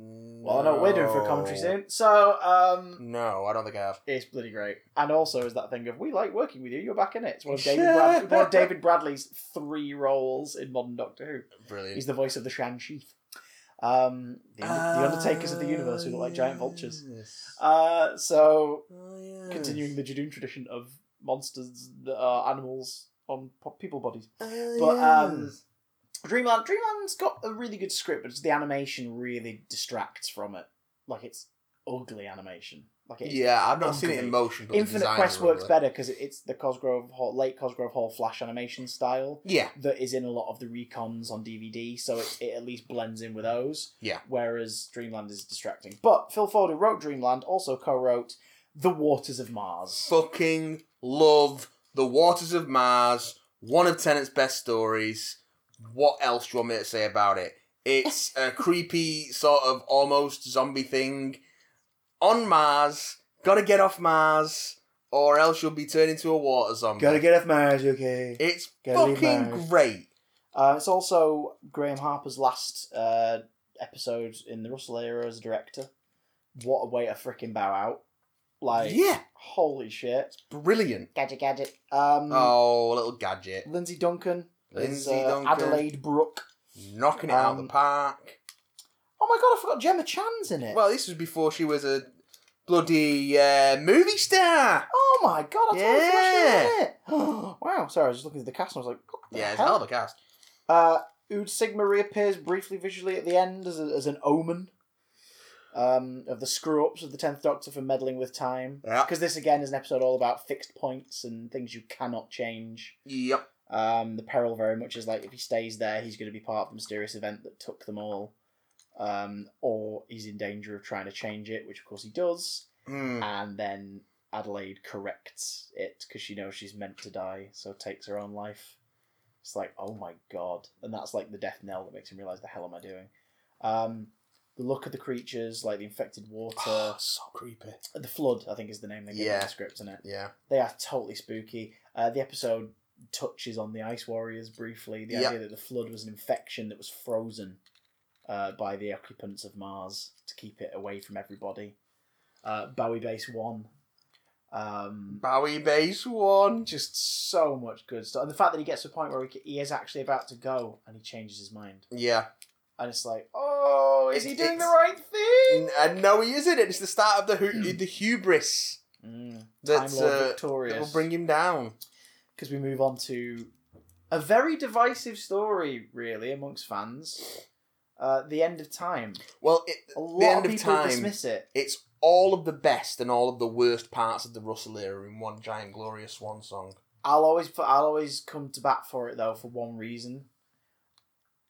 [SPEAKER 1] Well, I know what we're doing for a commentary
[SPEAKER 2] No.
[SPEAKER 1] soon. So, um,
[SPEAKER 2] No, I don't think I have.
[SPEAKER 1] It's bloody great. And also is that thing of we like working with you, you're back in it. It's one of David, Brad- one of David Bradley's three roles in modern Doctor Who.
[SPEAKER 2] Brilliant.
[SPEAKER 1] He's the voice of the Shan Sheath. Um the, the Undertakers of the Universe who look like giant vultures. Uh so continuing the Jadoon tradition of monsters that are animals on po- people bodies. but, um, Dreamland Dreamland's got a really good script, but it's the animation really distracts from it. Like it's ugly animation. Like it's
[SPEAKER 2] yeah, I've not seen it in
[SPEAKER 1] ugly.
[SPEAKER 2] motion. But the
[SPEAKER 1] Infinite
[SPEAKER 2] design
[SPEAKER 1] Quest
[SPEAKER 2] is
[SPEAKER 1] works
[SPEAKER 2] lovely.
[SPEAKER 1] better because it's the Cosgrove Hall, late Cosgrove Hall flash animation style
[SPEAKER 2] Yeah,
[SPEAKER 1] that is in a lot of the recons on DVD, so it, it at least blends in with those.
[SPEAKER 2] Yeah.
[SPEAKER 1] Whereas Dreamland is distracting. But Phil Ford, who wrote Dreamland, also co-wrote The Waters of Mars.
[SPEAKER 2] fucking love the Waters of Mars. One of Tennant's best stories. What else do you want me to say about it? It's a creepy sort of almost zombie thing on Mars. Gotta get off Mars, or else you'll be turned into a water zombie.
[SPEAKER 1] get off Mars, okay?
[SPEAKER 2] It's
[SPEAKER 1] Gotta leave
[SPEAKER 2] fucking
[SPEAKER 1] Mars.
[SPEAKER 2] great.
[SPEAKER 1] Uh, it's also Graham Harper's last uh, episode in the Russell era as a director. What a way to fricking bow out! Like,
[SPEAKER 2] yeah,
[SPEAKER 1] holy shit!
[SPEAKER 2] brilliant.
[SPEAKER 1] Gadget, gadget. Um,
[SPEAKER 2] Oh, little gadget.
[SPEAKER 1] Lindsay Duncan. is,
[SPEAKER 2] Lindsay
[SPEAKER 1] uh,
[SPEAKER 2] Duncan.
[SPEAKER 1] Adelaide Brooke.
[SPEAKER 2] Knocking it out of
[SPEAKER 1] Um,
[SPEAKER 2] the park.
[SPEAKER 1] Oh my god, I forgot Gemma Chan's in it.
[SPEAKER 2] Well, this was before she was a bloody uh, movie star.
[SPEAKER 1] oh my god, I
[SPEAKER 2] Yeah.
[SPEAKER 1] yeah. in it. wow, sorry, I was just looking at the cast and I was like, what the
[SPEAKER 2] Yeah, it's a hell
[SPEAKER 1] hell?
[SPEAKER 2] of a cast.
[SPEAKER 1] Uh, Ood Sigma reappears briefly visually at the end as, a, as an omen um, of the screw ups of the 10th Doctor for meddling with time.
[SPEAKER 2] Yeah.
[SPEAKER 1] Because this, again, is an episode all about fixed points and things you cannot change.
[SPEAKER 2] Yep.
[SPEAKER 1] Um, the peril very much is like if he stays there, he's going to be part of the mysterious event that took them all, um, or he's in danger of trying to change it, which of course he does.
[SPEAKER 2] Hmm.
[SPEAKER 1] And then Adelaide corrects it because she knows she's meant to die, so takes her own life. It's like oh my god, and that's like the death knell that makes him realize the hell am I doing. Um, the look of the creatures, like the infected water,
[SPEAKER 2] so creepy.
[SPEAKER 1] the flood, I think is the name they gave
[SPEAKER 2] Yeah.
[SPEAKER 1] in the script, isn't it?
[SPEAKER 2] Yeah.
[SPEAKER 1] they are totally spooky. Uh, the episode touches on the Ice Warriors briefly. The
[SPEAKER 2] Yep.
[SPEAKER 1] idea that the flood was an infection that was frozen uh, by the occupants of Mars to keep it away from everybody. Uh, Bowie Base One Um,
[SPEAKER 2] Bowie base one.
[SPEAKER 1] just so much good stuff, and the fact that he gets to a point where he, c- he is actually about to go and he changes his mind,
[SPEAKER 2] Yeah.
[SPEAKER 1] and it's like, oh, is he
[SPEAKER 2] It's-
[SPEAKER 1] doing the
[SPEAKER 2] it's-
[SPEAKER 1] right thing?
[SPEAKER 2] N- And no, he isn't. It's the start of the hu- the hubris
[SPEAKER 1] Mm, Hmm. Time
[SPEAKER 2] that,
[SPEAKER 1] Lord
[SPEAKER 2] uh, that will
[SPEAKER 1] Victorious.
[SPEAKER 2] bring him down.
[SPEAKER 1] because we move on to a very divisive story, really, amongst fans. Uh, the end of time.
[SPEAKER 2] Well, it,
[SPEAKER 1] A lot
[SPEAKER 2] end
[SPEAKER 1] of
[SPEAKER 2] of
[SPEAKER 1] people
[SPEAKER 2] time.
[SPEAKER 1] dismiss it.
[SPEAKER 2] it's all of the best and all of the worst parts of the Russell era in one giant glorious swan song.
[SPEAKER 1] I'll always, put, I'll always come to bat for it though for one reason.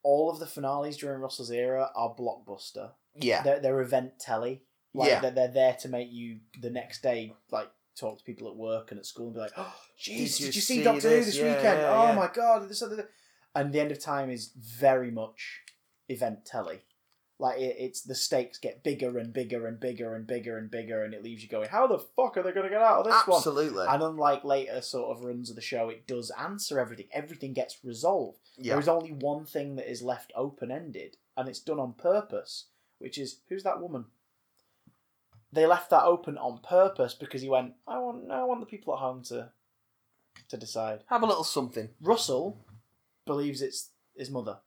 [SPEAKER 1] All of the finales during Russell's era are blockbuster.
[SPEAKER 2] Yeah.
[SPEAKER 1] They're, they're event telly. Like,
[SPEAKER 2] Yeah.
[SPEAKER 1] They're, they're there to make you the next day like talk to people at work and at school and be like, oh, jeez,
[SPEAKER 2] Did
[SPEAKER 1] did,
[SPEAKER 2] you
[SPEAKER 1] you see
[SPEAKER 2] see
[SPEAKER 1] Doctor Who
[SPEAKER 2] this?
[SPEAKER 1] this
[SPEAKER 2] Yeah,
[SPEAKER 1] weekend?
[SPEAKER 2] yeah,
[SPEAKER 1] oh
[SPEAKER 2] yeah."
[SPEAKER 1] my god, this other. th-" And the end of time is very much event telly. Like it, it's the stakes get bigger and bigger and bigger and bigger and bigger, and it leaves you going, how the fuck are they going to get out of this one?
[SPEAKER 2] Absolutely.
[SPEAKER 1] And unlike later sort of runs of the show, it does answer everything. Everything gets resolved.
[SPEAKER 2] yeah.
[SPEAKER 1] There is only one thing that is left open ended, and it's done on purpose, which is who's that woman? They left that open on purpose because he went, I want I want the people at home to to decide.
[SPEAKER 2] Have a little something.
[SPEAKER 1] Russell believes it's his mother.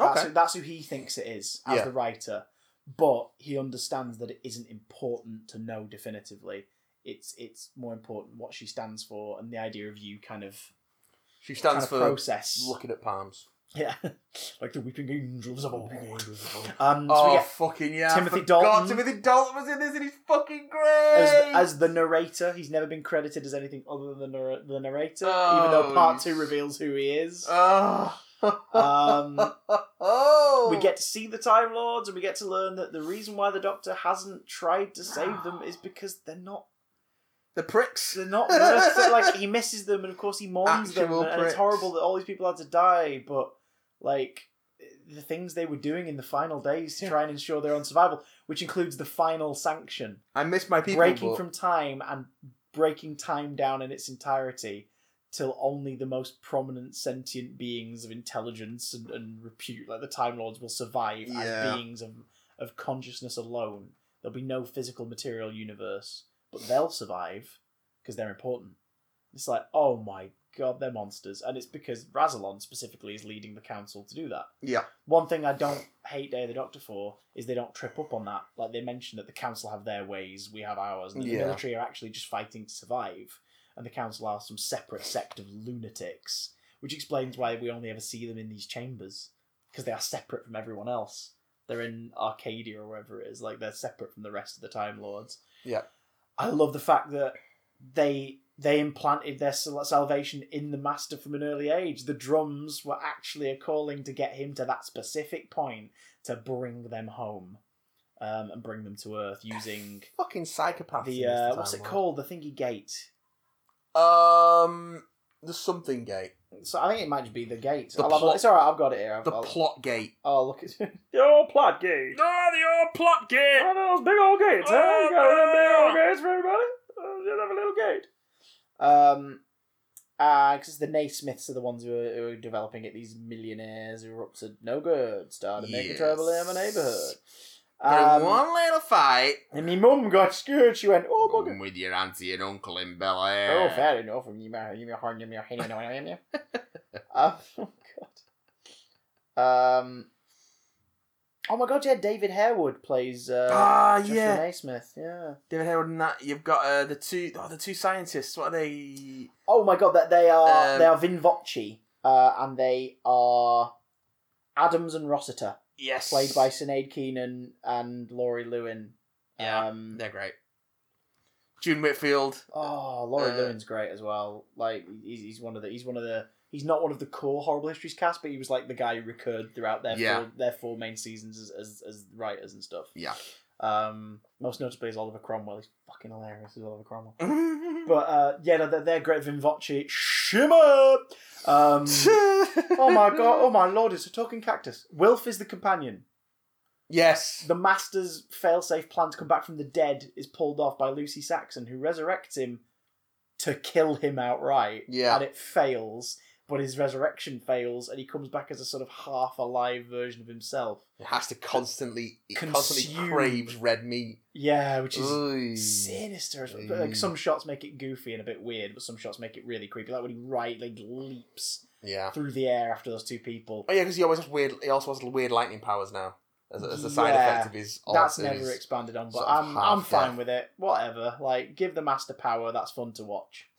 [SPEAKER 1] That's,
[SPEAKER 2] Okay.
[SPEAKER 1] who, that's who he thinks it is as
[SPEAKER 2] Yeah.
[SPEAKER 1] the writer, but he understands that it isn't important to know definitively. It's it's more important what she stands for and the idea of you kind of
[SPEAKER 2] She
[SPEAKER 1] trying
[SPEAKER 2] stands
[SPEAKER 1] to
[SPEAKER 2] for
[SPEAKER 1] process.
[SPEAKER 2] looking at palms.
[SPEAKER 1] Yeah, like the weeping angels of old.
[SPEAKER 2] Oh,
[SPEAKER 1] Um, so we get,
[SPEAKER 2] fucking yeah.
[SPEAKER 1] Timothy
[SPEAKER 2] I forgot
[SPEAKER 1] Dalton.
[SPEAKER 2] Timothy Dalton was in this and he's fucking great.
[SPEAKER 1] as, as the narrator, he's never been credited as anything other than the, narr- the narrator, even
[SPEAKER 2] Oh,
[SPEAKER 1] though part
[SPEAKER 2] he's-
[SPEAKER 1] two reveals who he is.
[SPEAKER 2] oh.
[SPEAKER 1] Um,
[SPEAKER 2] oh.
[SPEAKER 1] we get to see the Time Lords, and we get to learn that the reason why the Doctor hasn't tried to save them is because they're not
[SPEAKER 2] the pricks.
[SPEAKER 1] they're not worth it. Like he misses them, and of course he mourns them,
[SPEAKER 2] Actual
[SPEAKER 1] and, and
[SPEAKER 2] pricks.
[SPEAKER 1] it's horrible that all these people had to die. But like the things they were doing in the final days to
[SPEAKER 2] Yeah.
[SPEAKER 1] try and ensure their own survival, which includes the final sanction.
[SPEAKER 2] I miss my people.
[SPEAKER 1] breaking
[SPEAKER 2] but-
[SPEAKER 1] from time and breaking time down in its entirety till only the most prominent sentient beings of intelligence and, and repute like the time lords will survive
[SPEAKER 2] Yeah.
[SPEAKER 1] as beings of, of consciousness alone there'll be no physical material universe but they'll survive because they're important it's like oh my god they're monsters and it's because razalon specifically is leading the council to do that
[SPEAKER 2] Yeah.
[SPEAKER 1] one thing I don't hate Day of the Doctor for is they don't trip up on that. Like they mentioned that the council have their ways, we have ours, and that
[SPEAKER 2] Yeah.
[SPEAKER 1] the military are actually just fighting to survive, and the council are some separate sect of lunatics, which explains why we only ever see them in these chambers because they are separate from everyone else. They're in Arcadia or wherever it is. Like they're separate from the rest of the Time Lords.
[SPEAKER 2] Yeah.
[SPEAKER 1] I love the fact that they they implanted their sal- salvation in the master from an early age. The drums were actually a calling to get him to that specific point to bring them home, um, and bring them to Earth using
[SPEAKER 2] Fucking psychopath.
[SPEAKER 1] the uh, what's it called? The thingy gate.
[SPEAKER 2] Um, the something gate.
[SPEAKER 1] So I think it might just be the gate.
[SPEAKER 2] The
[SPEAKER 1] I'll have a-
[SPEAKER 2] plot-
[SPEAKER 1] it's all right. I've got it here. I've,
[SPEAKER 2] The
[SPEAKER 1] I'll,
[SPEAKER 2] plot gate.
[SPEAKER 1] I'll look at the old plot gate.
[SPEAKER 2] Oh, the old plot gate.
[SPEAKER 1] One of those big old gates.
[SPEAKER 2] Oh,
[SPEAKER 1] huh? You got them big old
[SPEAKER 2] no.
[SPEAKER 1] gates for everybody. Uh, Just have a little gate. Um, because the Naismiths are the ones who are, who are developing it. These millionaires who are up to no good, started making
[SPEAKER 2] Yes.
[SPEAKER 1] trouble in my neighbourhood.
[SPEAKER 2] There's
[SPEAKER 1] Um,
[SPEAKER 2] one little fight.
[SPEAKER 1] and my mum got scared. She went, "Oh my god."
[SPEAKER 2] with your auntie and uncle in Bel Air.
[SPEAKER 1] Oh, fair enough. You may- you may harm them, you may harm them, you may harm them. Um, Oh god. Um. Oh my god! Yeah, David Harewood plays uh,
[SPEAKER 2] Ah,
[SPEAKER 1] Joshua
[SPEAKER 2] yeah.
[SPEAKER 1] Naismith. Yeah.
[SPEAKER 2] David Harold and that. You've got uh, the two oh, the two scientists. What are they?
[SPEAKER 1] Oh my god, that they are
[SPEAKER 2] Um,
[SPEAKER 1] they are Vin Voce, uh, and they are Adams and Rossiter,
[SPEAKER 2] Yes.
[SPEAKER 1] played by Sinead Keenan and Laurie Lewin.
[SPEAKER 2] Yeah,
[SPEAKER 1] Um,
[SPEAKER 2] They're great. June Whitfield.
[SPEAKER 1] oh, Laurie
[SPEAKER 2] uh,
[SPEAKER 1] Lewin's great as well. Like he's, he's one of the he's one of the he's not one of the core Horrible Histories cast, but he was like the guy who recurred throughout their
[SPEAKER 2] Yeah.
[SPEAKER 1] four, their four main seasons as, as as writers and stuff.
[SPEAKER 2] Yeah.
[SPEAKER 1] Um, most notably is Oliver Cromwell. He's fucking hilarious as Oliver Cromwell.
[SPEAKER 2] but,
[SPEAKER 1] But uh, yeah, no, they're, they're great. Vin Voce, shimmer. Um, oh my god, oh my lord, it's a talking cactus. Wilf is the companion.
[SPEAKER 2] Yes.
[SPEAKER 1] The master's failsafe plan to come back from the dead is pulled off by Lucy Saxon, who resurrects him to kill him outright.
[SPEAKER 2] Yeah.
[SPEAKER 1] And it fails. but his resurrection fails and he comes back as a sort of half alive version of himself.
[SPEAKER 2] It has to constantly, it constantly
[SPEAKER 1] Consume.
[SPEAKER 2] craves red meat.
[SPEAKER 1] Yeah, which is
[SPEAKER 2] Ooh.
[SPEAKER 1] sinister. as- but, Like
[SPEAKER 2] Mm.
[SPEAKER 1] some shots make it goofy and a bit weird, but some shots make it really creepy. Like when he right like leaps
[SPEAKER 2] Yeah.
[SPEAKER 1] through the air after those two people.
[SPEAKER 2] Oh yeah, because he always has weird. He also has weird lightning powers now as, a- as a side
[SPEAKER 1] Yeah.
[SPEAKER 2] effect of his.
[SPEAKER 1] That's
[SPEAKER 2] of
[SPEAKER 1] never
[SPEAKER 2] his-
[SPEAKER 1] expanded on, but
[SPEAKER 2] sort of
[SPEAKER 1] I'm
[SPEAKER 2] half
[SPEAKER 1] I'm fine
[SPEAKER 2] death.
[SPEAKER 1] with it. Whatever. Like, give the master power. That's fun to watch.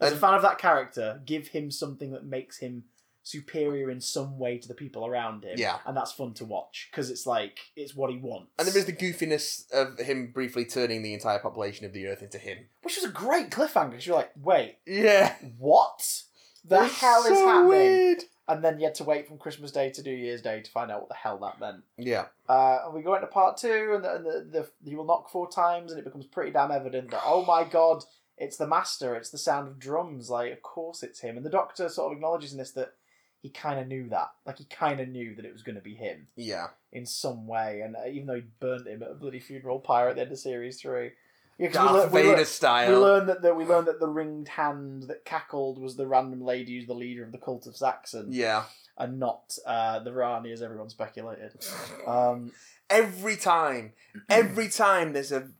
[SPEAKER 1] As a
[SPEAKER 2] And-
[SPEAKER 1] fan of that character, give him something that makes him superior in some way to the people around him.
[SPEAKER 2] Yeah.
[SPEAKER 1] and that's fun to watch because it's like it's what he wants.
[SPEAKER 2] And there is the goofiness of him briefly turning the entire population of the Earth into him.
[SPEAKER 1] which was a great cliffhanger. 'cause You're like, wait,
[SPEAKER 2] Yeah.
[SPEAKER 1] what? The
[SPEAKER 2] It's
[SPEAKER 1] hell is
[SPEAKER 2] so
[SPEAKER 1] happening?
[SPEAKER 2] Weird.
[SPEAKER 1] And then you had to wait from Christmas Day to New Year's Day to find out what the hell that meant.
[SPEAKER 2] Yeah.
[SPEAKER 1] Uh, and we go into part two, and the, and the, the you will knock four times, and it becomes pretty damn evident that oh my god, it's the master, it's the sound of drums. Like of course it's him, and the doctor sort of acknowledges in this that he kind of knew that, like he kind of knew that it was going to be him
[SPEAKER 2] Yeah.
[SPEAKER 1] in some way, and uh, even though he burned him at a bloody funeral pyre at the end of series three, yeah, 'cause we lear-
[SPEAKER 2] Darth
[SPEAKER 1] we lear-
[SPEAKER 2] Vader style.
[SPEAKER 1] we learned that the, we learned that the ringed hand that cackled was the random lady who's the leader of the cult of Saxon,
[SPEAKER 2] yeah.
[SPEAKER 1] and not uh, the Rani, as everyone speculated. Um,
[SPEAKER 2] Every time, every time there's a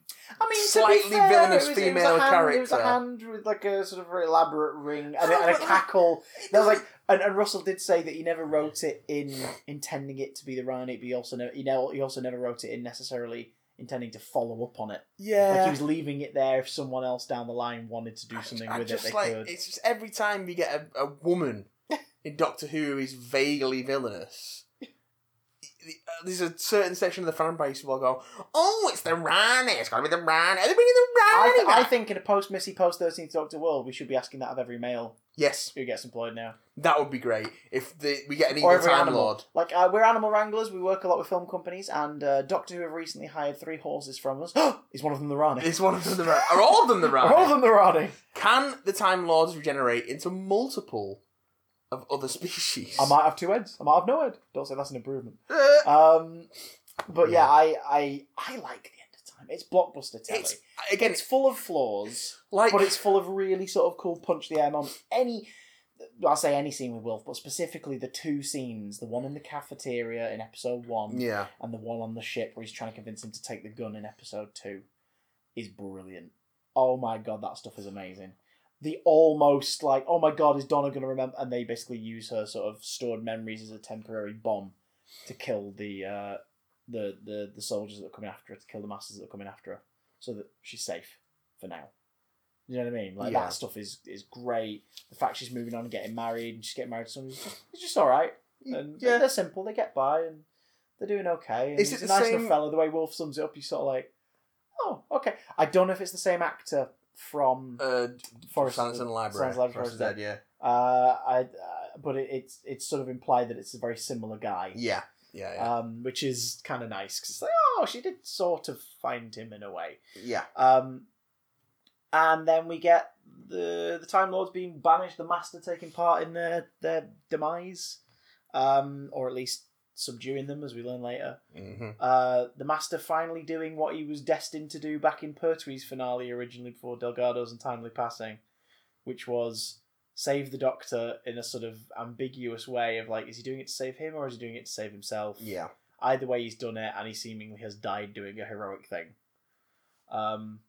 [SPEAKER 1] I mean, to
[SPEAKER 2] Slightly
[SPEAKER 1] be fair,
[SPEAKER 2] villainous
[SPEAKER 1] it was, it was
[SPEAKER 2] female
[SPEAKER 1] a hand, It was a
[SPEAKER 2] character.
[SPEAKER 1] hand with like a sort of very elaborate ring and, a- and a
[SPEAKER 2] But-
[SPEAKER 1] cackle. There was like, and, and Russell did say that he never wrote it in intending it to be the Rani, but he also never, he, never, he also never wrote it in necessarily intending to follow up on it. Like he
[SPEAKER 2] yeah.
[SPEAKER 1] was leaving it there if someone else down the line wanted to do something
[SPEAKER 2] I
[SPEAKER 1] with
[SPEAKER 2] just
[SPEAKER 1] it, they
[SPEAKER 2] like
[SPEAKER 1] could.
[SPEAKER 2] it's just every time we get a, a woman in Doctor Who who is vaguely villainous. There's a certain section of the fan base who will go, "Oh, it's the Rani. It's got to be the Rani. Everybody
[SPEAKER 1] I,
[SPEAKER 2] the
[SPEAKER 1] th- I
[SPEAKER 2] Rani."
[SPEAKER 1] think in a post Missy post thirteenth Doctor world, we should be asking that of every male
[SPEAKER 2] Yes,
[SPEAKER 1] who gets employed now,
[SPEAKER 2] that would be great if the, we get an
[SPEAKER 1] or
[SPEAKER 2] evil
[SPEAKER 1] every
[SPEAKER 2] Time
[SPEAKER 1] animal.
[SPEAKER 2] Lord.
[SPEAKER 1] Like uh, we're animal wranglers, we work a lot with film companies, and uh, Doctor Who have recently hired three horses from us. Is one of them the Rani?
[SPEAKER 2] Is one of them the Rani? Are all of them the
[SPEAKER 1] Are all of
[SPEAKER 2] Rani?
[SPEAKER 1] them the Rani?
[SPEAKER 2] Can the Time Lords regenerate into multiple of other species?
[SPEAKER 1] I might have two heads. I might have no head. Don't say that's an improvement.
[SPEAKER 2] Uh,
[SPEAKER 1] Um, but yeah, I I I like the end of time. It's blockbuster telly.
[SPEAKER 2] It's
[SPEAKER 1] It's,
[SPEAKER 2] again, it's
[SPEAKER 1] full of flaws.
[SPEAKER 2] like
[SPEAKER 1] but it's full of really sort of cool punch the air moments. Any, I'll say any scene with Wilf, but specifically the two scenes, the one in the cafeteria in episode one,
[SPEAKER 2] yeah,
[SPEAKER 1] and the one on the ship where he's trying to convince him to take the gun in episode two, is brilliant. Oh my god, that stuff is amazing. The almost like, oh my god, is Donna going to remember? And they basically use her sort of stored memories as a temporary bomb to kill the uh, the the the soldiers that are coming after her, to kill the masters that are coming after her, so that she's safe for now. You know what I mean? Like
[SPEAKER 2] Yeah.
[SPEAKER 1] that stuff is is great. The fact she's moving on, and getting married, and she's getting married to someone who's just, it's just all right. And
[SPEAKER 2] yeah.
[SPEAKER 1] they're simple. They get by, and they're doing okay. And
[SPEAKER 2] Is it
[SPEAKER 1] he's a
[SPEAKER 2] the
[SPEAKER 1] nice
[SPEAKER 2] same-
[SPEAKER 1] enough fella. The way Wolf sums it up, you sort of like, oh, okay. I don't know if it's the same actor from
[SPEAKER 2] Uh,
[SPEAKER 1] Forest
[SPEAKER 2] Silence and Library.
[SPEAKER 1] Silence and Library,
[SPEAKER 2] Forest
[SPEAKER 1] Forest
[SPEAKER 2] and Dead, yeah,
[SPEAKER 1] Uh, I, uh, but it, it's it's sort of implied that it's a very similar guy.
[SPEAKER 2] yeah, yeah, yeah.
[SPEAKER 1] Um, which is kind of nice because it's like, oh, she did sort of find him in a way.
[SPEAKER 2] yeah.
[SPEAKER 1] Um, and then we get the the Time Lords being banished, the Master taking part in their their demise, um, or at least subduing them, as we learn later.
[SPEAKER 2] hmm
[SPEAKER 1] Uh, the Master finally doing what he was destined to do back in Pertwee's finale originally before Delgado's untimely passing, which was save the Doctor in a sort of ambiguous way of like, is he doing it to save him or is he doing it to save himself?
[SPEAKER 2] Yeah.
[SPEAKER 1] either way he's done it and he seemingly has died doing a heroic thing um,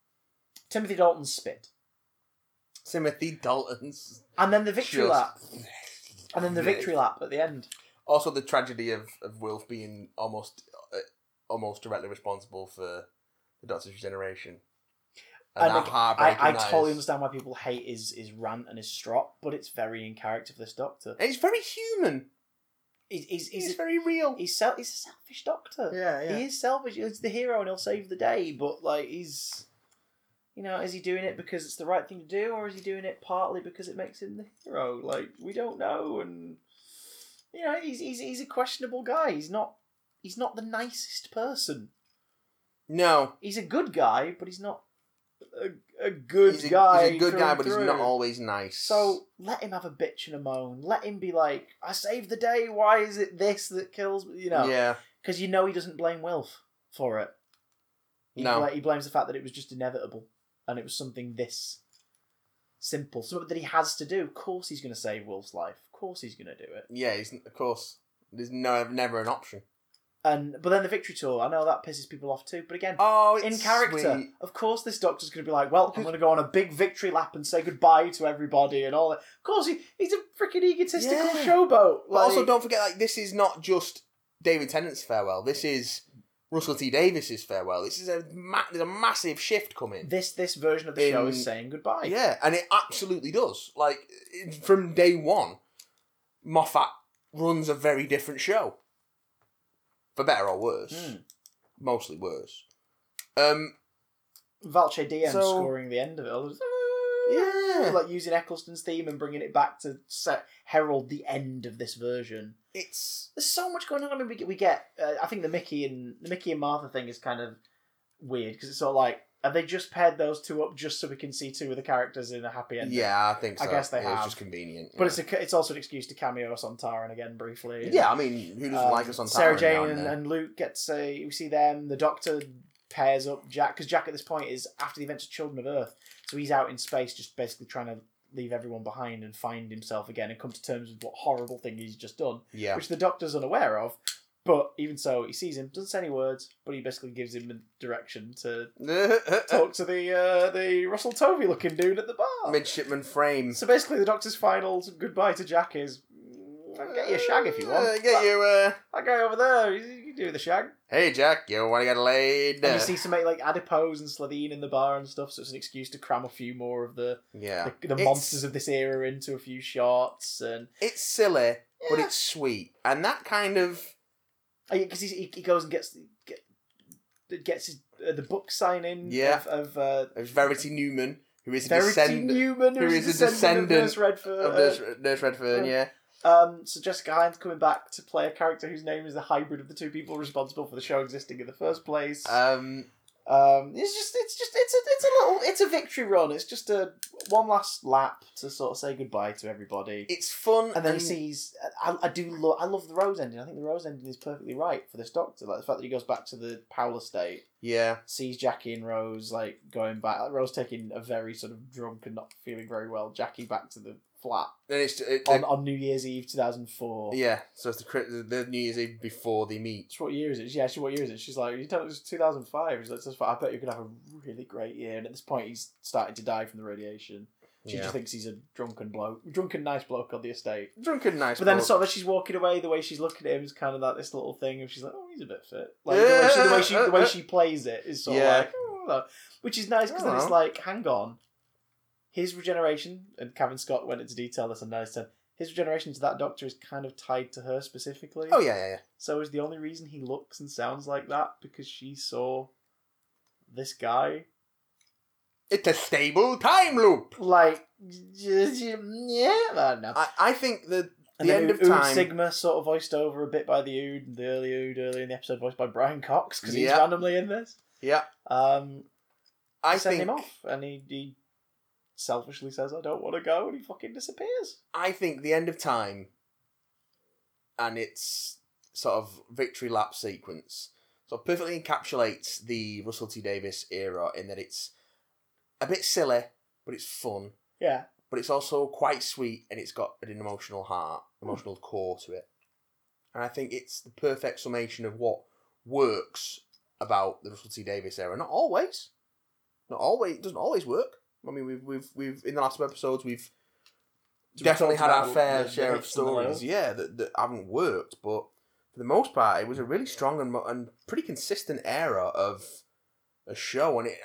[SPEAKER 1] timothy dalton spit
[SPEAKER 2] Timothy Dalton's
[SPEAKER 1] and then the victory
[SPEAKER 2] just-
[SPEAKER 1] lap and then the victory lap at the end
[SPEAKER 2] Also, the tragedy of of Wilf being almost uh, almost directly responsible for the Doctor's regeneration. And,
[SPEAKER 1] And,
[SPEAKER 2] that
[SPEAKER 1] like,
[SPEAKER 2] heartbreak.
[SPEAKER 1] I, I totally understand why people hate his, his rant and his strop but it's very in character for this doctor
[SPEAKER 2] It's very human.
[SPEAKER 1] he's, he's,
[SPEAKER 2] He's,
[SPEAKER 1] he's,
[SPEAKER 2] very real.
[SPEAKER 1] he's, sel- he's a selfish doctor
[SPEAKER 2] yeah,
[SPEAKER 1] he is selfish he's the hero and he'll save the day but like he's you know is he doing it because it's the right thing to do or is he doing it partly because it makes him the hero like we don't know and you know he's he's, he's a questionable guy he's not he's not the nicest person
[SPEAKER 2] No,
[SPEAKER 1] he's a good guy but he's not a, a good
[SPEAKER 2] he's a,
[SPEAKER 1] guy
[SPEAKER 2] he's a good
[SPEAKER 1] through
[SPEAKER 2] guy,
[SPEAKER 1] and
[SPEAKER 2] but he's
[SPEAKER 1] through.
[SPEAKER 2] not always nice.
[SPEAKER 1] so let him have a bitch and a moan let him be like i saved the day why is it this that kills me you know
[SPEAKER 2] yeah,
[SPEAKER 1] because you know he doesn't blame Wilf for it. He,
[SPEAKER 2] No.
[SPEAKER 1] bla- he blames the fact that it was just inevitable and it was something this simple, something that he has to do. Of course, he's going to save Wilf's life. Of course he's going to do it.
[SPEAKER 2] Yeah, he's, of course. There's no never an option.
[SPEAKER 1] And but then the victory tour, I know that pisses people off too. But again,
[SPEAKER 2] Oh,
[SPEAKER 1] in character,
[SPEAKER 2] sweet.
[SPEAKER 1] of course, this doctor's going to be like, "Well, I'm going to go on a big victory lap and say goodbye to everybody and all that." Of course, he, he's a freaking egotistical
[SPEAKER 2] Yeah.
[SPEAKER 1] showboat.
[SPEAKER 2] But also,
[SPEAKER 1] like-
[SPEAKER 2] don't forget, like this is not just David Tennant's farewell. This is Russell T Davis's farewell. This is a ma- there's a massive shift coming.
[SPEAKER 1] this this version of the show
[SPEAKER 2] In-
[SPEAKER 1] is saying goodbye.
[SPEAKER 2] Yeah, and it absolutely does. Like it- from day one, Moffat runs a very different show, for better or worse.
[SPEAKER 1] Mm.
[SPEAKER 2] Mostly worse. Um.
[SPEAKER 1] Valche Diem
[SPEAKER 2] So-
[SPEAKER 1] scoring the end of it. all.
[SPEAKER 2] Yeah.
[SPEAKER 1] like using Eccleston's theme and bringing it back to set, herald the end of this version.
[SPEAKER 2] It's
[SPEAKER 1] There's so much going on. I mean, we get, we get uh, I think the Mickey and the Mickey and Martha thing is kind of weird because it's sort of like have they just paired those two up just so we can see two of the characters in a happy ending?
[SPEAKER 2] yeah, I think so.
[SPEAKER 1] I guess they
[SPEAKER 2] It was
[SPEAKER 1] have.
[SPEAKER 2] just convenient.
[SPEAKER 1] But it's a, it's also an excuse to cameo us on Taran again briefly.
[SPEAKER 2] yeah. yeah, I mean, who doesn't
[SPEAKER 1] Um,
[SPEAKER 2] like us on
[SPEAKER 1] Sarah
[SPEAKER 2] Tyrone now
[SPEAKER 1] Jane and,
[SPEAKER 2] then?
[SPEAKER 1] and Luke get to say we see them. The Doctor pairs up Jack because Jack at this point is after the events of Children of Earth, so he's out in space just basically trying to leave everyone behind and find himself again and come to terms with what horrible thing he's just done,
[SPEAKER 2] yeah.
[SPEAKER 1] which the Doctor's unaware of. But even so, he sees him, doesn't say any words, but he basically gives him the direction to talk to the uh, the Russell Tovey looking dude at the bar.
[SPEAKER 2] Midshipman frame.
[SPEAKER 1] So basically, the Doctor's final goodbye to Jack is. "Mm, I'll get you a shag if you want.
[SPEAKER 2] Uh, get you. Uh,
[SPEAKER 1] That guy over there, you you can do with a shag.
[SPEAKER 2] hey Jack, you want to get laid?
[SPEAKER 1] And you see some like adipose and Sladine in the bar and stuff, so it's an excuse to cram a few more of the
[SPEAKER 2] yeah,
[SPEAKER 1] the, the
[SPEAKER 2] It's-
[SPEAKER 1] monsters of this era into a few shots, and
[SPEAKER 2] it's silly, but
[SPEAKER 1] Yeah.
[SPEAKER 2] it's sweet, and that kind of
[SPEAKER 1] because he he goes and gets get, gets his, uh, the book signing
[SPEAKER 2] Yeah.
[SPEAKER 1] of, of uh,
[SPEAKER 2] of Verity Newman, who is a
[SPEAKER 1] Verity
[SPEAKER 2] descendant
[SPEAKER 1] Newman,
[SPEAKER 2] who
[SPEAKER 1] who is, a descendant, of Nurse Redfern.
[SPEAKER 2] of Nurse, Nurse Redfern.
[SPEAKER 1] uh,
[SPEAKER 2] Yeah,
[SPEAKER 1] Um, so Jessica Hines coming back to play a character whose name is the hybrid of the two people responsible for the show existing in the first place.
[SPEAKER 2] um,
[SPEAKER 1] Um, it's just, it's just, it's a, it's a little, it's a victory run. It's just a one last lap to sort of say goodbye to everybody.
[SPEAKER 2] it's fun,
[SPEAKER 1] and then he sees. I, I do love. I love the Rose ending. I think the Rose ending is perfectly right for this Doctor. Like the fact that he goes back to the Powell estate,
[SPEAKER 2] yeah,
[SPEAKER 1] sees Jackie and Rose like going back. Like, Rose taking a very sort of drunk and not feeling very well. Jackie back to the flat
[SPEAKER 2] and it's it,
[SPEAKER 1] on, on New Year's Eve two thousand four.
[SPEAKER 2] yeah. So it's the, cri- the the New Year's Eve before they meet.
[SPEAKER 1] What year is it? Yeah, she, what year is it? She's like, you tell it's 2005. She's like, "That's fine. I bet you're going to have a really great year. And at this point, he's starting to die from the radiation. She
[SPEAKER 2] Yeah.
[SPEAKER 1] just thinks he's a drunken bloke, drunken nice bloke on the estate.
[SPEAKER 2] Drunken nice,
[SPEAKER 1] But then,
[SPEAKER 2] bloke.
[SPEAKER 1] sort of, as she's walking away, the way she's looking at him is kind of like this little thing, and she's like, "Oh, he's a bit fit." Like the, way she, the way she, the way she plays it is sort of
[SPEAKER 2] Yeah.
[SPEAKER 1] like, "Oh, hello." which is nice because then
[SPEAKER 2] Oh.
[SPEAKER 1] it's like, hang on, his regeneration, and Kevin Scott went into detail this and I said his regeneration to that doctor is kind of tied to her specifically.
[SPEAKER 2] oh yeah, yeah, yeah.
[SPEAKER 1] So is the only reason he looks and sounds like that because she saw this guy?
[SPEAKER 2] It's a stable time loop.
[SPEAKER 1] Like, yeah, I don't know.
[SPEAKER 2] I, I think the
[SPEAKER 1] And
[SPEAKER 2] the
[SPEAKER 1] then
[SPEAKER 2] end
[SPEAKER 1] Ood-
[SPEAKER 2] of
[SPEAKER 1] Ood
[SPEAKER 2] time.
[SPEAKER 1] Sigma sort of voiced over a bit by the Ood, and the early Ood early in the episode voiced by Brian Cox because he's
[SPEAKER 2] Yeah.
[SPEAKER 1] randomly in this.
[SPEAKER 2] yeah,
[SPEAKER 1] Um,
[SPEAKER 2] I
[SPEAKER 1] I send
[SPEAKER 2] think
[SPEAKER 1] him off, and he, he selfishly says, "I don't want to go," and he fucking disappears.
[SPEAKER 2] I think the end of time and its sort of victory lap sequence sort of perfectly encapsulates the Russell T Davis era in that it's a bit silly, but it's fun,
[SPEAKER 1] Yeah,
[SPEAKER 2] but it's also quite sweet and it's got an emotional heart, emotional core to it. And I think it's the perfect summation of what works about the Russell T Davis era. Not always. Not always it doesn't always work. I mean we've we've we've in the last two episodes we've
[SPEAKER 1] So we
[SPEAKER 2] definitely
[SPEAKER 1] talked
[SPEAKER 2] had our
[SPEAKER 1] about
[SPEAKER 2] fair
[SPEAKER 1] the- the
[SPEAKER 2] share of
[SPEAKER 1] hits and the
[SPEAKER 2] stories,
[SPEAKER 1] lows.
[SPEAKER 2] yeah, that, that haven't worked, but for the most part, it was a really strong and, mo- and pretty consistent era of a show, and it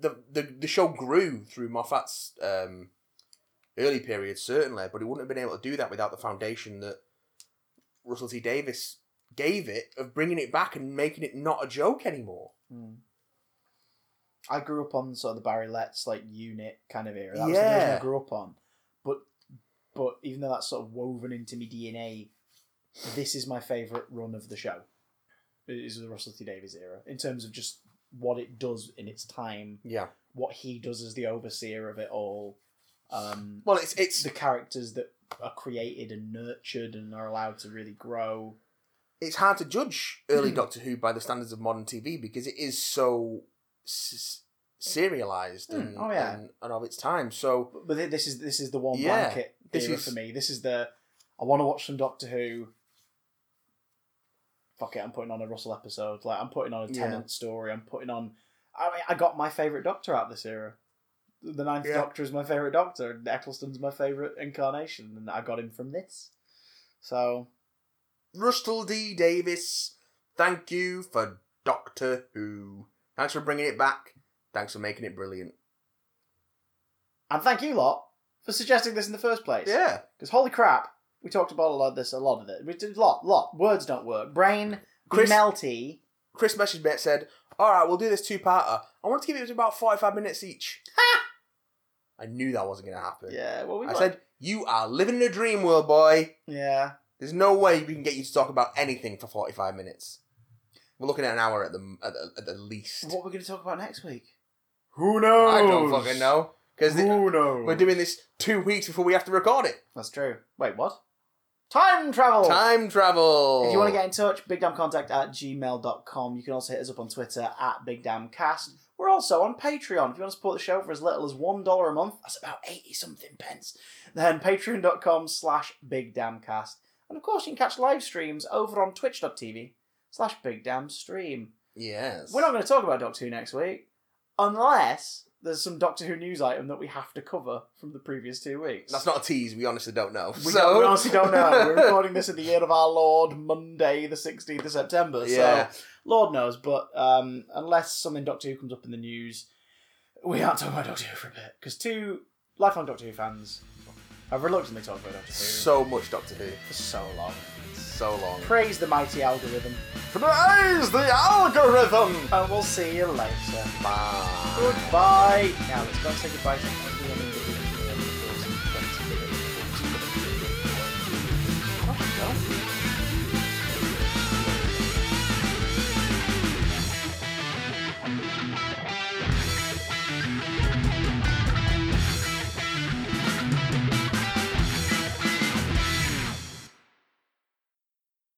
[SPEAKER 2] the the, the show grew through Moffat's um, early period certainly, but it wouldn't have been able to do that without the foundation that Russell T Davis gave it of bringing it back and making it not a joke anymore.
[SPEAKER 1] Hmm. I grew up on sort of the Barry Letts like unit kind of era. That was the
[SPEAKER 2] Yeah.
[SPEAKER 1] version I grew up on. But but even though that's sort of woven into my DNA, this is my favourite run of the show. It Is the Russell T Davies era in terms of just what it does in its time,
[SPEAKER 2] Yeah.
[SPEAKER 1] what he does as the overseer of it all, um,
[SPEAKER 2] Well, it's it's
[SPEAKER 1] the characters that are created and nurtured and are allowed to really grow.
[SPEAKER 2] it's hard to judge
[SPEAKER 1] Mm-hmm.
[SPEAKER 2] early Doctor Who by the standards of modern TV because it is so s- serialized and,
[SPEAKER 1] Hmm, oh, yeah.
[SPEAKER 2] and and of its time. So
[SPEAKER 1] But thi- this is this is the one
[SPEAKER 2] Yeah.
[SPEAKER 1] blanket
[SPEAKER 2] This
[SPEAKER 1] era
[SPEAKER 2] is-
[SPEAKER 1] for me. This is the I want to watch some Doctor Who. Fuck it, I'm putting on a Russell episode. Like I'm putting on a
[SPEAKER 2] Yeah.
[SPEAKER 1] Tennant story. I'm putting on. I mean, I got my favorite Doctor out of this era. The Ninth
[SPEAKER 2] Yeah.
[SPEAKER 1] Doctor is my favorite Doctor. and Eccleston's my favorite incarnation, and I got him from this. So
[SPEAKER 2] Rustle D. Davis, thank you for Doctor Who. Thanks for bringing it back. Thanks for making it brilliant.
[SPEAKER 1] And thank you lot for suggesting this in the first place.
[SPEAKER 2] Yeah.
[SPEAKER 1] Because holy crap, we talked about a lot of this, a lot of it. We did a lot, lot. Words don't work. Brain
[SPEAKER 2] Chris-
[SPEAKER 1] melty.
[SPEAKER 2] Chris messaged me and said, All right, we'll do this two parter. I want to keep it to about 45 minutes each. I knew that wasn't going to happen.
[SPEAKER 1] Yeah, well we
[SPEAKER 2] I
[SPEAKER 1] got-
[SPEAKER 2] said, You are living in a dream world, boy.
[SPEAKER 1] Yeah.
[SPEAKER 2] There's no way we can get you to talk about anything for 45 minutes. We're looking at an hour at the, at the, at the least.
[SPEAKER 1] What we're gonna talk about next week.
[SPEAKER 3] Who knows?
[SPEAKER 2] I don't fucking know. Because
[SPEAKER 3] Who knows?
[SPEAKER 2] we're doing this two weeks before we have to record it.
[SPEAKER 1] That's true. Wait, what? Time travel!
[SPEAKER 2] Time travel.
[SPEAKER 1] Oh. If you want to get in touch, bigdamcontact at gmail.com. You can also hit us up on Twitter at bigdamcast. We're also on Patreon. If you want to support the show for as little as $1 a month, that's about 80 something pence, then patreon.com slash bigdamcast. And of course, you can catch live streams over on twitch.tv slash bigdamstream.
[SPEAKER 2] Yes.
[SPEAKER 1] We're not going to talk about Doctor Who next week unless there's some Doctor Who news item that we have to cover from the previous two weeks.
[SPEAKER 2] That's not a tease. We honestly don't know.
[SPEAKER 1] We,
[SPEAKER 2] so...
[SPEAKER 1] don't, we honestly don't know. We're recording this in the year of our Lord, Monday, the 16th of September.
[SPEAKER 2] Yeah.
[SPEAKER 1] So, Lord knows. But um, unless something Doctor Who comes up in the news, we aren't talking about Doctor Who for a bit. Because two lifelong Doctor Who fans have reluctantly talked about Doctor Who
[SPEAKER 2] so much Doctor Who.
[SPEAKER 1] for so long.
[SPEAKER 2] So long.
[SPEAKER 1] Praise the mighty algorithm.
[SPEAKER 2] Praise the algorithm.
[SPEAKER 1] And we'll see you later.
[SPEAKER 2] Bye. Ah.
[SPEAKER 1] Goodbye. Now, let's go and say goodbye to